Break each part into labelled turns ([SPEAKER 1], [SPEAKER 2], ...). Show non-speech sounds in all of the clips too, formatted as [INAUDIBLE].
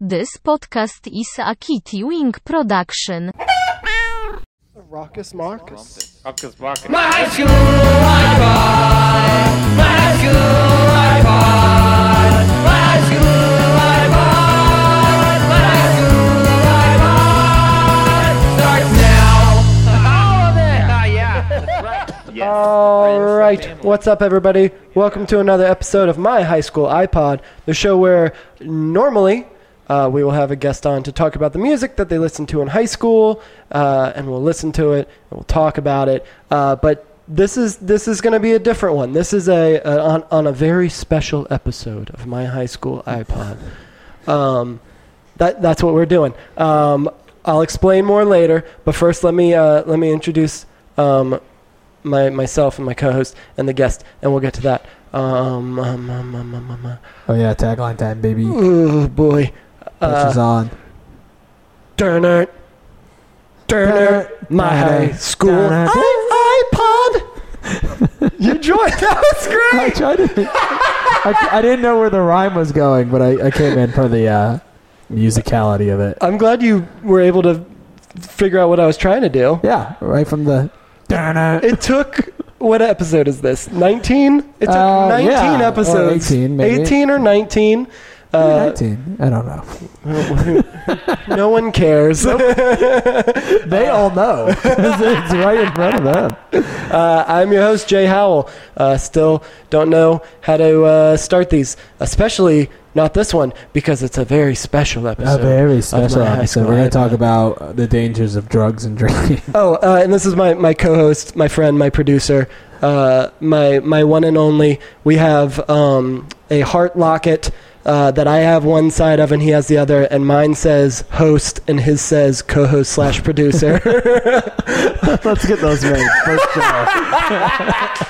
[SPEAKER 1] This podcast is a Kitty Wing production.
[SPEAKER 2] Raucous Marcus.
[SPEAKER 3] Marcus Marcus.
[SPEAKER 2] All right, what's up, everybody? Welcome to another episode of my high school iPod, the show where normally uh, we will have a guest on to talk about the music that they listened to in high school, uh, and we'll listen to it and we'll talk about it. Uh, but this is this is going to be a different one. This is a, a on, on a very special episode of my high school iPod. Um, that that's what we're doing. Um, I'll explain more later, but first let me uh, let me introduce um, my myself and my co-host and the guest, and we'll get to that. Um, um, um, um, um, um,
[SPEAKER 4] Oh yeah, tagline time, baby.
[SPEAKER 2] um. Ooh boy, Uh,
[SPEAKER 4] Pressure's on. [LAUGHS]
[SPEAKER 2] Turner, Turner, my high school
[SPEAKER 4] Turner.
[SPEAKER 2] i-
[SPEAKER 4] [LAUGHS]
[SPEAKER 2] iPod. you joined. [LAUGHS] That was
[SPEAKER 4] I
[SPEAKER 2] great.
[SPEAKER 4] tried to. I, I didn't know where the rhyme was going, but I, I came in for the uh, musicality of it.
[SPEAKER 2] I'm glad you were able to figure out what I was trying to do.
[SPEAKER 4] Yeah, right from the.
[SPEAKER 2] It took what episode is this? 19? It took
[SPEAKER 4] Uh,
[SPEAKER 2] 19
[SPEAKER 4] yeah, or
[SPEAKER 2] episodes.
[SPEAKER 4] 18, maybe.
[SPEAKER 2] 18 or 19. Uh,
[SPEAKER 4] 19. I don't know.
[SPEAKER 2] [LAUGHS] no one cares. [LAUGHS]
[SPEAKER 4] They all know. [LAUGHS] it's, it's right in front of [LAUGHS] them.
[SPEAKER 2] Uh, I'm your host, Jay Howell. Uh, still don't know how to uh, start these, especially not this one, because it's a very special
[SPEAKER 4] A
[SPEAKER 2] episode.
[SPEAKER 4] very
[SPEAKER 2] special
[SPEAKER 4] special
[SPEAKER 2] high school
[SPEAKER 4] episode. We're going to
[SPEAKER 2] iPod.
[SPEAKER 4] talk about uh, the dangers of drugs and drinking.
[SPEAKER 2] Oh, uh, and this is my, my co-host, my friend, my producer, uh, my my one and only. We have um, a heart locket uh, that I have one side of and he has the other, and mine says host and his says co-host slash producer.
[SPEAKER 4] [LAUGHS] Let's get those [LAUGHS] made. First job.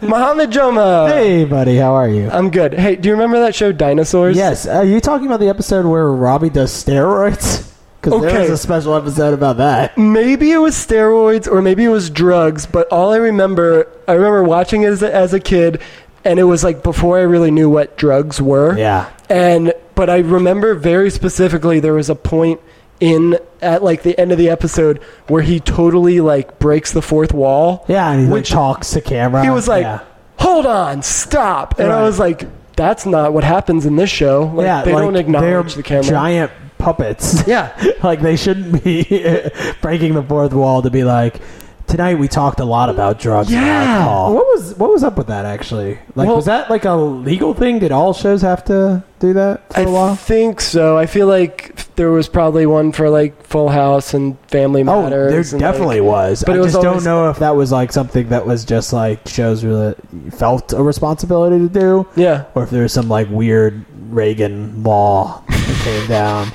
[SPEAKER 2] Mohammed Joma.
[SPEAKER 4] Hey, buddy, how are you?
[SPEAKER 2] I'm good. Hey, do you remember that show Dinosaurs?
[SPEAKER 4] Yes, are you talking about the episode where Robbie does steroids? Because
[SPEAKER 2] Okay.
[SPEAKER 4] there was a special episode about [LAUGHS] that.
[SPEAKER 2] Maybe it was steroids or maybe it was drugs, but all I remember, I remember watching it as a, as a kid, and it was like before I really knew what drugs were.
[SPEAKER 4] Yeah.
[SPEAKER 2] and but I remember very specifically there was a point in at like the end of the episode where he totally like breaks the fourth wall.
[SPEAKER 4] Yeah, and he
[SPEAKER 2] Which-
[SPEAKER 4] Which, talks to camera.
[SPEAKER 2] He was like,
[SPEAKER 4] yeah,
[SPEAKER 2] "Hold on, stop!" And I
[SPEAKER 4] Right.
[SPEAKER 2] was like, "That's not what happens in this show. Like,
[SPEAKER 4] yeah
[SPEAKER 2] they
[SPEAKER 4] like,
[SPEAKER 2] don't acknowledge
[SPEAKER 4] they're
[SPEAKER 2] the camera."
[SPEAKER 4] Giant puppets.
[SPEAKER 2] Yeah,
[SPEAKER 4] [LAUGHS] like they shouldn't be [LAUGHS] breaking the fourth wall to be like. Tonight we talked a lot about drugs. and
[SPEAKER 2] Yeah.
[SPEAKER 4] alcohol." What was what was up with that actually? Like
[SPEAKER 2] Well-
[SPEAKER 4] was that like a legal thing? Did all shows have to do that for
[SPEAKER 2] I
[SPEAKER 4] a while?
[SPEAKER 2] think so. I feel like there was probably one for like Full House and Family
[SPEAKER 4] Oh,
[SPEAKER 2] Matters.
[SPEAKER 4] there
[SPEAKER 2] and, like-
[SPEAKER 4] definitely was.
[SPEAKER 2] but
[SPEAKER 4] I
[SPEAKER 2] it was
[SPEAKER 4] just don't
[SPEAKER 2] always-
[SPEAKER 4] know if that was like something that was just like shows really felt a responsibility to do,
[SPEAKER 2] yeah.
[SPEAKER 4] or if there was some like weird Reagan law that came down.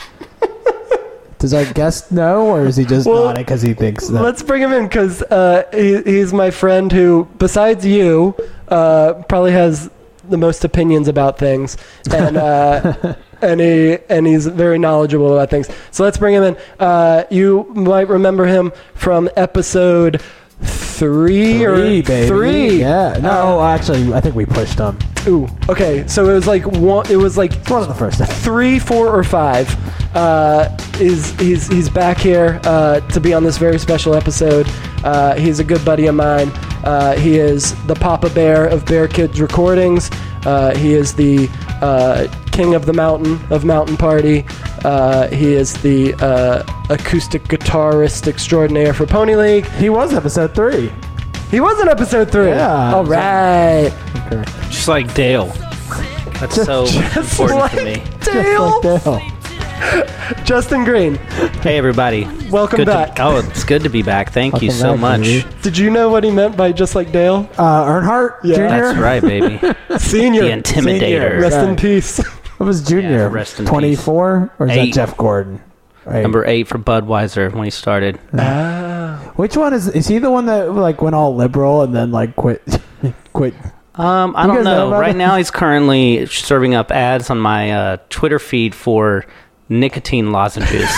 [SPEAKER 4] Does our guest know, or is he just
[SPEAKER 2] Well,
[SPEAKER 4] nodding because he thinks that?
[SPEAKER 2] Let's bring him in because uh, he, he's my friend who, besides you, uh, probably has the most opinions about
[SPEAKER 4] [LAUGHS]
[SPEAKER 2] things, and uh, and he and he's very knowledgeable about things. So let's bring him in. Uh, you might remember him from episode three,
[SPEAKER 4] three,
[SPEAKER 2] or
[SPEAKER 4] baby.
[SPEAKER 2] three.
[SPEAKER 4] Yeah. No, actually, I think we pushed him.
[SPEAKER 2] Ooh. Okay. So it was like one. It was like
[SPEAKER 4] It's one of the first.
[SPEAKER 2] three, four, or five. Uh, is he's he's back here uh, to be on this very special episode. Uh, he's a good buddy of mine. Uh, he is the Papa Bear of Bear Kids Recordings. Uh, he is the uh, King of the Mountain of Mountain Party. Uh, he is the uh, acoustic guitarist extraordinaire for Pony League.
[SPEAKER 4] He was episode three.
[SPEAKER 2] He was in episode three.
[SPEAKER 4] Yeah.
[SPEAKER 2] All right.
[SPEAKER 3] Just like Dale. That's
[SPEAKER 4] [LAUGHS]
[SPEAKER 3] so important
[SPEAKER 2] like
[SPEAKER 3] to
[SPEAKER 2] [LAUGHS]
[SPEAKER 3] me.
[SPEAKER 2] Dale.
[SPEAKER 4] What the hell?
[SPEAKER 2] Justin Green,
[SPEAKER 3] Hey, everybody.
[SPEAKER 2] welcome
[SPEAKER 3] Good
[SPEAKER 2] back.
[SPEAKER 3] to, oh, it's good to be back. Thank you
[SPEAKER 4] Welcome
[SPEAKER 3] so
[SPEAKER 4] back,
[SPEAKER 3] much.
[SPEAKER 4] baby.
[SPEAKER 2] Did you know what he meant by just like Dale?
[SPEAKER 4] Uh, Earnhardt
[SPEAKER 2] Yeah.
[SPEAKER 4] Jr.
[SPEAKER 3] That's
[SPEAKER 4] [LAUGHS]
[SPEAKER 3] right, baby.
[SPEAKER 2] Senior.
[SPEAKER 3] The Intimidator.
[SPEAKER 2] Rest in
[SPEAKER 4] Right. [LAUGHS]
[SPEAKER 2] peace.
[SPEAKER 4] What was Junior?
[SPEAKER 3] Yeah, rest in peace.
[SPEAKER 4] Twenty-four, or is
[SPEAKER 3] Eight.
[SPEAKER 4] that Jeff Gordon? Right.
[SPEAKER 3] Number eight for Budweiser when he started.
[SPEAKER 4] Which one is is he the one that like went all liberal and then like quit [LAUGHS] quit
[SPEAKER 3] Um, I
[SPEAKER 4] You
[SPEAKER 3] don't
[SPEAKER 4] guys know
[SPEAKER 3] know.
[SPEAKER 4] about
[SPEAKER 3] Right
[SPEAKER 4] it?
[SPEAKER 3] now, he's currently serving up ads on my uh, Twitter feed for
[SPEAKER 4] [LAUGHS]
[SPEAKER 3] nicotine lozenges.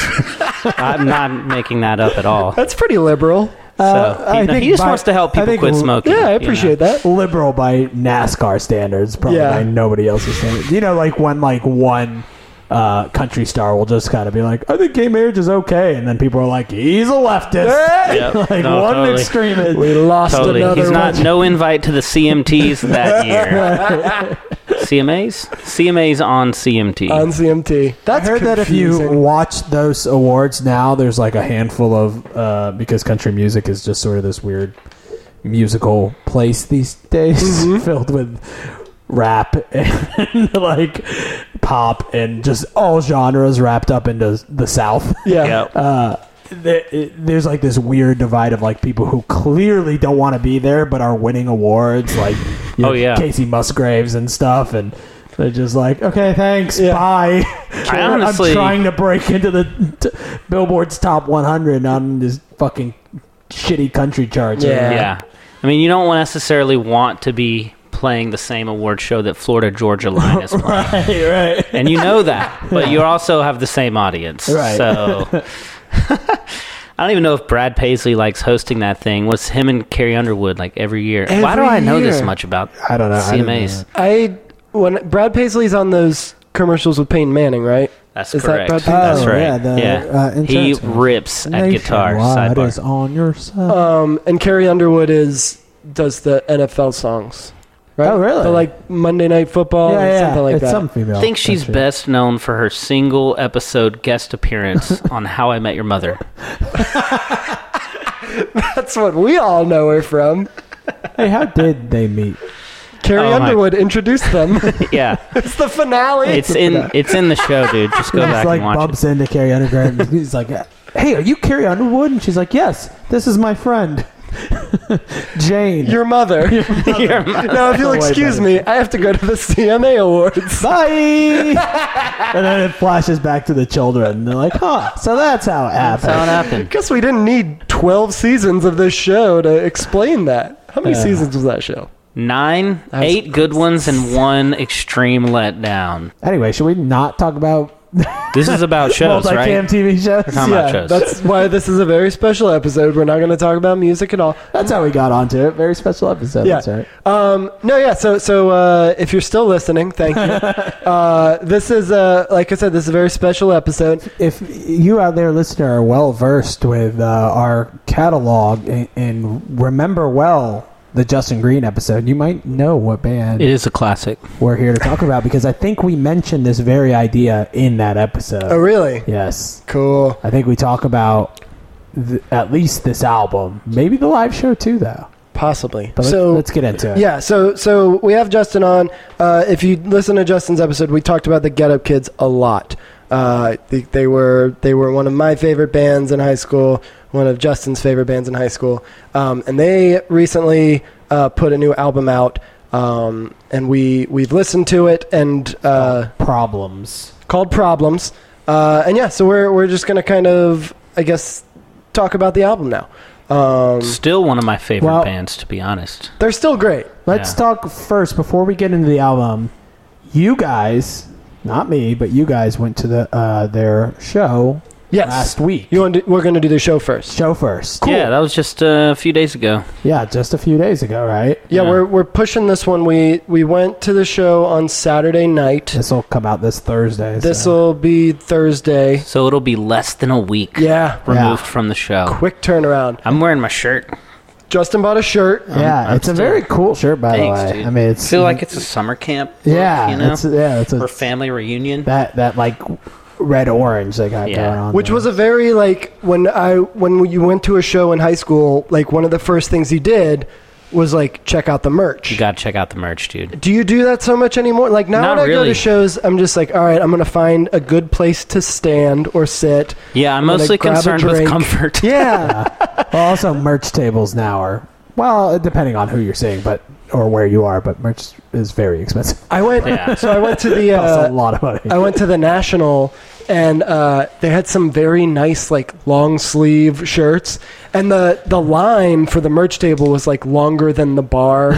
[SPEAKER 3] I'm not making that up at all. So
[SPEAKER 2] That's pretty liberal.
[SPEAKER 4] Uh,
[SPEAKER 3] he,
[SPEAKER 4] I
[SPEAKER 3] no, he
[SPEAKER 4] think
[SPEAKER 3] just
[SPEAKER 4] by-
[SPEAKER 3] wants to help
[SPEAKER 4] I
[SPEAKER 3] people
[SPEAKER 4] think
[SPEAKER 3] quit
[SPEAKER 4] l-
[SPEAKER 3] smoking.
[SPEAKER 2] Yeah, I appreciate that.
[SPEAKER 4] liberal by NASCAR standards, probably
[SPEAKER 2] Yeah.
[SPEAKER 4] by nobody else's standards. You know, like when like one uh, country star will just kind of be like, I think gay marriage is okay, and then people are like, he's a leftist, [LAUGHS]
[SPEAKER 3] Yep.
[SPEAKER 4] like
[SPEAKER 3] No,
[SPEAKER 4] one
[SPEAKER 3] totally.
[SPEAKER 4] extremist.
[SPEAKER 2] We lost
[SPEAKER 3] Totally.
[SPEAKER 2] another
[SPEAKER 3] He's not
[SPEAKER 2] one.
[SPEAKER 3] no invite to the CMTs
[SPEAKER 2] [LAUGHS]
[SPEAKER 3] that year. CMAs? CMAs on CMT.
[SPEAKER 2] on CMT.
[SPEAKER 4] I
[SPEAKER 2] That's
[SPEAKER 4] heard that if you
[SPEAKER 2] confusing.
[SPEAKER 4] watch those awards now, there's like a handful of uh, because country music is just sort of this weird musical place these [LAUGHS] days,
[SPEAKER 2] Mm-hmm.
[SPEAKER 4] filled with rap [LAUGHS] and like pop and just all genres wrapped up into the South. [LAUGHS]
[SPEAKER 2] yeah.
[SPEAKER 3] yep.
[SPEAKER 4] Uh, there, it- there's like this weird divide of like people who clearly don't want to be there but are winning awards,
[SPEAKER 3] [LAUGHS]
[SPEAKER 4] like you
[SPEAKER 3] Oh, yeah.
[SPEAKER 4] Casey Musgraves and stuff, and they're just like, okay, thanks,
[SPEAKER 2] Yeah.
[SPEAKER 4] bye. [LAUGHS]
[SPEAKER 3] I honestly-
[SPEAKER 4] am trying to break into the t- Billboard's top 100 on this fucking shitty country charts.
[SPEAKER 2] Yeah.
[SPEAKER 3] yeah. I mean, you don't necessarily want to be playing the same award show that Florida Georgia Line is
[SPEAKER 2] [LAUGHS]
[SPEAKER 4] [LAUGHS]
[SPEAKER 3] playing.
[SPEAKER 4] right, right.
[SPEAKER 3] and you know that, but you also have the same audience.
[SPEAKER 4] Right.
[SPEAKER 3] So [LAUGHS] I don't even know if Brad Paisley likes hosting that thing. Was him and Carrie Underwood like every year? Why do
[SPEAKER 2] Every
[SPEAKER 3] I know this
[SPEAKER 2] year.
[SPEAKER 3] much about
[SPEAKER 4] I don't know. I don't
[SPEAKER 3] CMAs?
[SPEAKER 4] know.
[SPEAKER 2] I when Brad Paisley's on those commercials with Payne Manning, right?
[SPEAKER 3] That's
[SPEAKER 2] Is that
[SPEAKER 3] correct.
[SPEAKER 2] Brad Paisley?
[SPEAKER 3] That's
[SPEAKER 4] Oh,
[SPEAKER 3] right.
[SPEAKER 4] yeah, the, uh,
[SPEAKER 3] he
[SPEAKER 4] insurance one.
[SPEAKER 3] rips at guitar.
[SPEAKER 4] Nationwide
[SPEAKER 3] Sidebar.
[SPEAKER 4] is on your side.
[SPEAKER 2] Um, and Carrie Underwood is does the NFL songs, right?
[SPEAKER 4] Oh, really?
[SPEAKER 2] The, like Monday Night
[SPEAKER 3] Oh,
[SPEAKER 2] Football,
[SPEAKER 4] yeah,
[SPEAKER 2] or
[SPEAKER 4] yeah.
[SPEAKER 2] something like
[SPEAKER 4] it's
[SPEAKER 2] that.
[SPEAKER 4] some female.
[SPEAKER 3] I think she's
[SPEAKER 4] country.
[SPEAKER 3] best known for her single episode guest
[SPEAKER 4] [LAUGHS]
[SPEAKER 3] appearance on How I Met Your Mother.
[SPEAKER 2] [LAUGHS] That's what we all know her from.
[SPEAKER 4] Hey, how did they meet?
[SPEAKER 2] Carrie
[SPEAKER 3] Oh, my-
[SPEAKER 2] Underwood introduced
[SPEAKER 3] [LAUGHS]
[SPEAKER 2] them.
[SPEAKER 3] Yeah,
[SPEAKER 2] it's the finale.
[SPEAKER 3] it's in it's in the show, dude. Just go
[SPEAKER 4] He's
[SPEAKER 3] back
[SPEAKER 4] like
[SPEAKER 3] and watch
[SPEAKER 4] bumps into Carrie Underwood.
[SPEAKER 3] [LAUGHS]
[SPEAKER 4] and he's like, "Hey, are you Carrie Underwood?" And she's like, "Yes, this is my friend, [LAUGHS] Jane."
[SPEAKER 2] [LAUGHS] your mother.
[SPEAKER 3] it. Your mother.
[SPEAKER 2] now, if you'll
[SPEAKER 4] Way
[SPEAKER 2] excuse
[SPEAKER 4] better.
[SPEAKER 2] me, I have to go to the [LAUGHS] CMA Awards.
[SPEAKER 3] [LAUGHS]
[SPEAKER 4] Bye. and then it flashes back to the children. And they're like, "Huh? So that's how it
[SPEAKER 3] That's how it
[SPEAKER 4] happened."
[SPEAKER 2] I
[SPEAKER 3] happened.
[SPEAKER 2] guess we didn't need 12 seasons of this show to explain that. How many
[SPEAKER 4] Yeah.
[SPEAKER 2] seasons was that show?
[SPEAKER 3] Nine,
[SPEAKER 2] That was-
[SPEAKER 3] eight good ones, and one extreme letdown.
[SPEAKER 4] Anyway, should we not talk about
[SPEAKER 3] This
[SPEAKER 4] [LAUGHS]
[SPEAKER 3] is about shows,
[SPEAKER 4] multi-cam
[SPEAKER 3] right?
[SPEAKER 4] TV shows?
[SPEAKER 3] How much?
[SPEAKER 2] yeah,
[SPEAKER 3] shows.
[SPEAKER 2] Uh, that's why this is a very special episode. We're not going to talk about music at all.
[SPEAKER 4] That's how we got onto it. Very special episode.
[SPEAKER 2] Yeah.
[SPEAKER 4] That's right.
[SPEAKER 2] Um, no, yeah. So, so uh, if you're still listening, thank you. uh, this is, uh, like I said, this is a very special episode.
[SPEAKER 4] if you out there listener are well versed with uh, our catalog and, and remember well the Justin Green episode, you might know what band
[SPEAKER 3] It is a classic.
[SPEAKER 4] we're here to talk about because I think we mentioned this very idea in that episode.
[SPEAKER 2] Oh, really?
[SPEAKER 4] Yes,
[SPEAKER 2] Cool.
[SPEAKER 4] I think we talk about th- at least this album, maybe the live show too, though.
[SPEAKER 2] Possibly.
[SPEAKER 4] But
[SPEAKER 2] so
[SPEAKER 4] let's, let's get into it.
[SPEAKER 2] Yeah, so so we have Justin on. Uh, if you listen to Justin's episode, we talked about the Get Up Kids a lot. Uh, they, they were they were one of my favorite bands in high school, one of Justin's favorite bands in high school, um, and they recently uh, put a new album out, um, and we we've listened to it and uh,
[SPEAKER 4] Problems.
[SPEAKER 2] called Problems, uh, and yeah, so we're we're just gonna kind of I guess talk about the album now. Um,
[SPEAKER 3] Still one of my favorite
[SPEAKER 4] Well-
[SPEAKER 3] bands, to be honest.
[SPEAKER 2] they're still great.
[SPEAKER 4] Let's
[SPEAKER 3] Yeah.
[SPEAKER 4] talk first before we get into the album. You guys, not me, but you guys went to the uh, their show
[SPEAKER 2] Yes,
[SPEAKER 4] last week.
[SPEAKER 2] you want to, we're gonna do the show first.
[SPEAKER 4] show first.
[SPEAKER 3] Yeah, that was just uh, a few days ago.
[SPEAKER 4] Yeah, just a few days ago, right?
[SPEAKER 2] Yeah,
[SPEAKER 3] Yeah.
[SPEAKER 2] we're we're pushing this one. We we went to the show on Saturday night.
[SPEAKER 4] This will come out this Thursday.
[SPEAKER 2] This
[SPEAKER 4] so.
[SPEAKER 2] will be Thursday.
[SPEAKER 3] So it'll be less than a week
[SPEAKER 2] Yeah,
[SPEAKER 3] removed
[SPEAKER 4] Yeah.
[SPEAKER 3] from the show.
[SPEAKER 2] quick turnaround.
[SPEAKER 3] I'm wearing my shirt.
[SPEAKER 2] Justin bought a shirt.
[SPEAKER 4] Yeah,
[SPEAKER 3] I'm
[SPEAKER 4] it's a
[SPEAKER 3] still-
[SPEAKER 4] very cool shirt, by
[SPEAKER 3] Thanks,
[SPEAKER 4] the way.
[SPEAKER 3] dude.
[SPEAKER 4] I mean, it's
[SPEAKER 3] feel like it's a summer camp. look,
[SPEAKER 4] yeah,
[SPEAKER 3] you know,
[SPEAKER 4] it's, yeah, it's
[SPEAKER 3] or
[SPEAKER 4] a,
[SPEAKER 3] family reunion.
[SPEAKER 4] that that like red orange they got
[SPEAKER 3] Yeah.
[SPEAKER 4] going on,
[SPEAKER 2] Which
[SPEAKER 4] there.
[SPEAKER 2] was a very like when I when you went to a show in high school, like one of the first things you did was like check out the merch.
[SPEAKER 3] You gotta check out the merch, dude.
[SPEAKER 2] do you do that so much anymore? Like now
[SPEAKER 3] Not
[SPEAKER 2] when I go to
[SPEAKER 3] really.
[SPEAKER 2] shows, I'm just like, all right, I'm gonna find a good place to stand or sit.
[SPEAKER 3] Yeah, I'm
[SPEAKER 2] Or, like,
[SPEAKER 3] mostly
[SPEAKER 2] grab a
[SPEAKER 3] concerned with
[SPEAKER 2] drink.
[SPEAKER 3] comfort.
[SPEAKER 2] Yeah,
[SPEAKER 4] well, also merch tables now are well, depending on who you're seeing, but or where you are, but merch is very expensive. [LAUGHS]
[SPEAKER 2] I went.
[SPEAKER 3] Yeah.
[SPEAKER 2] So I went to the
[SPEAKER 4] Costs
[SPEAKER 2] uh,
[SPEAKER 4] a lot of money.
[SPEAKER 2] I went to the National and uh, they had some very nice like long sleeve shirts and the the line for the merch table was like longer than the bar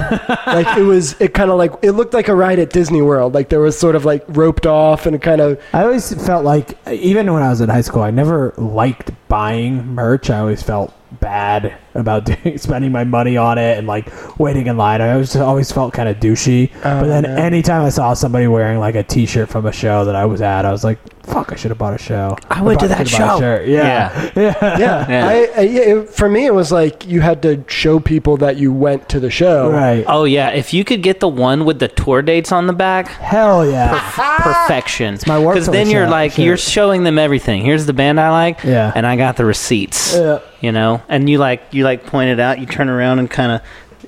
[SPEAKER 2] like it was it kind of like it looked like a ride at Disney World like there was sort of like roped off and kind of
[SPEAKER 4] I always felt like, even when I was in high school, I never liked buying merch. I always felt bad about [LAUGHS] doing, spending my money on it and like waiting in line. I always always felt kind of douchey. but then
[SPEAKER 2] no.
[SPEAKER 4] anytime I saw somebody wearing like a T-shirt from a show that I was at, I was like, "Fuck! I should have bought a show.
[SPEAKER 3] I went to
[SPEAKER 4] probably
[SPEAKER 3] that
[SPEAKER 4] should have bought a
[SPEAKER 3] show."
[SPEAKER 4] shirt. Yeah, [LAUGHS] yeah.
[SPEAKER 2] Yeah,
[SPEAKER 3] Yeah.
[SPEAKER 2] I, I, yeah it, for me, it was like you had to show people that you went to the show.
[SPEAKER 4] right.
[SPEAKER 3] [LAUGHS] Oh yeah, if you could get the one with the tour dates on the back,
[SPEAKER 4] Hell yeah.
[SPEAKER 3] perfection.
[SPEAKER 4] Ah! my work
[SPEAKER 3] Because
[SPEAKER 4] for
[SPEAKER 3] then
[SPEAKER 4] the
[SPEAKER 3] you're
[SPEAKER 4] show,
[SPEAKER 3] like
[SPEAKER 4] sure.
[SPEAKER 3] you're showing them everything. Here's the band I like,
[SPEAKER 4] Yeah.
[SPEAKER 3] and I got the receipts.
[SPEAKER 4] Yeah.
[SPEAKER 3] You know, and you like you like point it out. You turn around and kind of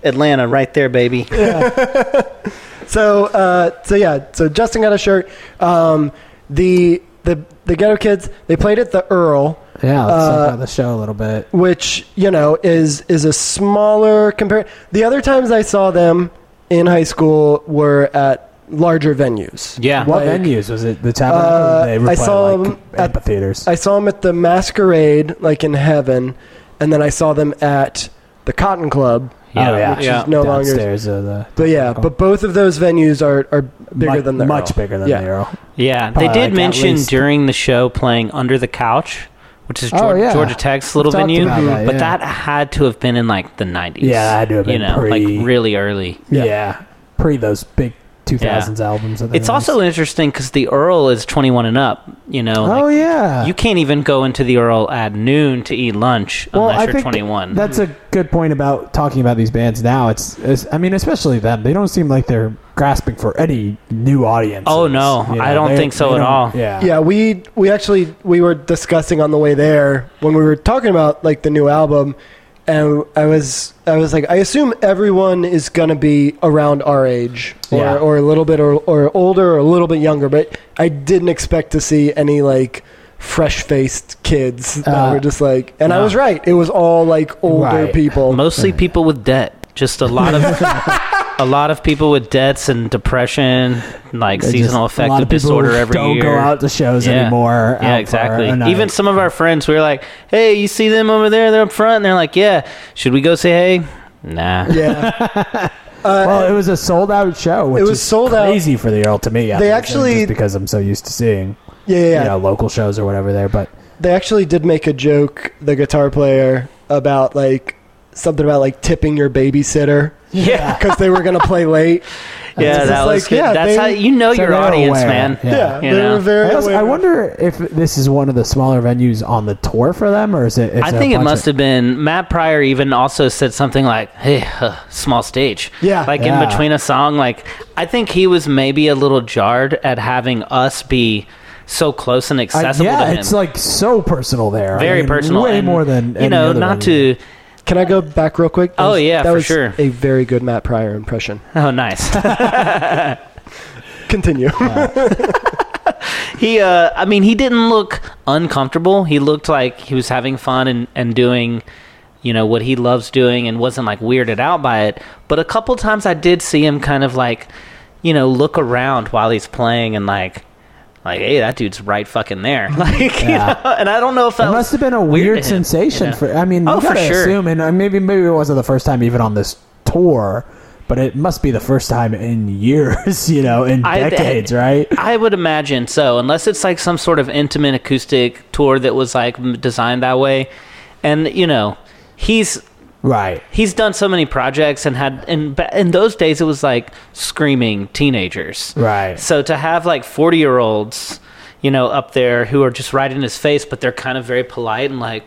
[SPEAKER 3] Atlanta right there, baby.
[SPEAKER 2] So, uh, so yeah, so Justin got a shirt. Um, the the the Ghetto Kids they played at the Earl,
[SPEAKER 3] [LAUGHS]
[SPEAKER 4] Yeah, let's talk
[SPEAKER 2] Uh,
[SPEAKER 4] about the show a little bit.
[SPEAKER 2] which you know is is a smaller compare. The other times I saw them in high school were at larger venues.
[SPEAKER 3] Yeah.
[SPEAKER 4] What
[SPEAKER 2] like-
[SPEAKER 4] venues was it? The Tabernacle.
[SPEAKER 2] Uh,
[SPEAKER 4] they were
[SPEAKER 2] I
[SPEAKER 4] playing,
[SPEAKER 2] saw
[SPEAKER 4] like
[SPEAKER 2] them at-
[SPEAKER 4] amphitheaters.
[SPEAKER 2] I saw them at the Masquerade, like in Heaven, and then I saw them at the Cotton Club.
[SPEAKER 4] oh yeah,
[SPEAKER 2] which is no longer.
[SPEAKER 4] downstairs of the.
[SPEAKER 2] But yeah, but both of those venues are, are bigger
[SPEAKER 4] Mu-
[SPEAKER 2] than the
[SPEAKER 4] much
[SPEAKER 2] Earl.
[SPEAKER 4] bigger than
[SPEAKER 2] Yeah.
[SPEAKER 4] the Earl.
[SPEAKER 3] Yeah,
[SPEAKER 4] Probably
[SPEAKER 3] they did
[SPEAKER 4] like at
[SPEAKER 3] mention
[SPEAKER 4] least-
[SPEAKER 3] during the show playing Under the Couch, which is
[SPEAKER 4] Oh,
[SPEAKER 3] Georgia,
[SPEAKER 4] yeah.
[SPEAKER 3] Georgia Tech's little
[SPEAKER 4] We've talked
[SPEAKER 3] venue,
[SPEAKER 4] about that,
[SPEAKER 3] but
[SPEAKER 4] yeah.
[SPEAKER 3] that had to have been in like the 90s.
[SPEAKER 4] Yeah, that had to have
[SPEAKER 3] you
[SPEAKER 4] been
[SPEAKER 3] know,
[SPEAKER 4] pre-
[SPEAKER 3] like really early.
[SPEAKER 4] Yeah.
[SPEAKER 2] Yeah.
[SPEAKER 4] Pre those big 2000s albums. that they
[SPEAKER 3] It's also
[SPEAKER 4] released.
[SPEAKER 3] interesting cuz the Earl is 21 and up, you know.
[SPEAKER 4] oh,
[SPEAKER 3] like,
[SPEAKER 4] yeah.
[SPEAKER 3] You can't even go into the Earl at noon to eat lunch unless you're 21.
[SPEAKER 4] that's a good point about talking about these bands now. It's, it's, I mean, especially them. They don't seem like they're grasping for any new audience.
[SPEAKER 3] Oh, no. I don't think so at all.
[SPEAKER 4] Yeah,
[SPEAKER 2] Yeah, we we actually we were discussing on the way there when we were talking about like the new album, and I was I was like I assume everyone is gonna be around our age or
[SPEAKER 4] Yeah.
[SPEAKER 2] or a little bit or or older or a little bit younger, but I didn't expect to see any like fresh faced kids that
[SPEAKER 4] Uh,
[SPEAKER 2] were just like, and I
[SPEAKER 3] no.
[SPEAKER 2] was right, it was all like older
[SPEAKER 4] Right.
[SPEAKER 2] people.
[SPEAKER 3] Mostly people with debt. Just
[SPEAKER 4] [LAUGHS]
[SPEAKER 3] a lot of a lot of people with debts and depression, like
[SPEAKER 4] They just-
[SPEAKER 3] seasonal
[SPEAKER 4] a lot
[SPEAKER 3] affective
[SPEAKER 4] of people
[SPEAKER 3] disorder every
[SPEAKER 4] don't
[SPEAKER 3] year.
[SPEAKER 4] go out to shows
[SPEAKER 3] Yeah.
[SPEAKER 4] anymore. out
[SPEAKER 3] Yeah,
[SPEAKER 4] for
[SPEAKER 3] exactly.
[SPEAKER 4] a night.
[SPEAKER 3] Even some of our friends, we were like, "Hey, you see them over there? They're up front." And they're like, "Yeah, should we go say hey?" Nah.
[SPEAKER 2] [LAUGHS]
[SPEAKER 4] [LAUGHS]
[SPEAKER 2] yeah, Uh,
[SPEAKER 4] well, it was a sold out show. Which
[SPEAKER 2] was
[SPEAKER 4] is
[SPEAKER 2] sold out.
[SPEAKER 4] crazy for the Earl to me. I
[SPEAKER 2] They
[SPEAKER 4] think,
[SPEAKER 2] actually-
[SPEAKER 4] just because I'm so used to seeing
[SPEAKER 2] yeah, yeah. yeah.
[SPEAKER 4] you know local shows or whatever there, but
[SPEAKER 2] They actually did make a joke, the guitar player, about like something about like tipping your babysitter
[SPEAKER 3] Yeah.
[SPEAKER 2] because they were gonna
[SPEAKER 4] [LAUGHS]
[SPEAKER 2] play late.
[SPEAKER 3] Yeah,
[SPEAKER 2] It's
[SPEAKER 3] that
[SPEAKER 2] like,
[SPEAKER 3] was good.
[SPEAKER 2] yeah, they-
[SPEAKER 3] That's how you know
[SPEAKER 4] So
[SPEAKER 3] your
[SPEAKER 4] they're
[SPEAKER 3] audience,
[SPEAKER 4] aware.
[SPEAKER 3] man.
[SPEAKER 4] Yeah.
[SPEAKER 2] Yeah,
[SPEAKER 3] You
[SPEAKER 2] they
[SPEAKER 3] know.
[SPEAKER 2] were very.
[SPEAKER 4] I, also- I
[SPEAKER 2] aware.
[SPEAKER 4] wonder if this is one of the smaller venues on the tour for them, or is it?
[SPEAKER 3] I think it must have been Matt Pryor. Even also said something like, "Hey, huh, small stage."
[SPEAKER 2] Yeah.
[SPEAKER 3] like
[SPEAKER 4] Yeah.
[SPEAKER 3] in between a song. Like I think he was maybe a little jarred at having us be so close and accessible
[SPEAKER 4] yeah,
[SPEAKER 3] to him.
[SPEAKER 4] it's like so personal there. I
[SPEAKER 3] very
[SPEAKER 4] mean,
[SPEAKER 3] personal,
[SPEAKER 4] way
[SPEAKER 3] and,
[SPEAKER 4] more than
[SPEAKER 3] you know. Not to
[SPEAKER 2] Can I go back real quick?
[SPEAKER 3] Oh, yeah,
[SPEAKER 2] that
[SPEAKER 3] for
[SPEAKER 2] was
[SPEAKER 3] sure.
[SPEAKER 2] A very good Matt Pryor impression.
[SPEAKER 4] [LAUGHS]
[SPEAKER 3] oh, nice.
[SPEAKER 2] Continue.
[SPEAKER 3] he uh i mean he didn't look uncomfortable he looked like he was having fun and and doing you know what he loves doing and wasn't like weirded out by it but a couple times i did see him kind of like you know look around while he's playing and like like hey that dude's right fucking there [LAUGHS] like you
[SPEAKER 4] Yeah.
[SPEAKER 3] know and i don't know if that
[SPEAKER 4] It
[SPEAKER 3] was
[SPEAKER 4] must have been a
[SPEAKER 3] weird
[SPEAKER 4] weird
[SPEAKER 3] to him,
[SPEAKER 4] sensation
[SPEAKER 3] you know?
[SPEAKER 4] for. I mean,
[SPEAKER 3] Oh,
[SPEAKER 4] you
[SPEAKER 3] for
[SPEAKER 4] gotta
[SPEAKER 3] sure.
[SPEAKER 4] assume, and uh, maybe maybe it wasn't the first time even on this tour, but it must be the first time in years, [LAUGHS] you know, in
[SPEAKER 3] I-
[SPEAKER 4] decades, right?
[SPEAKER 3] I would imagine so, unless it's like some sort of intimate acoustic tour that was like m- designed that way. And you know, he's
[SPEAKER 4] Right.
[SPEAKER 3] he's done so many projects and had and ba- in those days it was like screaming teenagers
[SPEAKER 4] Right.
[SPEAKER 3] so to have like 40 year olds you know up there who are just right in his face but they're kind of very polite and like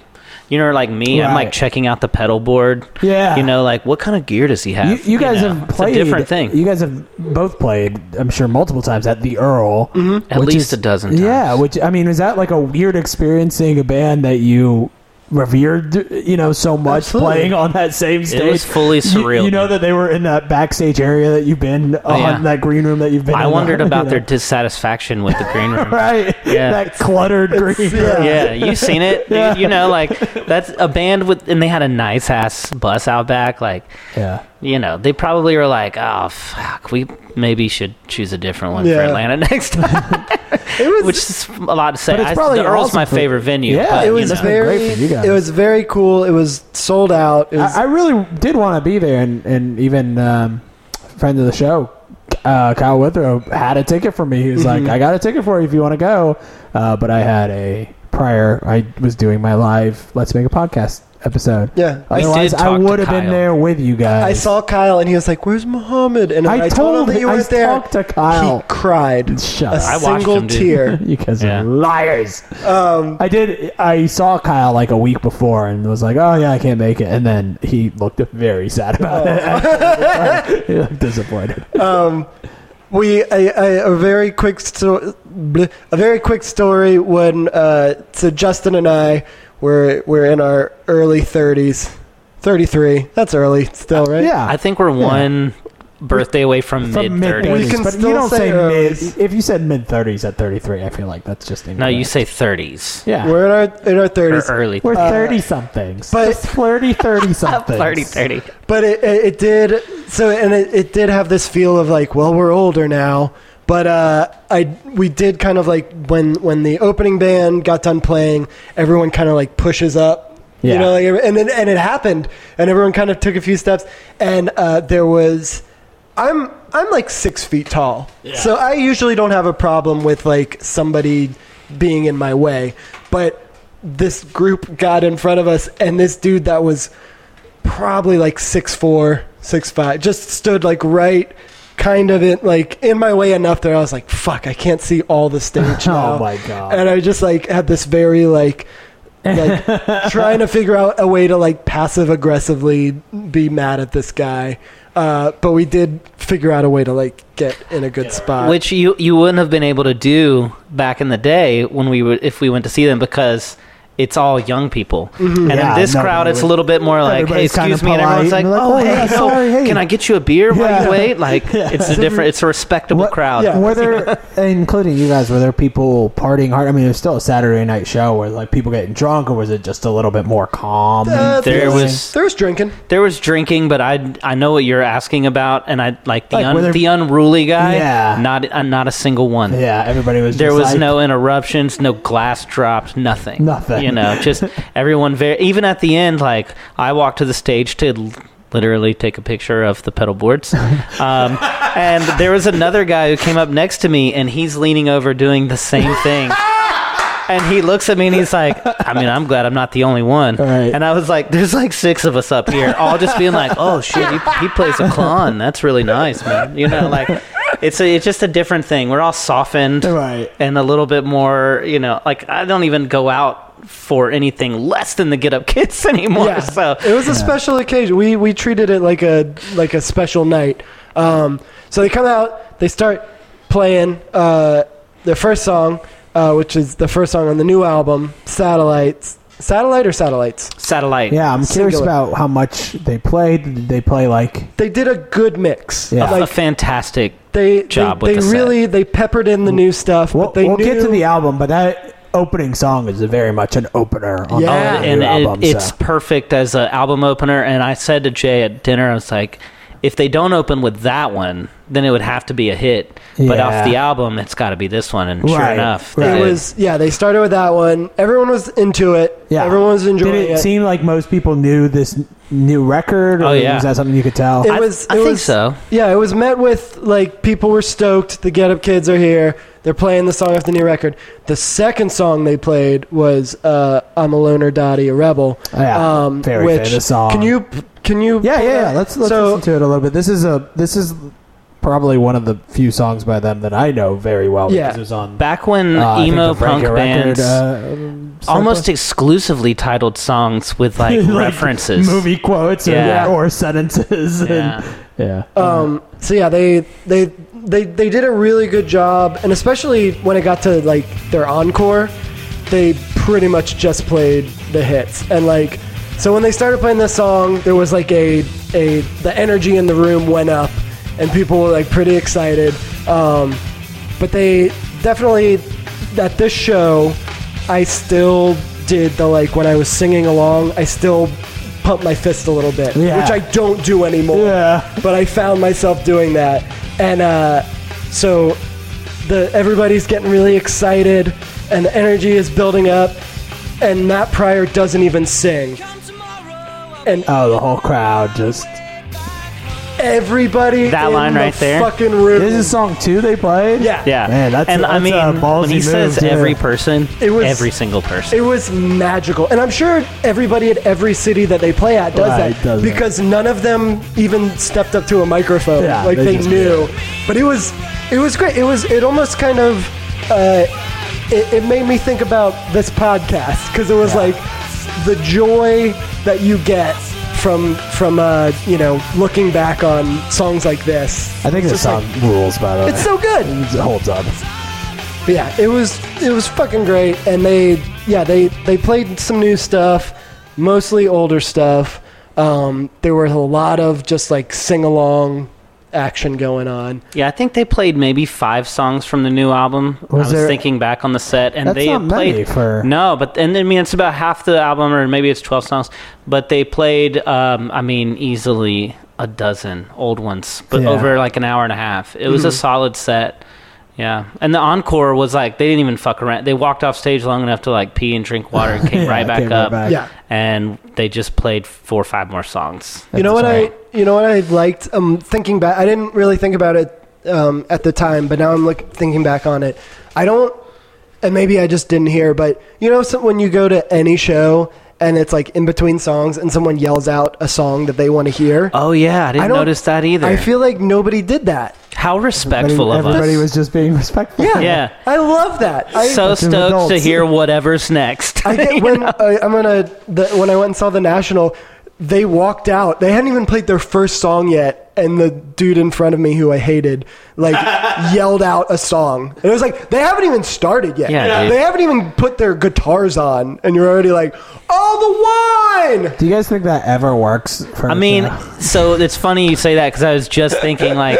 [SPEAKER 3] you know like me i'm
[SPEAKER 4] Right.
[SPEAKER 3] like checking out the pedal board
[SPEAKER 4] Yeah.
[SPEAKER 3] you know like what kind of gear does he have
[SPEAKER 4] You, you guys
[SPEAKER 3] know?
[SPEAKER 4] have played
[SPEAKER 3] it's a different thing
[SPEAKER 4] You guys have both played, I'm sure, multiple times at the Earl.
[SPEAKER 3] Mm-hmm. At
[SPEAKER 4] which
[SPEAKER 3] least a dozen
[SPEAKER 4] Yeah,
[SPEAKER 3] times.
[SPEAKER 4] which I mean, is that like a weird experience seeing a band that you revered, you know, so much
[SPEAKER 2] Absolutely.
[SPEAKER 4] playing on that same stage?
[SPEAKER 3] was
[SPEAKER 4] [LAUGHS]
[SPEAKER 3] fully
[SPEAKER 4] You- You,
[SPEAKER 3] surreal,
[SPEAKER 4] know
[SPEAKER 3] dude.
[SPEAKER 4] that they were in that backstage area that you've been on,
[SPEAKER 3] yeah.
[SPEAKER 4] that green room that you've been. [LAUGHS]
[SPEAKER 3] i
[SPEAKER 4] in,
[SPEAKER 3] wondered
[SPEAKER 4] you
[SPEAKER 3] about their
[SPEAKER 4] know?
[SPEAKER 3] dissatisfaction with the [LAUGHS]
[SPEAKER 4] [LAUGHS]
[SPEAKER 3] green room
[SPEAKER 4] right,
[SPEAKER 3] Yeah.
[SPEAKER 4] that cluttered green room.
[SPEAKER 3] [LAUGHS] yeah, you seen
[SPEAKER 4] [LAUGHS]
[SPEAKER 3] it, dude. You know, like that's a band with, and they had a nice ass bus out back. Like,
[SPEAKER 4] yeah.
[SPEAKER 3] you know, they probably were like, "Oh, fuck, we maybe should choose a different one for
[SPEAKER 2] Yeah.
[SPEAKER 3] Atlanta [LAUGHS] next
[SPEAKER 4] [LAUGHS]
[SPEAKER 3] time,"
[SPEAKER 2] [LAUGHS] it was.
[SPEAKER 3] which is a lot to say.
[SPEAKER 4] But it's
[SPEAKER 3] I-
[SPEAKER 4] probably
[SPEAKER 3] the Earl's
[SPEAKER 4] awesome
[SPEAKER 3] my
[SPEAKER 4] for-
[SPEAKER 3] favorite venue.
[SPEAKER 4] Yeah,
[SPEAKER 3] but,
[SPEAKER 2] it
[SPEAKER 3] you
[SPEAKER 2] was
[SPEAKER 3] know.
[SPEAKER 4] That's been
[SPEAKER 2] very.
[SPEAKER 4] great for you guys.
[SPEAKER 2] It was very cool. It was sold out. It was.
[SPEAKER 4] I, I really did want to be there, and and even um, friend of the show, uh, Kyle Withrow, had a ticket for me. He was
[SPEAKER 2] Mm-hmm.
[SPEAKER 4] like, "I got a ticket for you if you want to go," uh, but I had a prior. I was doing my live Let's Make a Podcast episode.
[SPEAKER 2] Yeah.
[SPEAKER 3] We
[SPEAKER 4] Otherwise,
[SPEAKER 3] did
[SPEAKER 4] I
[SPEAKER 3] talk
[SPEAKER 4] would
[SPEAKER 3] to
[SPEAKER 4] have been
[SPEAKER 3] Kyle.
[SPEAKER 4] there with you guys.
[SPEAKER 2] I saw Kyle and he was like, "Where's Muhammad?" And when
[SPEAKER 4] I
[SPEAKER 2] I told
[SPEAKER 4] told-
[SPEAKER 2] him that you
[SPEAKER 4] I
[SPEAKER 2] weren't there.
[SPEAKER 4] talked to Kyle.
[SPEAKER 2] He cried. [LAUGHS]
[SPEAKER 4] Shut
[SPEAKER 2] a
[SPEAKER 4] up.
[SPEAKER 3] I watched
[SPEAKER 2] single
[SPEAKER 3] him, dude. [LAUGHS]
[SPEAKER 2] tear. Um,
[SPEAKER 4] you guys
[SPEAKER 3] Yeah.
[SPEAKER 4] are liars. I did. I saw Kyle like a week before and was like, "Oh yeah, I can't make it." And then he looked very sad about it. [LAUGHS] he looked disappointed.
[SPEAKER 2] We a, a, a very quick sto- bleh, a very quick story when uh, so Justin and I were were in our early thirties, thirty three. That's early still, right?
[SPEAKER 4] yeah,
[SPEAKER 3] I think we're one birthday away from,
[SPEAKER 4] from
[SPEAKER 3] mid
[SPEAKER 4] mid
[SPEAKER 2] We
[SPEAKER 3] thirties.
[SPEAKER 2] can
[SPEAKER 4] thirties. But you
[SPEAKER 2] still
[SPEAKER 4] don't
[SPEAKER 2] say
[SPEAKER 4] say uh,
[SPEAKER 2] early.
[SPEAKER 4] mid. If you said mid thirties at thirty three, I feel like that's just incorrect.
[SPEAKER 3] No, you say thirties.
[SPEAKER 4] yeah. We're,
[SPEAKER 2] we're in our in our
[SPEAKER 3] Or
[SPEAKER 2] thirties.
[SPEAKER 3] early.
[SPEAKER 4] we're thirty somethings,
[SPEAKER 2] but-
[SPEAKER 4] but just flirty thirty something.
[SPEAKER 3] [LAUGHS] 30, 30.
[SPEAKER 2] But it, it, it did so, and it, it did have this feel of like, well, we're older now. But uh, I we did kind of like when when the opening band got done playing, everyone kind of like pushes up, you
[SPEAKER 4] Yeah.
[SPEAKER 2] know, like, and then and it happened, and everyone kind of took a few steps, and uh, there was. I'm I'm like six feet tall, so I usually don't have a problem with like somebody being in my way, but this group got in front of us, and this dude that was probably like six four, six five, just stood like right, kind of in like in my way enough that I was like, "Fuck, I can't see all the stage."
[SPEAKER 4] [LAUGHS] Oh
[SPEAKER 2] now."
[SPEAKER 4] my God.
[SPEAKER 2] And I just like had this very like.
[SPEAKER 4] [LAUGHS]
[SPEAKER 2] like trying to figure out a way to like passive aggressively be mad at this guy uh, but we did figure out a way to like get in a good spot
[SPEAKER 3] which you you wouldn't have been able to do back in the day when we would if we went to see them because it's all young people, and
[SPEAKER 4] Mm-hmm. Yeah,
[SPEAKER 3] in this
[SPEAKER 4] no,
[SPEAKER 3] crowd,
[SPEAKER 4] we
[SPEAKER 3] it's a
[SPEAKER 4] would-
[SPEAKER 3] little bit more like, "Hey,
[SPEAKER 4] everybody's kinda
[SPEAKER 3] excuse me," and everyone's like,
[SPEAKER 4] polite, and we're like, "Oh,
[SPEAKER 3] "Oh, hey,
[SPEAKER 4] yeah,
[SPEAKER 3] yo,
[SPEAKER 4] sorry, hey."
[SPEAKER 3] can I get you a beer while
[SPEAKER 4] [LAUGHS] Yeah.
[SPEAKER 3] you wait?" Like, it's a different, it's a respectable
[SPEAKER 4] What-
[SPEAKER 3] crowd.
[SPEAKER 2] yeah.
[SPEAKER 4] Were there, [LAUGHS] including you guys, were there people partying hard? I mean, it was still a Saturday night show. Were like people getting drunk, or was it just a little bit more calm?
[SPEAKER 2] Uh,
[SPEAKER 3] there was
[SPEAKER 2] there was drinking
[SPEAKER 3] there was drinking, but I I know what you're asking about, and I like the
[SPEAKER 4] Like, were
[SPEAKER 3] un,
[SPEAKER 4] there-
[SPEAKER 3] the unruly guy.
[SPEAKER 4] Yeah.
[SPEAKER 3] not uh, not a single one.
[SPEAKER 4] yeah, everybody was.
[SPEAKER 3] There
[SPEAKER 4] just
[SPEAKER 3] was
[SPEAKER 4] like-
[SPEAKER 3] no interruptions, no glass drops, nothing.
[SPEAKER 4] Nothing.
[SPEAKER 3] You know,
[SPEAKER 4] [LAUGHS]
[SPEAKER 3] just everyone very. Even at the end, like I walked to the stage to l- literally take a picture of the pedal
[SPEAKER 4] [LAUGHS]
[SPEAKER 3] boards, um, and there was another guy who came up next to me, and he's leaning over doing the same
[SPEAKER 4] [LAUGHS]
[SPEAKER 3] thing. And he looks at me and he's like, I mean, I'm glad I'm not the only one.
[SPEAKER 4] Right.
[SPEAKER 3] And I was like, there's like six of us up here, all just being like, oh shit, he, he plays a clown. That's really nice, man. You know, like, it's, a, it's just a different thing. We're all softened
[SPEAKER 4] Right.
[SPEAKER 3] and a little bit more, you know, like I don't even go out for anything less than the Get Up Kids [LAUGHS] anymore.
[SPEAKER 2] Yeah.
[SPEAKER 3] So
[SPEAKER 2] it was a special occasion. We we treated it like a like a special night. Um, so they come out, they start playing uh, their first song, uh, which is the first song on the new album, Satellites. Satellite or satellites?
[SPEAKER 3] satellite.
[SPEAKER 4] Yeah, I'm curious
[SPEAKER 2] Singular.
[SPEAKER 4] about how much they played. Did they play like?
[SPEAKER 2] They did a good mix.
[SPEAKER 4] Yeah.
[SPEAKER 3] a
[SPEAKER 2] Like
[SPEAKER 3] fantastic.
[SPEAKER 2] they
[SPEAKER 3] job
[SPEAKER 2] they,
[SPEAKER 3] with
[SPEAKER 2] they
[SPEAKER 3] the
[SPEAKER 2] really they peppered in the new stuff,
[SPEAKER 4] Mm. We'll,
[SPEAKER 2] but they
[SPEAKER 4] we'll
[SPEAKER 2] knew,
[SPEAKER 4] get to the album, but that opening song is very much an opener on
[SPEAKER 2] Yeah. Oh,
[SPEAKER 4] the new
[SPEAKER 3] uh, and it-
[SPEAKER 4] album. so-
[SPEAKER 3] it's perfect as an album opener. And I said to Jay at dinner, I was like, if they don't open with that one, then it would have to be a hit. But
[SPEAKER 4] Yeah.
[SPEAKER 3] off the album, it's got to be this one. And sure
[SPEAKER 4] Right,
[SPEAKER 3] enough,
[SPEAKER 4] right.
[SPEAKER 3] they
[SPEAKER 2] It
[SPEAKER 3] did.
[SPEAKER 2] was yeah. They started with that one. Everyone was into it.
[SPEAKER 4] yeah,
[SPEAKER 2] everyone was enjoying
[SPEAKER 4] Did it,
[SPEAKER 2] it.
[SPEAKER 4] seem like most people knew this n- new record? Or
[SPEAKER 3] Oh, yeah.
[SPEAKER 4] was that something you could tell?
[SPEAKER 2] it
[SPEAKER 3] I-
[SPEAKER 2] was.
[SPEAKER 3] I
[SPEAKER 2] it
[SPEAKER 3] think
[SPEAKER 2] was,
[SPEAKER 3] so.
[SPEAKER 2] Yeah, it was met with like people were stoked. The Get Up Kids are here. They're playing the song off the new record. The second song they played was uh, "I'm a Loner, Dottie, a Rebel."
[SPEAKER 4] Oh,
[SPEAKER 2] Um,
[SPEAKER 4] Yeah, very famous song.
[SPEAKER 2] Can you? Can you?
[SPEAKER 4] Yeah, yeah, yeah. Let's let's
[SPEAKER 2] So-
[SPEAKER 4] listen to it a little bit. This is a this is probably one of the few songs by them that I know very well
[SPEAKER 2] Yeah.
[SPEAKER 4] because it was on
[SPEAKER 3] back when
[SPEAKER 4] uh, I think
[SPEAKER 3] emo
[SPEAKER 4] the Break
[SPEAKER 3] punk
[SPEAKER 4] Your
[SPEAKER 3] bands.
[SPEAKER 4] uh,
[SPEAKER 3] Almost
[SPEAKER 4] circle.
[SPEAKER 3] exclusively titled songs with like,
[SPEAKER 4] [LAUGHS] Like
[SPEAKER 3] references.
[SPEAKER 4] movie quotes,
[SPEAKER 3] Yeah.
[SPEAKER 4] or, or sentences.
[SPEAKER 3] Yeah.
[SPEAKER 4] And, yeah.
[SPEAKER 2] Um, so yeah, they they they they did a really good job, and especially when it got to like their encore, they pretty much just played the hits, and like so when they started playing this song, there was like a a the energy in the room went up, and people were like pretty excited. Um, but they definitely at this show, I still did the like when I was singing along, I still pumped my fist a little bit,
[SPEAKER 4] Yeah.
[SPEAKER 2] which I don't do anymore
[SPEAKER 4] yeah.
[SPEAKER 2] but I found myself doing that, and uh, so the everybody's getting really excited, and the energy is building up, and Matt Pryor doesn't even sing,
[SPEAKER 5] Come tomorrow, I'll
[SPEAKER 2] and
[SPEAKER 4] Oh, the whole crowd just
[SPEAKER 2] everybody
[SPEAKER 3] That
[SPEAKER 2] in
[SPEAKER 3] line
[SPEAKER 2] the
[SPEAKER 3] right there.
[SPEAKER 2] Fucking room.
[SPEAKER 4] This is song two they played.
[SPEAKER 2] yeah.
[SPEAKER 3] Yeah,
[SPEAKER 4] Man, that's-
[SPEAKER 3] and I
[SPEAKER 4] that's a
[SPEAKER 3] mean, when
[SPEAKER 4] ballsy
[SPEAKER 3] he
[SPEAKER 4] move,
[SPEAKER 3] says
[SPEAKER 4] yeah.
[SPEAKER 3] every person,
[SPEAKER 2] It was-
[SPEAKER 3] every single person.
[SPEAKER 2] It was magical, and I'm sure everybody at every city that they play at does
[SPEAKER 4] Right,
[SPEAKER 2] that
[SPEAKER 4] does that.
[SPEAKER 2] because none of them even stepped up to a microphone
[SPEAKER 4] Yeah,
[SPEAKER 2] like
[SPEAKER 4] they
[SPEAKER 2] they,
[SPEAKER 4] just-
[SPEAKER 2] knew. But it was it was great. It was it almost kind of uh, it, it made me think about this podcast because it was like the joy that you get from from uh, you know looking back on songs like this.
[SPEAKER 4] I think
[SPEAKER 2] It's
[SPEAKER 4] the
[SPEAKER 2] just like,
[SPEAKER 4] song rules. By the way,
[SPEAKER 2] it's so good.
[SPEAKER 4] it holds up.
[SPEAKER 2] But yeah, it was it was fucking great, and they yeah they they played some new stuff, mostly older stuff. Um, there were a lot of just like sing along action going on.
[SPEAKER 3] Yeah, I think they played maybe five songs from the new album. I
[SPEAKER 4] Was
[SPEAKER 3] was
[SPEAKER 4] there-
[SPEAKER 3] thinking back on the set, and
[SPEAKER 4] That's
[SPEAKER 3] they
[SPEAKER 4] not
[SPEAKER 3] played
[SPEAKER 4] many for-
[SPEAKER 3] no, but and I mean it's about half the album, or maybe it's twelve songs. But they played, um, I mean, easily a dozen old ones, but
[SPEAKER 4] Yeah. Mm-hmm.
[SPEAKER 3] over like an hour and a half. It was a solid set. Yeah, and the encore was like they didn't even fuck around. They walked off stage long enough to like pee and drink water, and
[SPEAKER 4] [LAUGHS]
[SPEAKER 3] came
[SPEAKER 4] Yeah,
[SPEAKER 3] right back
[SPEAKER 4] came right
[SPEAKER 3] up,
[SPEAKER 4] back.
[SPEAKER 2] Yeah,
[SPEAKER 3] and they just played four or five more songs.
[SPEAKER 2] you know what
[SPEAKER 4] right.
[SPEAKER 2] I you know what I liked. Um, thinking back, I didn't really think about it um, at the time, but now I'm look thinking back on it. I don't, and maybe I just didn't hear, but you know, so when you go to any show and it's like in between songs, and someone yells out a song that they want to hear.
[SPEAKER 3] Oh yeah, I didn't
[SPEAKER 2] I don't-
[SPEAKER 3] notice that either.
[SPEAKER 2] I feel like nobody did that.
[SPEAKER 3] How respectful
[SPEAKER 4] Everybody,
[SPEAKER 3] of us.
[SPEAKER 4] everybody was just being respectful.
[SPEAKER 2] Yeah.
[SPEAKER 3] Yeah.
[SPEAKER 2] I love that. I,
[SPEAKER 3] so
[SPEAKER 4] Fucking
[SPEAKER 3] stoked to
[SPEAKER 4] adults.
[SPEAKER 3] hear whatever's next.
[SPEAKER 2] I
[SPEAKER 3] [LAUGHS]
[SPEAKER 2] get [LAUGHS] when I, I'm gonna the, when I went and saw the national, they walked out. They hadn't even played their first song yet, and the dude in front of me who I hated [LAUGHS] like yelled out a song. And it was like they haven't even started yet.
[SPEAKER 3] Yeah, dude.
[SPEAKER 2] they haven't even put their guitars on, and you're already like, "Oh, the wine!"
[SPEAKER 4] Do you guys think that ever works? For
[SPEAKER 3] I mean,
[SPEAKER 4] yeah.
[SPEAKER 3] so it's funny you say that because I was just thinking, like,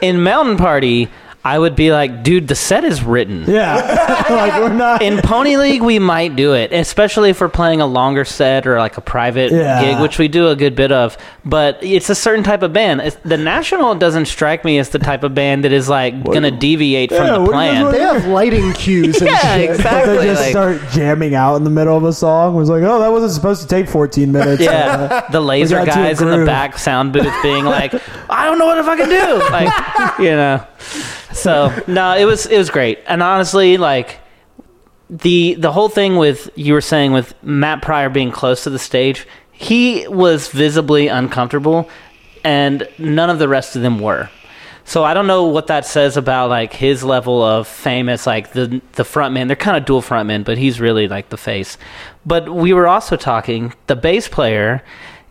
[SPEAKER 3] in Mountain Party, I would be like, dude, the set is
[SPEAKER 2] [LAUGHS]
[SPEAKER 3] written.
[SPEAKER 4] [LAUGHS] like we're not.
[SPEAKER 3] In Pony League, we might do it, especially if we're playing a longer set or like a private
[SPEAKER 4] Yeah.
[SPEAKER 3] gig, which we do a good bit of. But it's a certain type of band. It's, the National doesn't strike me as the type of band that is like going to deviate from
[SPEAKER 4] Yeah,
[SPEAKER 3] the
[SPEAKER 4] what do you guys
[SPEAKER 3] plan.
[SPEAKER 4] want
[SPEAKER 2] They have lighting cues [LAUGHS] and
[SPEAKER 3] Yeah,
[SPEAKER 2] shit.
[SPEAKER 3] exactly.
[SPEAKER 4] They just
[SPEAKER 3] like-
[SPEAKER 4] start jamming out in the middle of a song. Was like, oh, that wasn't supposed to take 14 minutes. [LAUGHS]
[SPEAKER 3] Yeah, the laser
[SPEAKER 4] got to a
[SPEAKER 3] guys in the
[SPEAKER 4] groove.
[SPEAKER 3] back sound booth
[SPEAKER 4] [LAUGHS]
[SPEAKER 3] being like, "I don't know what if I can do," like you know. So no, it was it was great, and honestly, like the the whole thing with you were saying with Matt Pryor being close to the stage, he was visibly uncomfortable, and none of the rest of them were. So I don't know what that says about like his level of famous, like the the front man. They're kind of dual front men, but he's really like the face. But we were also talking the bass player.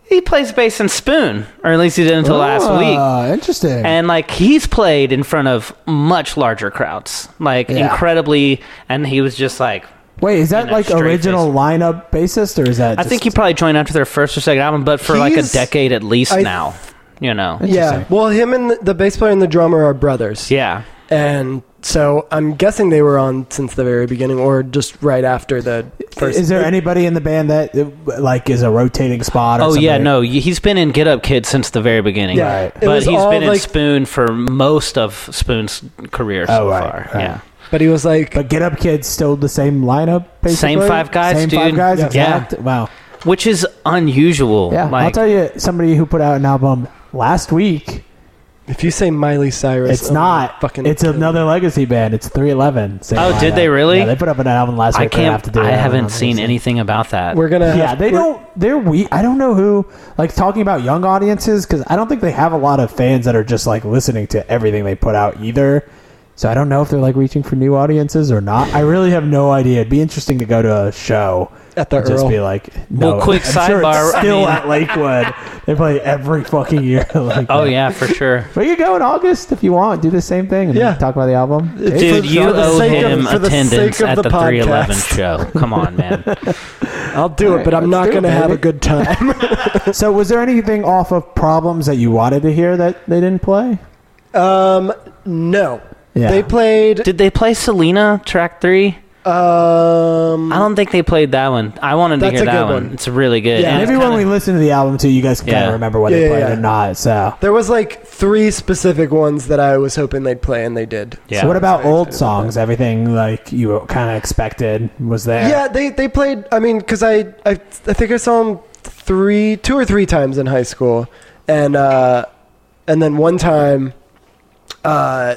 [SPEAKER 3] He plays bass in Spoon, or at least he did until last week.
[SPEAKER 4] Ah, Interesting.
[SPEAKER 3] And like he's played in front of much larger crowds, like
[SPEAKER 4] Yeah.
[SPEAKER 3] incredibly, and he was just like,
[SPEAKER 4] Wait, is that
[SPEAKER 3] and a
[SPEAKER 4] like
[SPEAKER 3] straight
[SPEAKER 4] original
[SPEAKER 3] face.
[SPEAKER 4] lineup bassist, or is that?
[SPEAKER 3] I
[SPEAKER 4] just-
[SPEAKER 3] think he probably joined after their first or second album, but for like a
[SPEAKER 2] He's-
[SPEAKER 3] decade at least
[SPEAKER 2] I-
[SPEAKER 3] now, you know,
[SPEAKER 2] Yeah.
[SPEAKER 4] Interesting.
[SPEAKER 2] Well, him and the, the bass player and the drummer are brothers.
[SPEAKER 3] yeah.
[SPEAKER 2] And so I'm guessing they were on since the very beginning or just right after the first.
[SPEAKER 4] Is there anybody in the band that uh, like is a rotating spot? Or
[SPEAKER 3] Oh yeah,
[SPEAKER 4] somebody?
[SPEAKER 3] no, y- he's been in Get Up Kid since the very beginning.
[SPEAKER 2] Yeah.
[SPEAKER 4] Right.
[SPEAKER 2] It
[SPEAKER 3] But
[SPEAKER 2] was
[SPEAKER 3] he's
[SPEAKER 2] all
[SPEAKER 3] been in
[SPEAKER 2] like-
[SPEAKER 3] Spoon for most of Spoon's career so
[SPEAKER 4] Oh, right,
[SPEAKER 3] far.
[SPEAKER 4] right.
[SPEAKER 3] Yeah.
[SPEAKER 2] But he was like,
[SPEAKER 4] But Get Up Kids still the same lineup. Basically?
[SPEAKER 3] Same five guys,
[SPEAKER 4] Same five
[SPEAKER 3] dude.
[SPEAKER 4] guys.
[SPEAKER 3] Yeah.
[SPEAKER 4] Exact. Wow.
[SPEAKER 3] Which is unusual.
[SPEAKER 4] Yeah, I'll
[SPEAKER 3] Like,
[SPEAKER 4] tell you, somebody who put out an album last week.
[SPEAKER 2] if you say Miley Cyrus,
[SPEAKER 4] It's
[SPEAKER 2] I'm gonna
[SPEAKER 4] not. it's another legacy band. It's 311. same
[SPEAKER 3] Oh, did
[SPEAKER 4] lineup.
[SPEAKER 3] they really?
[SPEAKER 4] Yeah, they put up an album last
[SPEAKER 3] I
[SPEAKER 4] week. They have
[SPEAKER 3] can't
[SPEAKER 4] to do
[SPEAKER 3] I
[SPEAKER 4] it. don't know
[SPEAKER 3] haven't
[SPEAKER 4] if
[SPEAKER 3] seen
[SPEAKER 4] it's-
[SPEAKER 3] anything about that.
[SPEAKER 2] We're gonna.
[SPEAKER 4] Yeah,
[SPEAKER 2] have-
[SPEAKER 4] they
[SPEAKER 2] we're-
[SPEAKER 4] don't. They're we. I don't know who. Like talking about young audiences because I don't think they have a lot of fans that are just like listening to everything they put out either. So I don't know if they're like reaching for new audiences or not. I really have no idea. It'd be interesting to go to a show
[SPEAKER 2] At the
[SPEAKER 4] and just
[SPEAKER 2] Earl.
[SPEAKER 4] be like, no.
[SPEAKER 3] Well, quick
[SPEAKER 4] I'm sure it's
[SPEAKER 3] sidebar, I
[SPEAKER 4] still
[SPEAKER 3] mean-
[SPEAKER 4] at Lakewood. They play every fucking year. [LAUGHS] like
[SPEAKER 3] oh
[SPEAKER 4] that.
[SPEAKER 3] yeah, for sure.
[SPEAKER 4] But you go in August if you want. Do the same thing and
[SPEAKER 2] Yeah.
[SPEAKER 4] talk about the album.
[SPEAKER 3] Dude,
[SPEAKER 2] For-
[SPEAKER 3] you
[SPEAKER 2] for the
[SPEAKER 3] owe
[SPEAKER 2] sake of-
[SPEAKER 3] him
[SPEAKER 2] for the
[SPEAKER 3] attendance
[SPEAKER 2] sake of
[SPEAKER 3] at the,
[SPEAKER 2] the
[SPEAKER 3] 311
[SPEAKER 2] podcast.
[SPEAKER 3] show. Come on, man.
[SPEAKER 2] [LAUGHS] I'll do it,
[SPEAKER 4] Alright,
[SPEAKER 2] but I'm
[SPEAKER 4] let's
[SPEAKER 2] not
[SPEAKER 4] do it,
[SPEAKER 2] gonna have a
[SPEAKER 4] baby.
[SPEAKER 2] good time.
[SPEAKER 4] [LAUGHS] So, was there anything off of problems that you wanted to hear that they didn't play?
[SPEAKER 2] um, no.
[SPEAKER 4] Yeah.
[SPEAKER 2] They played.
[SPEAKER 3] Did they play Selena track three?
[SPEAKER 2] Um,
[SPEAKER 3] I don't think they played that one. I wanted to
[SPEAKER 2] That's
[SPEAKER 3] hear
[SPEAKER 2] a
[SPEAKER 3] that
[SPEAKER 2] good
[SPEAKER 3] one.
[SPEAKER 2] one.
[SPEAKER 3] It's really good.
[SPEAKER 2] Yeah,
[SPEAKER 3] And it's
[SPEAKER 4] Maybe when we
[SPEAKER 3] kinda-
[SPEAKER 4] listen to the album too, you guys can kind
[SPEAKER 3] Yeah.
[SPEAKER 4] of remember what
[SPEAKER 2] Yeah,
[SPEAKER 4] they
[SPEAKER 2] yeah,
[SPEAKER 4] played
[SPEAKER 2] yeah.
[SPEAKER 4] or not. So,
[SPEAKER 2] there was like three specific ones that I was hoping they'd play, and they did.
[SPEAKER 3] Yeah.
[SPEAKER 4] so what about
[SPEAKER 2] Very
[SPEAKER 4] old
[SPEAKER 2] excited about
[SPEAKER 4] songs? Everything like you kind of expected was there.
[SPEAKER 2] Yeah, they they played. I mean, because I, I I think I saw them three, two or three times in high school, and uh, And then one time, uh,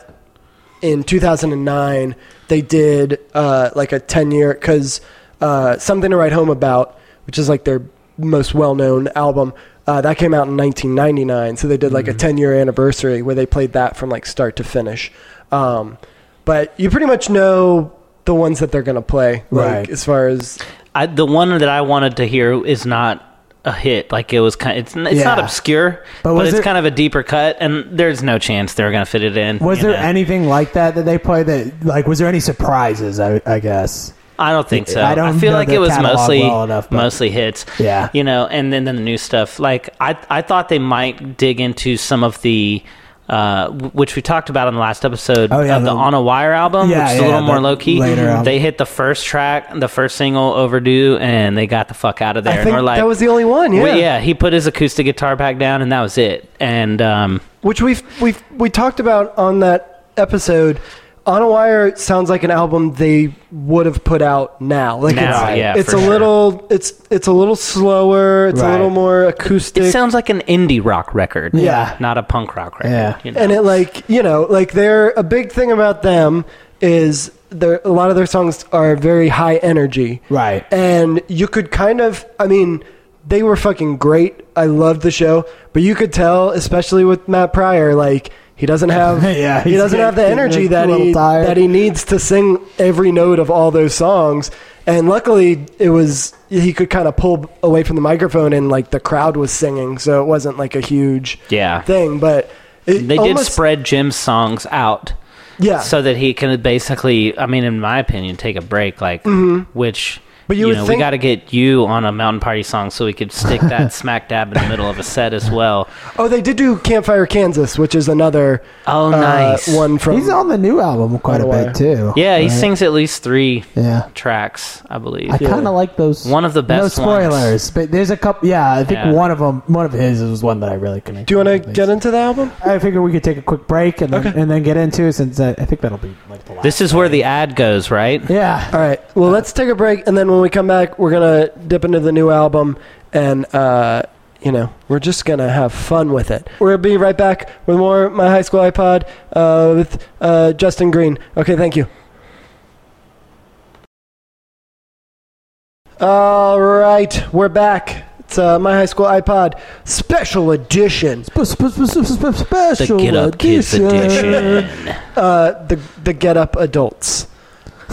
[SPEAKER 2] in 2009, they did uh, like a 10 year because uh, something to write home about, which is like their most well known album. Uh, that came out in 1999, so they did like a 10 year anniversary where they played that from like start to finish. Um, but you pretty much know the ones that they're gonna play, like,
[SPEAKER 4] Right.
[SPEAKER 2] As far as
[SPEAKER 3] I, the one that I wanted to hear is not a hit. Like it was kind. It's n- it's not
[SPEAKER 4] Yeah.
[SPEAKER 3] obscure,
[SPEAKER 4] But
[SPEAKER 3] but,
[SPEAKER 4] was
[SPEAKER 3] it's
[SPEAKER 4] there-
[SPEAKER 3] kind of a deeper cut, and there's no chance they're gonna fit it in.
[SPEAKER 4] Was
[SPEAKER 3] you
[SPEAKER 4] there
[SPEAKER 3] know?
[SPEAKER 4] anything like that that they played that like was there any surprises? I, I guess.
[SPEAKER 3] I don't think so.
[SPEAKER 4] I
[SPEAKER 3] I
[SPEAKER 4] don't
[SPEAKER 3] feel
[SPEAKER 4] know
[SPEAKER 3] like
[SPEAKER 4] the
[SPEAKER 3] it was
[SPEAKER 4] catalog
[SPEAKER 3] mostly
[SPEAKER 4] well enough, but-
[SPEAKER 3] mostly hits.
[SPEAKER 4] Yeah.
[SPEAKER 3] you know, and then, then the new stuff. Like I, I thought they might dig into some of the. Uh, w- which we talked about on the last episode
[SPEAKER 4] Oh, yeah,
[SPEAKER 3] of the,
[SPEAKER 4] the-
[SPEAKER 3] On a Wire album,
[SPEAKER 4] Yeah,
[SPEAKER 3] which is
[SPEAKER 4] yeah,
[SPEAKER 3] a little
[SPEAKER 4] the
[SPEAKER 3] more low key.
[SPEAKER 4] later album.
[SPEAKER 3] They hit the first track, the first single, Overdue, and they got the fuck out of there.
[SPEAKER 2] I
[SPEAKER 3] and
[SPEAKER 2] think
[SPEAKER 3] we're like,
[SPEAKER 2] that was the only one, yeah.
[SPEAKER 3] Well, yeah, he put his acoustic guitar back down, and that was it. And um,
[SPEAKER 2] Which we've we've we talked about on that episode. On a Wire sounds like an album they would have put out now. Like
[SPEAKER 3] Now,
[SPEAKER 2] it's,
[SPEAKER 3] yeah,
[SPEAKER 2] it's
[SPEAKER 3] for
[SPEAKER 2] a
[SPEAKER 3] sure.
[SPEAKER 2] little it's it's a little slower. It's
[SPEAKER 4] Right.
[SPEAKER 2] a little more
[SPEAKER 3] it
[SPEAKER 2] acoustic.
[SPEAKER 3] sounds like an indie rock record,
[SPEAKER 4] Yeah.
[SPEAKER 3] not a punk rock record.
[SPEAKER 4] Yeah.
[SPEAKER 3] you know?
[SPEAKER 2] and it like you know like they're a big thing about them is their a lot of their songs are very high energy
[SPEAKER 4] Right.
[SPEAKER 2] and you could kind of i mean they were fucking great i loved the show but you could tell especially with matt pryor like he doesn't have
[SPEAKER 4] [LAUGHS] Yeah,
[SPEAKER 2] he
[SPEAKER 4] he's
[SPEAKER 2] doesn't have the
[SPEAKER 4] getting
[SPEAKER 2] energy
[SPEAKER 4] a
[SPEAKER 2] that
[SPEAKER 4] little
[SPEAKER 2] he
[SPEAKER 4] tired.
[SPEAKER 2] that he needs to sing every note of all those songs and luckily it was he could kind of pull away from the microphone and like the crowd was singing so it wasn't like a huge
[SPEAKER 3] Yeah.
[SPEAKER 2] thing but it
[SPEAKER 3] they
[SPEAKER 2] almost-
[SPEAKER 3] did spread Jim's songs out
[SPEAKER 2] yeah
[SPEAKER 3] so that he can basically, I mean, in my opinion, take a break. Like, which.
[SPEAKER 2] But
[SPEAKER 3] But
[SPEAKER 2] you
[SPEAKER 3] you,
[SPEAKER 2] would
[SPEAKER 3] know,
[SPEAKER 2] think-
[SPEAKER 3] we got to get you on a mountain party song so we could stick that smack dab in the middle of a set as well.
[SPEAKER 2] oh they did do campfire kansas which is another
[SPEAKER 3] Oh,
[SPEAKER 2] uh,
[SPEAKER 3] nice.
[SPEAKER 2] one from
[SPEAKER 4] He's on the new album quite a bit too.
[SPEAKER 3] yeah, he
[SPEAKER 4] right?
[SPEAKER 3] sings at least three
[SPEAKER 4] Yeah.
[SPEAKER 3] tracks, I believe.
[SPEAKER 4] I kind of like those.
[SPEAKER 3] One of the
[SPEAKER 4] No
[SPEAKER 3] best ones.
[SPEAKER 4] spoilers, but there's a couple. Yeah, I think
[SPEAKER 3] Yeah.
[SPEAKER 4] one of them, one of his, was one that I really connected.
[SPEAKER 2] do you want
[SPEAKER 4] with,
[SPEAKER 2] to
[SPEAKER 4] at
[SPEAKER 2] get
[SPEAKER 4] least.
[SPEAKER 2] into the album
[SPEAKER 4] I figure we could take a quick break and then,
[SPEAKER 2] Okay.
[SPEAKER 4] and then get into it since I, I think that'll be like the last.
[SPEAKER 3] This is where the ad goes, right?
[SPEAKER 4] yeah.
[SPEAKER 2] All right. Well, let's take a break, and then when we come back, we're gonna dip into the new album, and uh, you know, we're just gonna have fun with it. We'll be right back with more my high school iPod uh, with uh, Justin Green. Okay, thank you. All right, we're back. It's uh, my high school iPod special edition.
[SPEAKER 3] The
[SPEAKER 4] Special
[SPEAKER 3] Get Up
[SPEAKER 4] [LAUGHS]
[SPEAKER 3] Kids edition.
[SPEAKER 2] Uh, the the Get Up Adults.